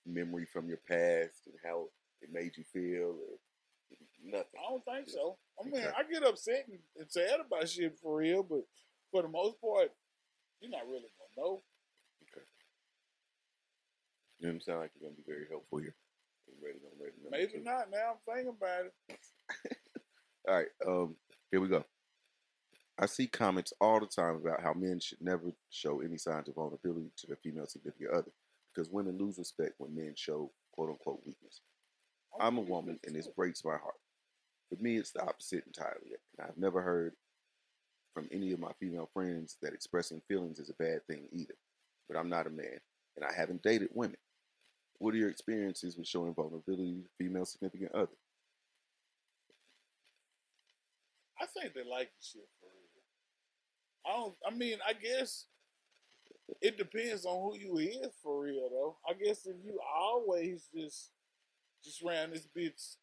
S2: memory from your past and how it made you feel or nothing.
S1: I don't think so. I mean,
S2: Okay.
S1: I get upset and, and sad about shit for real, but for the most part, you're not really gonna know.
S2: You know what I'm saying? Like you're gonna be very helpful here. Ready, don't ready, number
S1: Maybe
S2: two.
S1: not. Now I'm thinking about it.
S2: All right, um, here we go. I see comments all the time about how men should never show any signs of vulnerability to their female significant other because women lose respect when men show quote unquote weakness. I'm a woman and this breaks my heart. For me, it's the opposite entirely. And I've never heard from any of my female friends that expressing feelings is a bad thing either. But I'm not a man and I haven't dated women. What are your experiences with showing vulnerability to female significant other?
S1: I think they like the shit for real. I don't. I mean, I guess it depends on who you is for real, though. I guess if you always just just around this bitch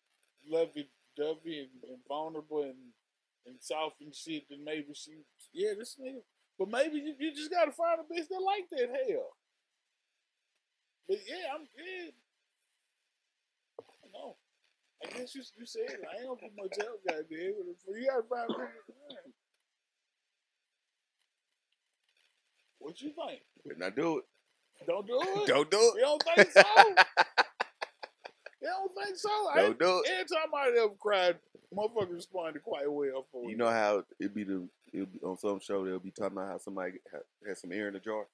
S1: lovey dovey and, and vulnerable and and soft and shit, then maybe she, yeah, this nigga. But maybe you, you just gotta find a bitch that like that hell. But yeah, I'm yeah. I don't know. I guess you you said it. I ain't gonna put much else goddamn. But you gotta find a bitch. yeah. What you think?
S2: Better not do it.
S1: Don't do it.
S2: Don't do it.
S1: You don't think so? you don't think so? I
S2: Don't do it.
S1: Every time I ever cried, motherfucker responded quite well for
S2: You
S1: it.
S2: know how it'd be the it'd be on some show they'll be talking about how somebody ha- has some air in the jar,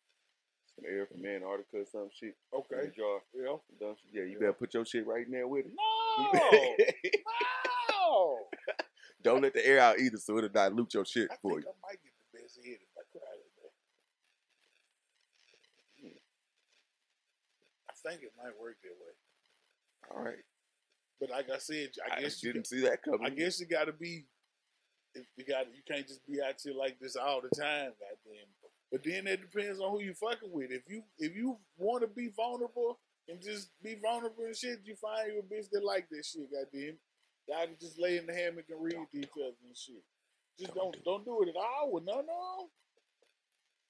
S2: some air from Antarctica or some shit in
S1: Okay.
S2: the jar.
S1: Yeah.
S2: Don't you? Yeah, you better put your shit right in there with it.
S1: No. no.
S2: Don't let the air out either, so it'll dilute your shit
S1: I
S2: for
S1: think
S2: you.
S1: I might get the best hit if I cry today. Hmm. I think it might work that way.
S2: All right.
S1: But like I said, I,
S2: I,
S1: guess you
S2: didn't see that coming.
S1: I guess you got to be. if You got. You can't just be out here like this all the time, goddamn. But then it depends on who you fucking with. If you if you want to be vulnerable and just be vulnerable and shit, you find you a bitch that like that shit, goddamn. Y'all can just lay in the hammock and read to each other and shit. Just don't don't do it at all with none of them.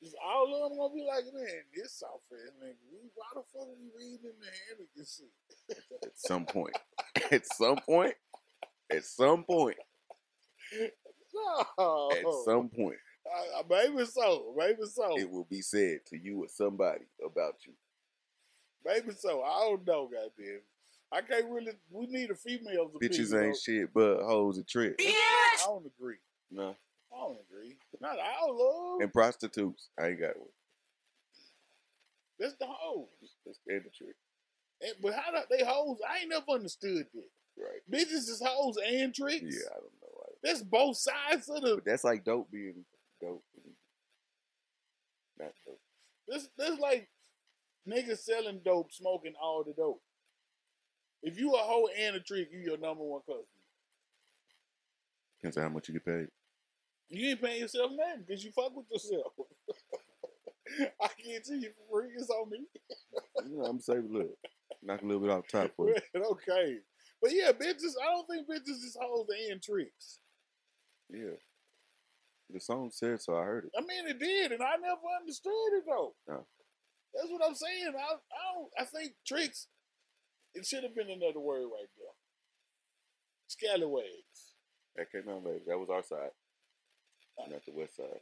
S1: Just all of them gonna be like, man, this soft ass nigga. we- Why the fuck we reading in the hammock and shit?
S2: At some point. At some point. At some point.
S1: No.
S2: At some point.
S1: Uh, maybe so. Maybe so.
S2: It will be said to you or somebody about you.
S1: Maybe so. I don't know, goddamn. I can't really. We need a female's
S2: Bitches
S1: opinion,
S2: ain't shit but hoes and tricks.
S1: though. I don't agree.
S2: No.
S1: I don't agree. Not our love.
S2: And prostitutes. I ain't got one.
S1: That's the hoes.
S2: That's and the trick.
S1: And, but how do they hoes? I ain't never understood that.
S2: Right.
S1: Bitches is hoes and tricks.
S2: Yeah, I don't know. I-
S1: That's both sides of the.
S2: But that's like dope being dope. and Not dope.
S1: That's that's like niggas selling dope, smoking all the dope. If you a hoe and a trick, you your number one customer.
S2: Depends on how much you get paid.
S1: You ain't paying yourself nothing because you fuck with yourself. I guarantee you for free it's on me.
S2: You know, I'm saying, look, knock a little bit off the top for you.
S1: But okay. But yeah, bitches, I don't think bitches just hold the end tricks.
S2: Yeah. The song said so. I heard it.
S1: I mean it did, and I never understood it though.
S2: No.
S1: That's what I'm saying. I I don't I think tricks it should have been another word right there. Scallywags.
S2: That came out later. That was our side, not the west side.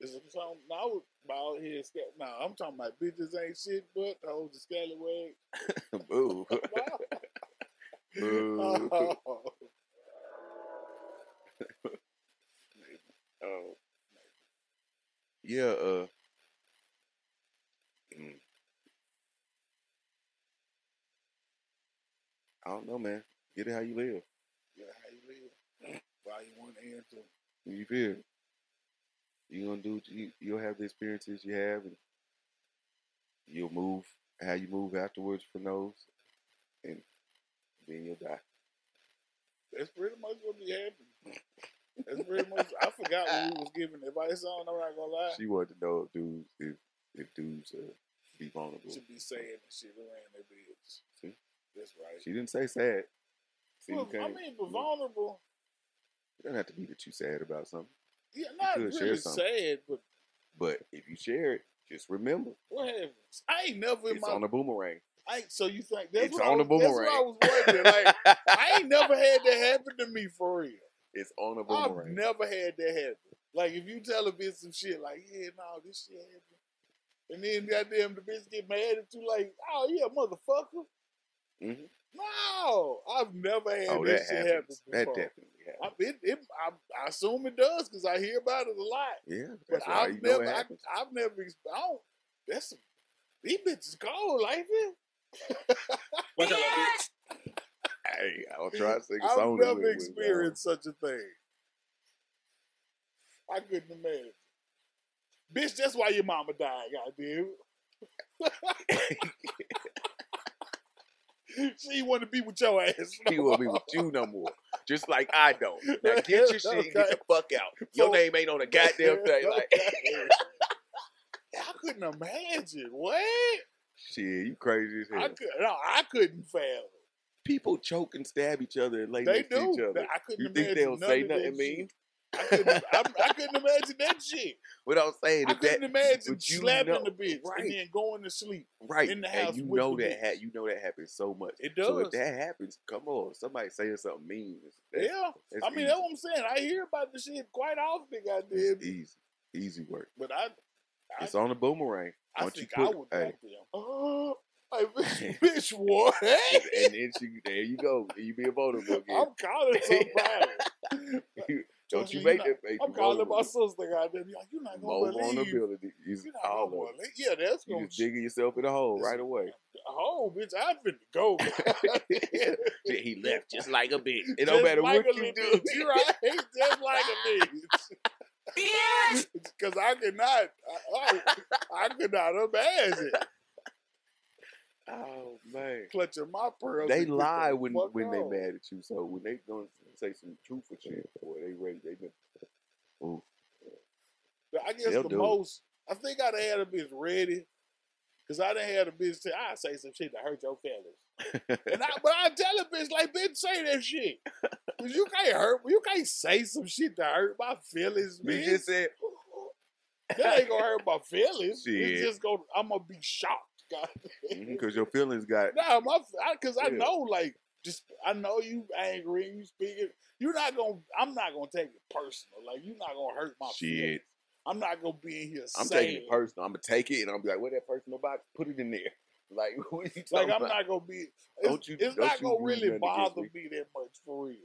S1: Is it something no, I would bald head scal no, I'm talking about bitches ain't shit but hold the scallywag.
S2: Boo. Boo.
S1: No.
S2: Oh. Yeah, uh. mm. I don't know, man. Get it how you live.
S1: Yeah, how you live. Why you want to answer?
S2: You feel? You're gonna do. what You, you'll have the experiences you have, and you'll move how you move afterwards from those, and then you'll die.
S1: That's pretty much what be happening. That's pretty much. I forgot what we was giving advice on. I'm not gonna lie.
S2: She wanted to know if dudes if, if dudes uh, be vulnerable.
S1: Should be saying and shit around their bitch.
S2: See?
S1: That's right.
S2: She didn't say sad. See,
S1: Well,
S2: you can't.
S1: I mean, but
S2: yeah.
S1: vulnerable.
S2: it doesn't have to be that you sad about something,
S1: Yeah, not
S2: could share
S1: really
S2: something.
S1: sad, but
S2: but if you share it, just remember
S1: what happens? I ain't never in
S2: it's
S1: my.
S2: on a boomerang.
S1: I ain't, so you think that's
S2: It's
S1: what I
S2: on a
S1: was, That's what I was wondering. Like I ain't never had that happen to me for real.
S2: It's on a
S1: I've
S2: boomerang.
S1: never had that happen. Like if you tell a bitch some shit, like yeah, no, this shit happened, and then goddamn the bitch get mad at you, like oh yeah, motherfucker.
S2: Mhm.
S1: No, I've never had
S2: oh,
S1: that,
S2: that
S1: shit
S2: happens. That
S1: happen before.
S2: definitely happens.
S1: I, it, it, I, I assume it does because I hear about it a lot.
S2: Yeah,
S1: But
S2: that's why
S1: I've
S2: you know
S1: never,
S2: it
S1: I,
S2: happens.
S1: I've never, ex- I don't. That's some- these bitches cold like this.
S3: Watch out, little bitch.
S2: Hey, I'll try to sing a
S1: I've
S2: song. to it
S1: never
S2: with,
S1: experienced such a thing. I couldn't imagine. Bitch, that's why your mama died, goddamn. she wanted to be with your ass.
S2: y'all. She won't be with you no more. just like I don't. Now get your shit and get the fuck out. Your
S1: So-
S2: name ain't on a goddamn thing. Like,
S1: I couldn't imagine. What?
S2: shit, you crazy as
S1: I
S2: hell.
S1: could no, I couldn't fail. it.
S2: People choke and stab each other and lay
S1: They
S2: next to
S1: do.
S2: each other.
S1: I couldn't
S2: You
S1: imagine
S2: think they'll
S1: none
S2: say
S1: of that
S2: nothing
S1: shit.
S2: mean?
S1: I couldn't, I, I couldn't imagine that shit.
S2: What I'm saying
S1: I
S2: is that,
S1: couldn't imagine
S2: but you
S1: slapping
S2: know-
S1: the bitch
S2: right.
S1: and then going to sleep.
S2: right?
S1: in the house
S2: and you
S1: with
S2: know
S1: the
S2: that
S1: bitch.
S2: ha- you know that happens so much.
S1: It
S2: So if
S1: does.
S2: that happens, come on, somebody saying something mean. That's-
S1: yeah.
S2: that's
S1: I mean,
S2: easy.
S1: that's what I'm saying. I hear about the shit quite often, goddamn.
S2: It's easy, easy work.
S1: But I, I,
S2: It's on the boomerang.
S1: I
S2: Once you
S1: think I
S2: put-
S1: would
S2: hey.
S1: like them. Oh, hey, bitch, bitch, what? Hey,
S2: and then she, there you go. You be a vulnerable again.
S1: I'm calling somebody.
S2: Don't you
S1: You're
S2: make
S1: not-
S2: that make
S1: I'm
S2: you
S1: calling my
S2: vulnerable.
S1: sister goddamn. You're like, you're not
S2: More
S1: gonna believe. You're
S2: vulnerability. You just,
S1: not
S2: all
S1: gonna
S2: of it.
S1: believe. Yeah, that's
S2: You
S1: gonna
S2: just digging yourself in a hole
S1: This-
S2: right away.
S1: Oh, bitch, I'm finna go.
S2: Yeah, he left just like a bitch. It
S1: Just
S2: don't matter
S1: like
S2: what
S1: a
S2: you
S1: little
S2: do.
S1: Bitch, you right? Just like a bitch.
S3: Bitch.
S1: Because I could not, I, I, I could not imagine
S2: Oh man.
S1: clutching my pearls.
S2: They
S1: and get
S2: lie
S1: the
S2: when
S1: fuck
S2: when they
S1: on.
S2: mad at you. So when they gonna say some truthful shit, boy, they ready. They been
S1: But I guess
S2: They'll
S1: the
S2: do it.
S1: most, I think I'd have had a bitch ready. Cause I done had a bitch say, I say some shit that hurt your feelings. and I but I tell a bitch like bitch say that shit. Cause you can't hurt you can't say some shit that hurt my feelings,
S2: you
S1: bitch.
S2: just said
S1: that ain't gonna hurt my feelings.
S2: Shit. Mm-hmm.
S1: It's just gonna I'm gonna be shocked. God.
S2: because your feelings got
S1: Nah, my I, cause I
S2: Yeah.
S1: know like just I know you angry and you speaking. You're not gonna I'm not gonna take it personal. Like you're not gonna hurt my feelings.
S2: shit.
S1: I'm not gonna be in here
S2: I'm
S1: saying
S2: taking it personal. I'm gonna take it and I'm be like, what that personal box? Put it in there. Like what are you
S1: Like
S2: talking
S1: I'm
S2: about?
S1: not gonna be. It's,
S2: Don't you-
S1: it's
S2: don't
S1: not
S2: you
S1: gonna
S2: use
S1: really
S2: nothing against
S1: bother
S2: me.
S1: me that much for real.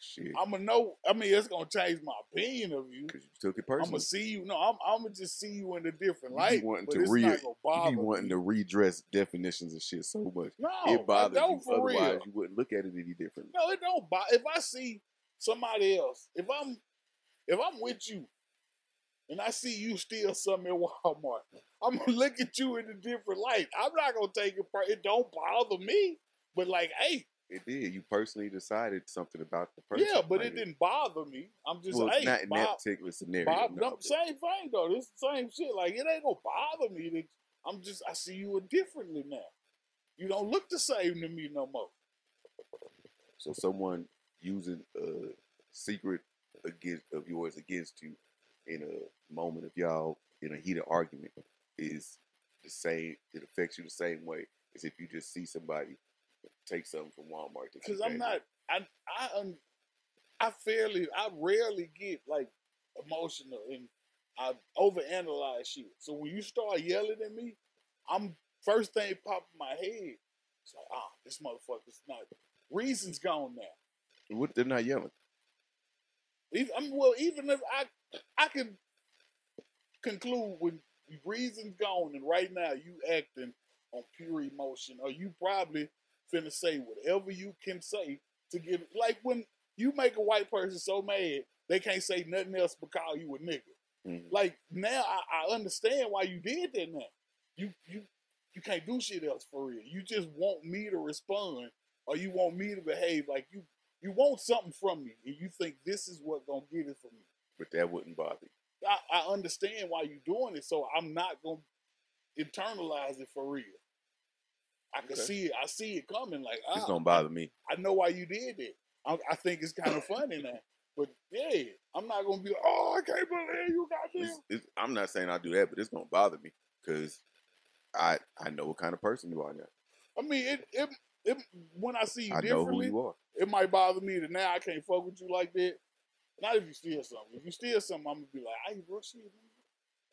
S2: shit.
S1: I'm gonna know. I mean, it's gonna change my opinion of you.
S2: Because you took it
S1: I'm
S2: personal.
S1: gonna see you. No, I'm. I'm gonna just see you in a different
S2: be
S1: light.
S2: wanting
S1: but
S2: to
S1: it's
S2: re-
S1: not gonna bother
S2: you be wanting
S1: me.
S2: to redress definitions and shit so much.
S1: No,
S2: it bothers
S1: I don't
S2: you.
S1: for
S2: Otherwise,
S1: real.
S2: you wouldn't look at it any differently.
S1: No, it don't bother. If I see somebody else, if I'm, if I'm with you, and I see you steal something at Walmart, I'm gonna look at you in a different light. I'm not gonna take it. per- It don't bother me. But like, hey,
S2: It did. You personally decided something about the person.
S1: yeah, but
S2: Like,
S1: it didn't bother me. I'm just
S2: Well,
S1: hey,
S2: not in
S1: Bob,
S2: that particular scenario.
S1: Bob,
S2: no,
S1: no, same thing though. This the same shit. Like it ain't gonna bother me. That I'm just I see you differently now. You don't look the same to me no more.
S2: So someone using a secret against of yours against you in a moment of y'all in a heated argument is the same. It affects you the same way as if you just see somebody take something from Walmart. that you
S1: Because I'm
S2: gave
S1: not. I I un, I fairly. I rarely get like emotional and I overanalyze shit. So when you start yelling at me, I'm first thing pop in my head. It's like ah, this motherfucker's not. Reason's gone now.
S2: them. What, they're not yelling.
S1: Even, I mean, well, even if I, I can conclude when reason's gone and right now you acting on pure emotion, or you probably finna say whatever you can say to get like when you make a white person so mad they can't say nothing else but call you a nigga.
S2: Mhm.
S1: Like now I, I understand why you did that. Now you you you can't do shit else for real. You just want me to respond, or you want me to behave like you you want something from me, and you think this is what gonna get it from me.
S2: But that wouldn't bother you.
S1: I, I understand why you're doing it, so I'm not gonna internalize it for real. I can
S2: Okay.
S1: see it. I see it coming. Like
S2: It's
S1: ah,
S2: don't bother me.
S1: I know why you did it. I, I think it's kind of funny now. But yeah, I'm not gonna be like, oh, I can't believe you got
S2: It's,
S1: this.
S2: it's, I'm not saying I do that, but it's gonna bother me because I I know what kind of person you are now.
S1: I mean, it, it, it when I see you
S2: I know who
S1: differently,
S2: you are.
S1: it might bother me that now I can't fuck with you like that. Not if you steal something. If you steal something, I'm gonna be like, I ain't real shit.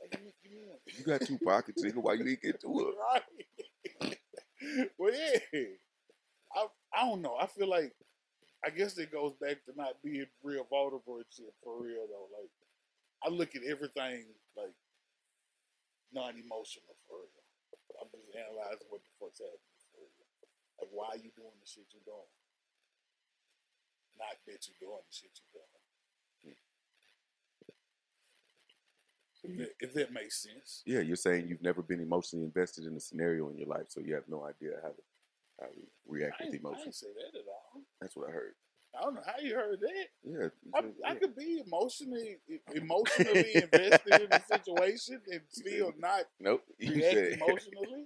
S1: Like, give me, give me one.
S2: You got two pockets, nigga. Why you ain't get to it?
S1: Right. well, yeah. I I don't know. I feel like I guess it goes back to not being real vulnerable and shit for real though. Like I look at everything like non-emotional for real. I'm just analyzing what the fuck's happening for real. Like why are you doing the shit you're doing? Not that you're doing the shit you're doing. If that, if that makes sense.
S2: Yeah, you're saying you've never been emotionally invested in a scenario in your life, so you have no idea how to how to react
S1: I
S2: with
S1: ain't, I ain't
S2: emotions.
S1: say that at all.
S2: That's what I heard.
S1: I don't know how you heard that.
S2: Yeah,
S1: I, I could be emotionally e, emotionally invested in the situation and still not
S2: nope. You
S1: react
S2: said
S1: emotionally.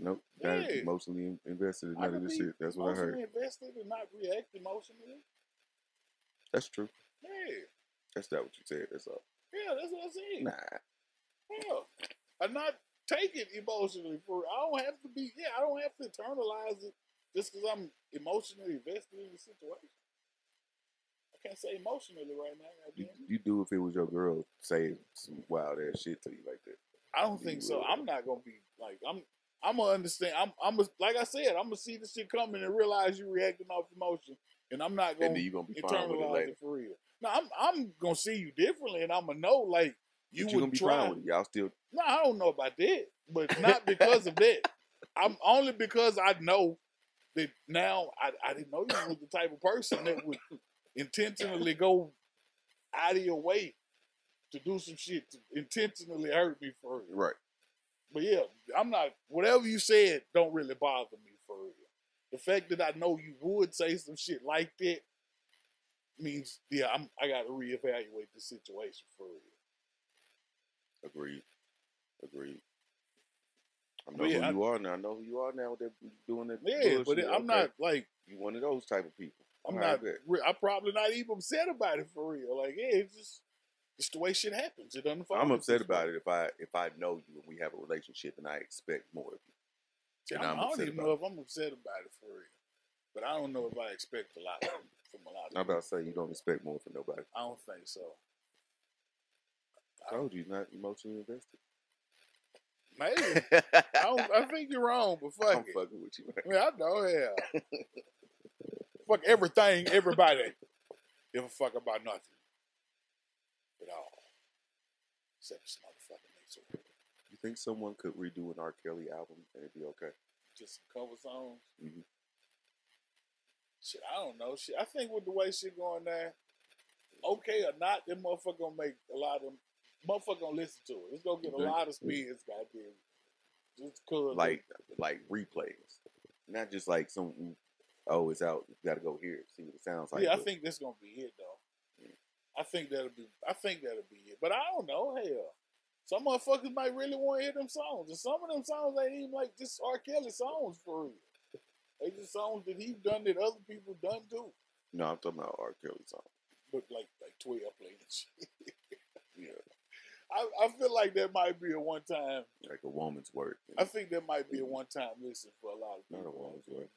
S2: nope. Not
S1: Yeah.
S2: emotionally in- invested in
S1: I
S2: none of
S1: could
S2: this
S1: be
S2: shit. That's what I heard.
S1: emotionally invested and not react emotionally.
S2: That's true.
S1: Yeah,
S2: That's not what you said. That's all.
S1: yeah, that's what I said.
S2: Nah.
S1: Yeah, I'm not taking emotionally for. I don't have to be. Yeah, I don't have to internalize it just because I'm emotionally invested in the situation. I can't say emotionally right now.
S2: You,
S1: goddamn it.
S2: you do if it was your girl say some wild ass shit to you like that.
S1: I don't think so.
S2: Yeah.
S1: I'm not gonna be like I'm. I'm gonna understand. I'm. I'm a, like I said. I'm gonna see this shit coming and realize you reacting off emotion, and I'm not
S2: And
S1: gonna
S2: then you gonna be fine with it
S1: internalize
S2: later.
S1: it for real. No, I'm. I'm gonna see you differently, and I'm gonna know like you
S2: But you gonna
S1: would
S2: be
S1: try.
S2: fine with it. Y'all still
S1: No, I don't know about that, but not because of that. I'm only because I know that now I, I didn't know you was the type of person that would intentionally go out of your way to do some shit to intentionally hurt me for real.
S2: right.
S1: But yeah, I'm not. Whatever you said, don't really bother me for real. The fact that I know you would say some shit like that means, yeah, I'm. I got to reevaluate the situation for real.
S2: Agreed. Agreed. I know
S1: But yeah,
S2: who
S1: I-
S2: you are now. I know who you are now. They're doing that.
S1: Yeah,
S2: bullshit.
S1: but it, I'm
S2: Okay.
S1: not like
S2: You one of those type of people.
S1: I'm
S2: All
S1: not.
S2: good.
S1: Re- I'm probably not even upset about it for real. Like, yeah, it's just it's the way shit happens. It doesn't.
S2: I'm upset about it if I if I know you and we have a relationship and I expect more of you. and
S1: I'm, I do
S2: I'm
S1: not
S2: upset
S1: even
S2: about
S1: know
S2: it.
S1: if I'm upset about it for real. But I don't know if I expect a lot from, from a lot of
S2: I'm
S1: people.
S2: about to say you don't expect more from nobody.
S1: I don't think so.
S2: I told you, you're not emotionally invested.
S1: Maybe. I, don't, I think you're wrong, but fuck
S2: I'm
S1: it.
S2: fucking with you, man.
S1: Yeah, I know. Yeah. fuck everything, everybody. Give a fuck about nothing at all. Except this motherfucking next one.
S2: You think someone could redo an R. Kelly album and it'd be okay?
S1: Just some cover songs.
S2: Mhm.
S1: Shit, I don't know. Shit, I think with the way shit going there, okay or not, that motherfucker gonna make a lot of motherfucker gonna listen to it. It's gonna get a
S2: Mhm.
S1: lot of spins, goddamn. Just cause
S2: Like like replays, not just like some. Oh, it's out. You got to go here. See what it sounds like.
S1: yeah, I
S2: but
S1: think that's gonna be it though. I think that'll be I think that'll be it. But I don't know, hell. Some motherfuckers might really want to hear them songs. And some of them songs ain't even like just R. Kelly songs for real. They just songs that he done that other people done too.
S2: No, I'm talking about R. Kelly song.
S1: But like like twelve plays.
S2: Yeah,
S1: I, I feel like that might be a one time
S2: like a woman's work.
S1: I think that might be a one time listen for a lot of
S2: not a
S1: people.
S2: woman's work.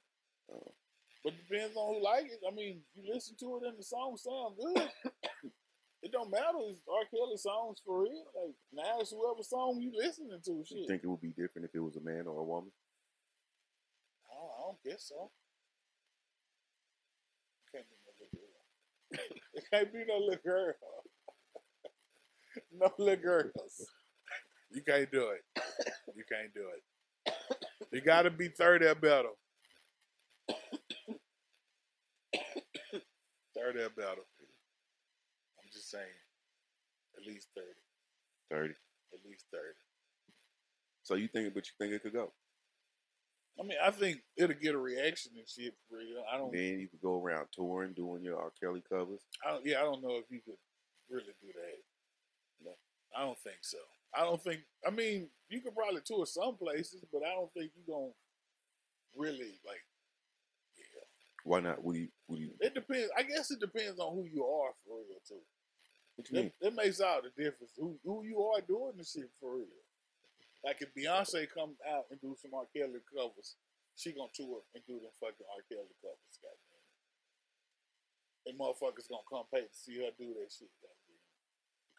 S1: But it depends on who like it. I mean, you listen to it and the song sound good. it don't matter. It's R. Kelly songs for real. Like now it's whoever song you listening to.
S2: You
S1: Shit.
S2: think it would be different if it was a man or a woman?
S1: I, don't, I don't guess so. Can't be no little girl. it can't be no little girl. no little girls. You can't do it. You can't do it. You gotta be 30 or better. 30 or better. I'm just saying. At least 30.
S2: Thirty.
S1: At least 30.
S2: So you think, but you think it could go?
S1: I mean, I think it'll get a reaction and shit for real. I don't,
S2: Then you could go around touring, doing your R. Kelly covers.
S1: I don't yeah, I don't know if you could really do that. No, I don't think so. I don't think. I mean, you could probably tour some places, but I don't think you're gonna really like. Yeah,
S2: Why not? What do you? What do you?
S1: it depends. I guess it depends on who you are for real too.
S2: What you
S1: That,
S2: mean?
S1: that makes all the difference. Who who you are doing the shit for real. Like if Beyonce come out and do some R. Kelly covers, she gonna tour and do them fucking R. Kelly covers, goddamn. And motherfuckers gonna come pay to see her do that shit, goddamn.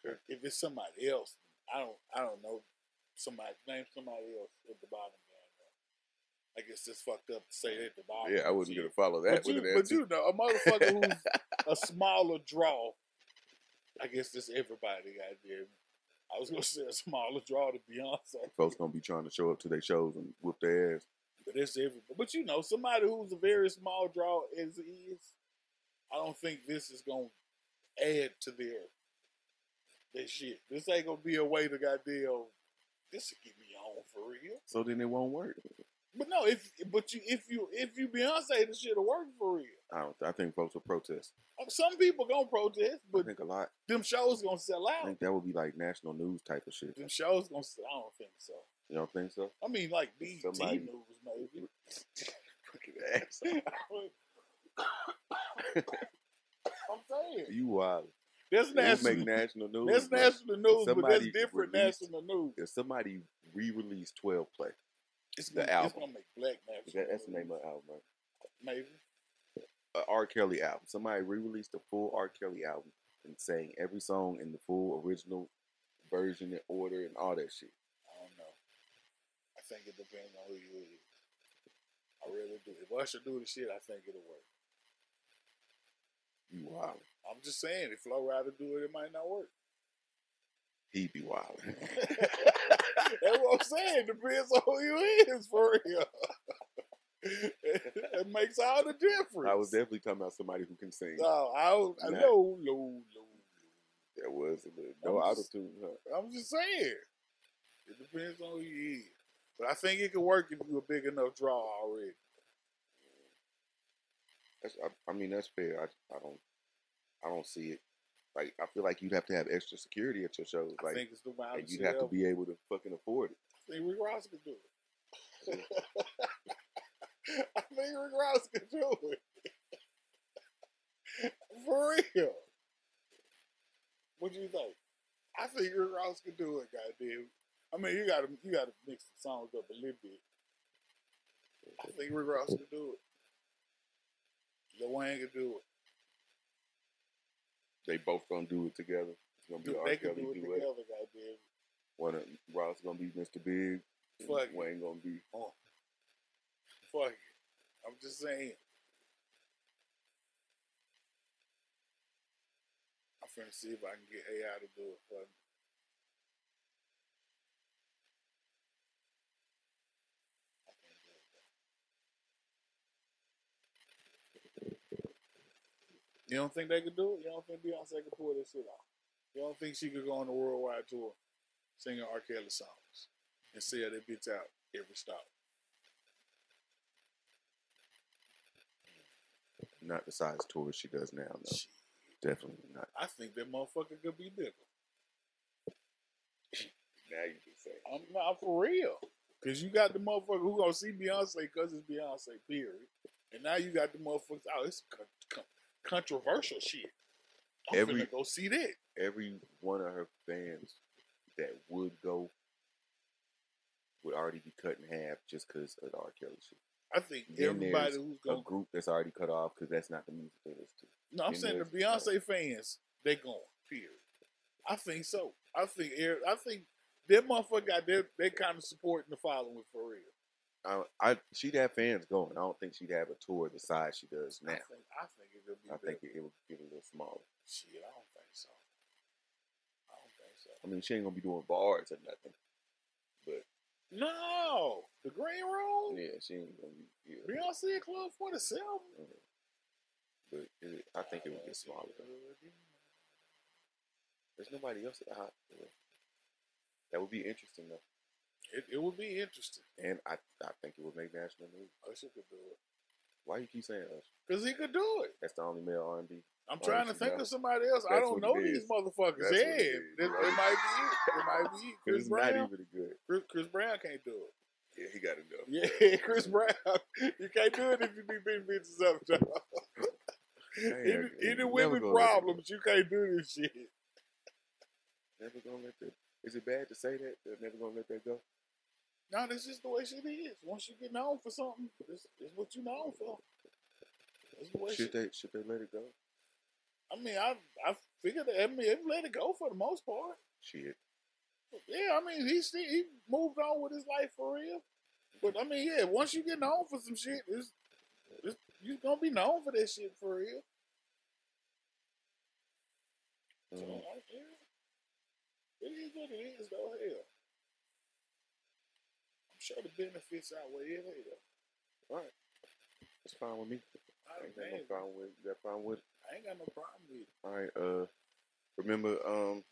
S2: Okay.
S1: If it's somebody else, I don't I don't know somebody name somebody else at the bottom goddamn. I guess it's fucked up to say that at the bottom.
S2: Yeah, I wasn't
S1: Shit.
S2: gonna follow
S1: But
S2: that.
S1: you,
S2: with an
S1: but
S2: answer.
S1: you know, a motherfucker who's a smaller draw, I guess that's everybody got there. I was gonna say a smaller draw to Beyonce,
S2: folks gonna be trying to show up to their shows and whoop their ass.
S1: but that's everybody. But you know, somebody who's a very small draw as it is, I don't think this is gonna add to their their shit. This ain't gonna be a way to goddamn. This will get me on for real.
S2: So then it won't work.
S1: But no, if but you if you if you Beyonce, this shit'll work for real.
S2: I don't. I think folks will protest.
S1: Um, Some people gonna protest,
S2: I
S1: but
S2: think a lot.
S1: them shows gonna sell
S2: I
S1: out.
S2: think that would be like national news type of shit.
S1: Them shows gonna sell. I don't think so.
S2: You don't think so?
S1: I mean, like BET
S2: Somebody-
S1: news, maybe.
S2: Fucking ass.
S1: I'm saying
S2: You wild.
S1: that's
S2: It would
S1: national.
S2: make national news.
S1: that's
S2: bro.
S1: national news, but that's
S2: somebody
S1: different
S2: released-
S1: national news.
S2: If somebody re-released 12 Play,
S1: It's
S2: the
S1: gonna, It's
S2: album.
S1: gonna make black national.
S2: that, that's the
S1: news,
S2: name of the album, right?
S1: Maybe.
S2: a R. Kelly album. Somebody re-released the full R. Kelly album and sang every song in the full original version and order and all that shit.
S1: I don't know. I think it depends on who you is. I really do. If Usher do the shit, I think it'll work.
S2: You wild.
S1: I'm just saying, if Flow Rider do it, it might not work.
S2: He be wild.
S1: That's what I'm saying. Depends on who you is for real. it makes all the difference.
S2: I was definitely talking about somebody who can sing.
S1: No, I, was- I
S2: Nah.
S1: know, no, no.
S2: There was a little, no
S1: I'm
S2: auto
S1: just-
S2: tune. Huh?
S1: I'm just saying. It depends on who you is. But I think it could work if you're a big enough draw already.
S2: That's, I, I mean, that's fair. I, I don't, I don't see it. Like, I feel like you'd have to have extra security at your shows.
S1: I
S2: Like,
S1: think it's the
S2: and
S1: wildest
S2: you'd
S1: shit
S2: have to
S1: ever.
S2: be able to fucking afford it.
S1: I think Rick Ross could do it. I think Rick Ross could do it. For real. What do you think? I think Rick Ross could do it, goddamn. I mean, you gotta you gotta mix the songs up a little bit. I think Rick Ross could do it. Lil Wayne could do it.
S2: They both gonna do it together. It's gonna be
S1: Dude,
S2: R.
S1: they could
S2: Kelly
S1: do it
S2: duet.
S1: together, goddamn.
S2: One of Ross gonna be Mr. Big. and
S1: Fuck it.
S2: Wayne gonna be
S1: Fuck it. I'm just saying. I'm finna see if I can get AI to do it for me. I can't do it, though. You don't think they could do it? You don't think Beyonce could pull this shit off? You don't think she could go on the worldwide tour singing R. Kelly songs and sell that bitch out every stop?
S2: not the size tour she does now. No,
S1: Shit.
S2: definitely not.
S1: I think that motherfucker could be bigger.
S2: Now you can say
S1: I'm not for real. Cause you got the motherfucker who gonna see Beyonce cause it's Beyonce period. And now you got the motherfuckers oh it's con- con- controversial shit. I'm
S2: Every-
S1: finna go see that.
S2: every one of her fans that would go would already be cut in half just because of the R. Kelly shit.
S1: I think
S2: Then
S1: everybody
S2: there's
S1: who's
S2: A
S1: gonna
S2: group that's already cut off because that's not the music they listen to.
S1: No, I'm
S2: then
S1: saying the
S2: there's-
S1: Beyonce fans, they going, period. I think so. I think er- I think that motherfucker got their they kind of supporting the following for real.
S2: I, I she'd have fans going. I don't think she'd have a tour the size she does
S1: I
S2: now.
S1: think I think it could be
S2: I
S1: bigger.
S2: think it, it would get a little smaller.
S1: Shit, I don't think so. I don't think so.
S2: I mean, she ain't gonna be doing bars or nothing.
S1: No, the green room.
S2: Yeah, she ain't gonna be. Yeah,
S1: Beyonce Club Forty Seven.
S2: but it, I think it would get smaller. though. There's nobody else at the hot. That would be interesting though,
S1: It, it would be interesting.
S2: and I I think it would make national news.
S1: Usher could do it
S2: Why you keep saying us?
S1: because he could do it.
S2: That's the only male R and B.
S1: I'm
S2: Why
S1: trying to
S2: don't you
S1: think
S2: know?
S1: of somebody else. I
S2: Oh, That's
S1: don't
S2: what
S1: know
S2: it
S1: these
S2: is.
S1: motherfuckers.
S2: That's what
S1: Yeah,
S2: it
S1: it,
S2: is,
S1: it
S2: right?
S1: might be. It, it might be. Chris
S2: It's not
S1: Brown.
S2: even good.
S1: Chris, Chris Brown can't do it.
S2: Yeah, he got to go.
S1: Yeah, Chris Brown. You can't do it if you be beating bitches up, dog. Any, any women problems, you can't do this shit.
S2: Never gonna let that. Is it bad to say that? They're never gonna let that go.
S1: No, that's just the way shit is. Once you get known for something, that's, that's what you known for. That's the way
S2: Should
S1: shit.
S2: they? Should they let it go?
S1: I mean, I I figured that. I mean, they let it go for the most part.
S2: Shit.
S1: Yeah, I mean, he still, he moved on with his life for real. But I mean, yeah, once you get known for some shit, it's, it's you gonna be known for that shit for real. So,
S2: Mhm.
S1: I- yeah. It is what it is, though. Hell, I'm sure the benefits outweigh it. Hell,
S2: That's fine with me.
S1: I ain't,
S2: I ain't got no
S1: mad.
S2: problem with. You got problem with? it?
S1: I ain't got no problem with it.
S2: All right. Uh, remember, um,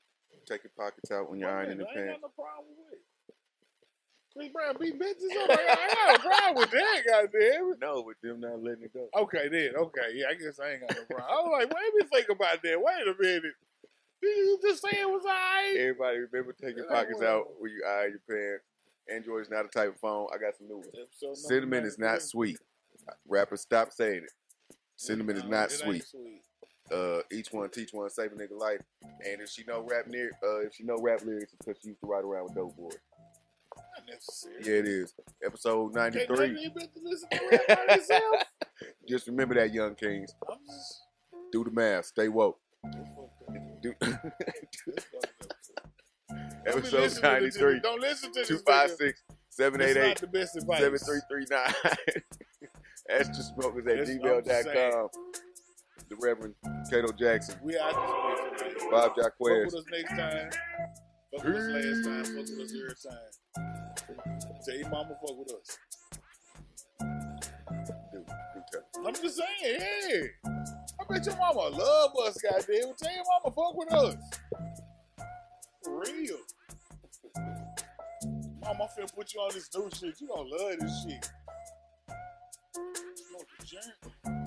S2: take your pockets out when you're
S1: Wait a
S2: ironing
S1: minute,
S2: the
S1: I ain't
S2: pants.
S1: got no problem with it. Chris Brown beat bitches up. I got a problem with that, goddamn it.
S2: No, with them not letting it go.
S1: Okay, then. Okay, yeah, I guess I ain't got no problem. I was like, wait me think about that. Wait a minute. Did you just say it was all right?
S2: Everybody remember take your
S1: Yeah, I
S2: pockets
S1: will.
S2: out when you eye your pants. Android's not a type of phone. I got some new ones. Cinnamon is not sweet. Rappers stop saying it. Cinnamon is
S1: No,
S2: not
S1: it ain't
S2: sweet. Uh, each one teach one, save a nigga life. And if she know rap near, uh, if she know rap lyrics, it's because she used to ride around with dope boy.
S1: Not necessary.
S2: Yeah, it is. Episode ninety
S1: Can't
S2: three.
S1: nobody better listen to rap by themselves.
S2: Just remember that, young kings.
S1: I'm just.
S2: Do the math. Stay woke.
S1: I'm fucked up.
S2: Do
S1: That's fucked up. Don't be
S2: episode
S1: listening to
S2: ninety
S1: this-
S2: three.
S1: Don't listen to this.
S2: Two five
S1: nigga.
S2: six seven
S1: This
S2: eight
S1: is
S2: eight.
S1: not the best advice.
S2: 7339. Extra smokers at
S1: That's what I'm
S2: gmail.com. The Reverend Cato Jackson,
S1: We out this bitch. man.
S2: Bob
S1: Fuck
S2: Jaquez.
S1: with us next time. Fuck with us last time. Fuck with us every time. Tell your mama fuck with us.
S2: Dude, good time.
S1: I'm just saying, hey. I bet your mama love us, goddamn. Tell your mama fuck with us. For real. Mom, I'm finna put you on this new shit. You gonna love this shit. You know, the germ.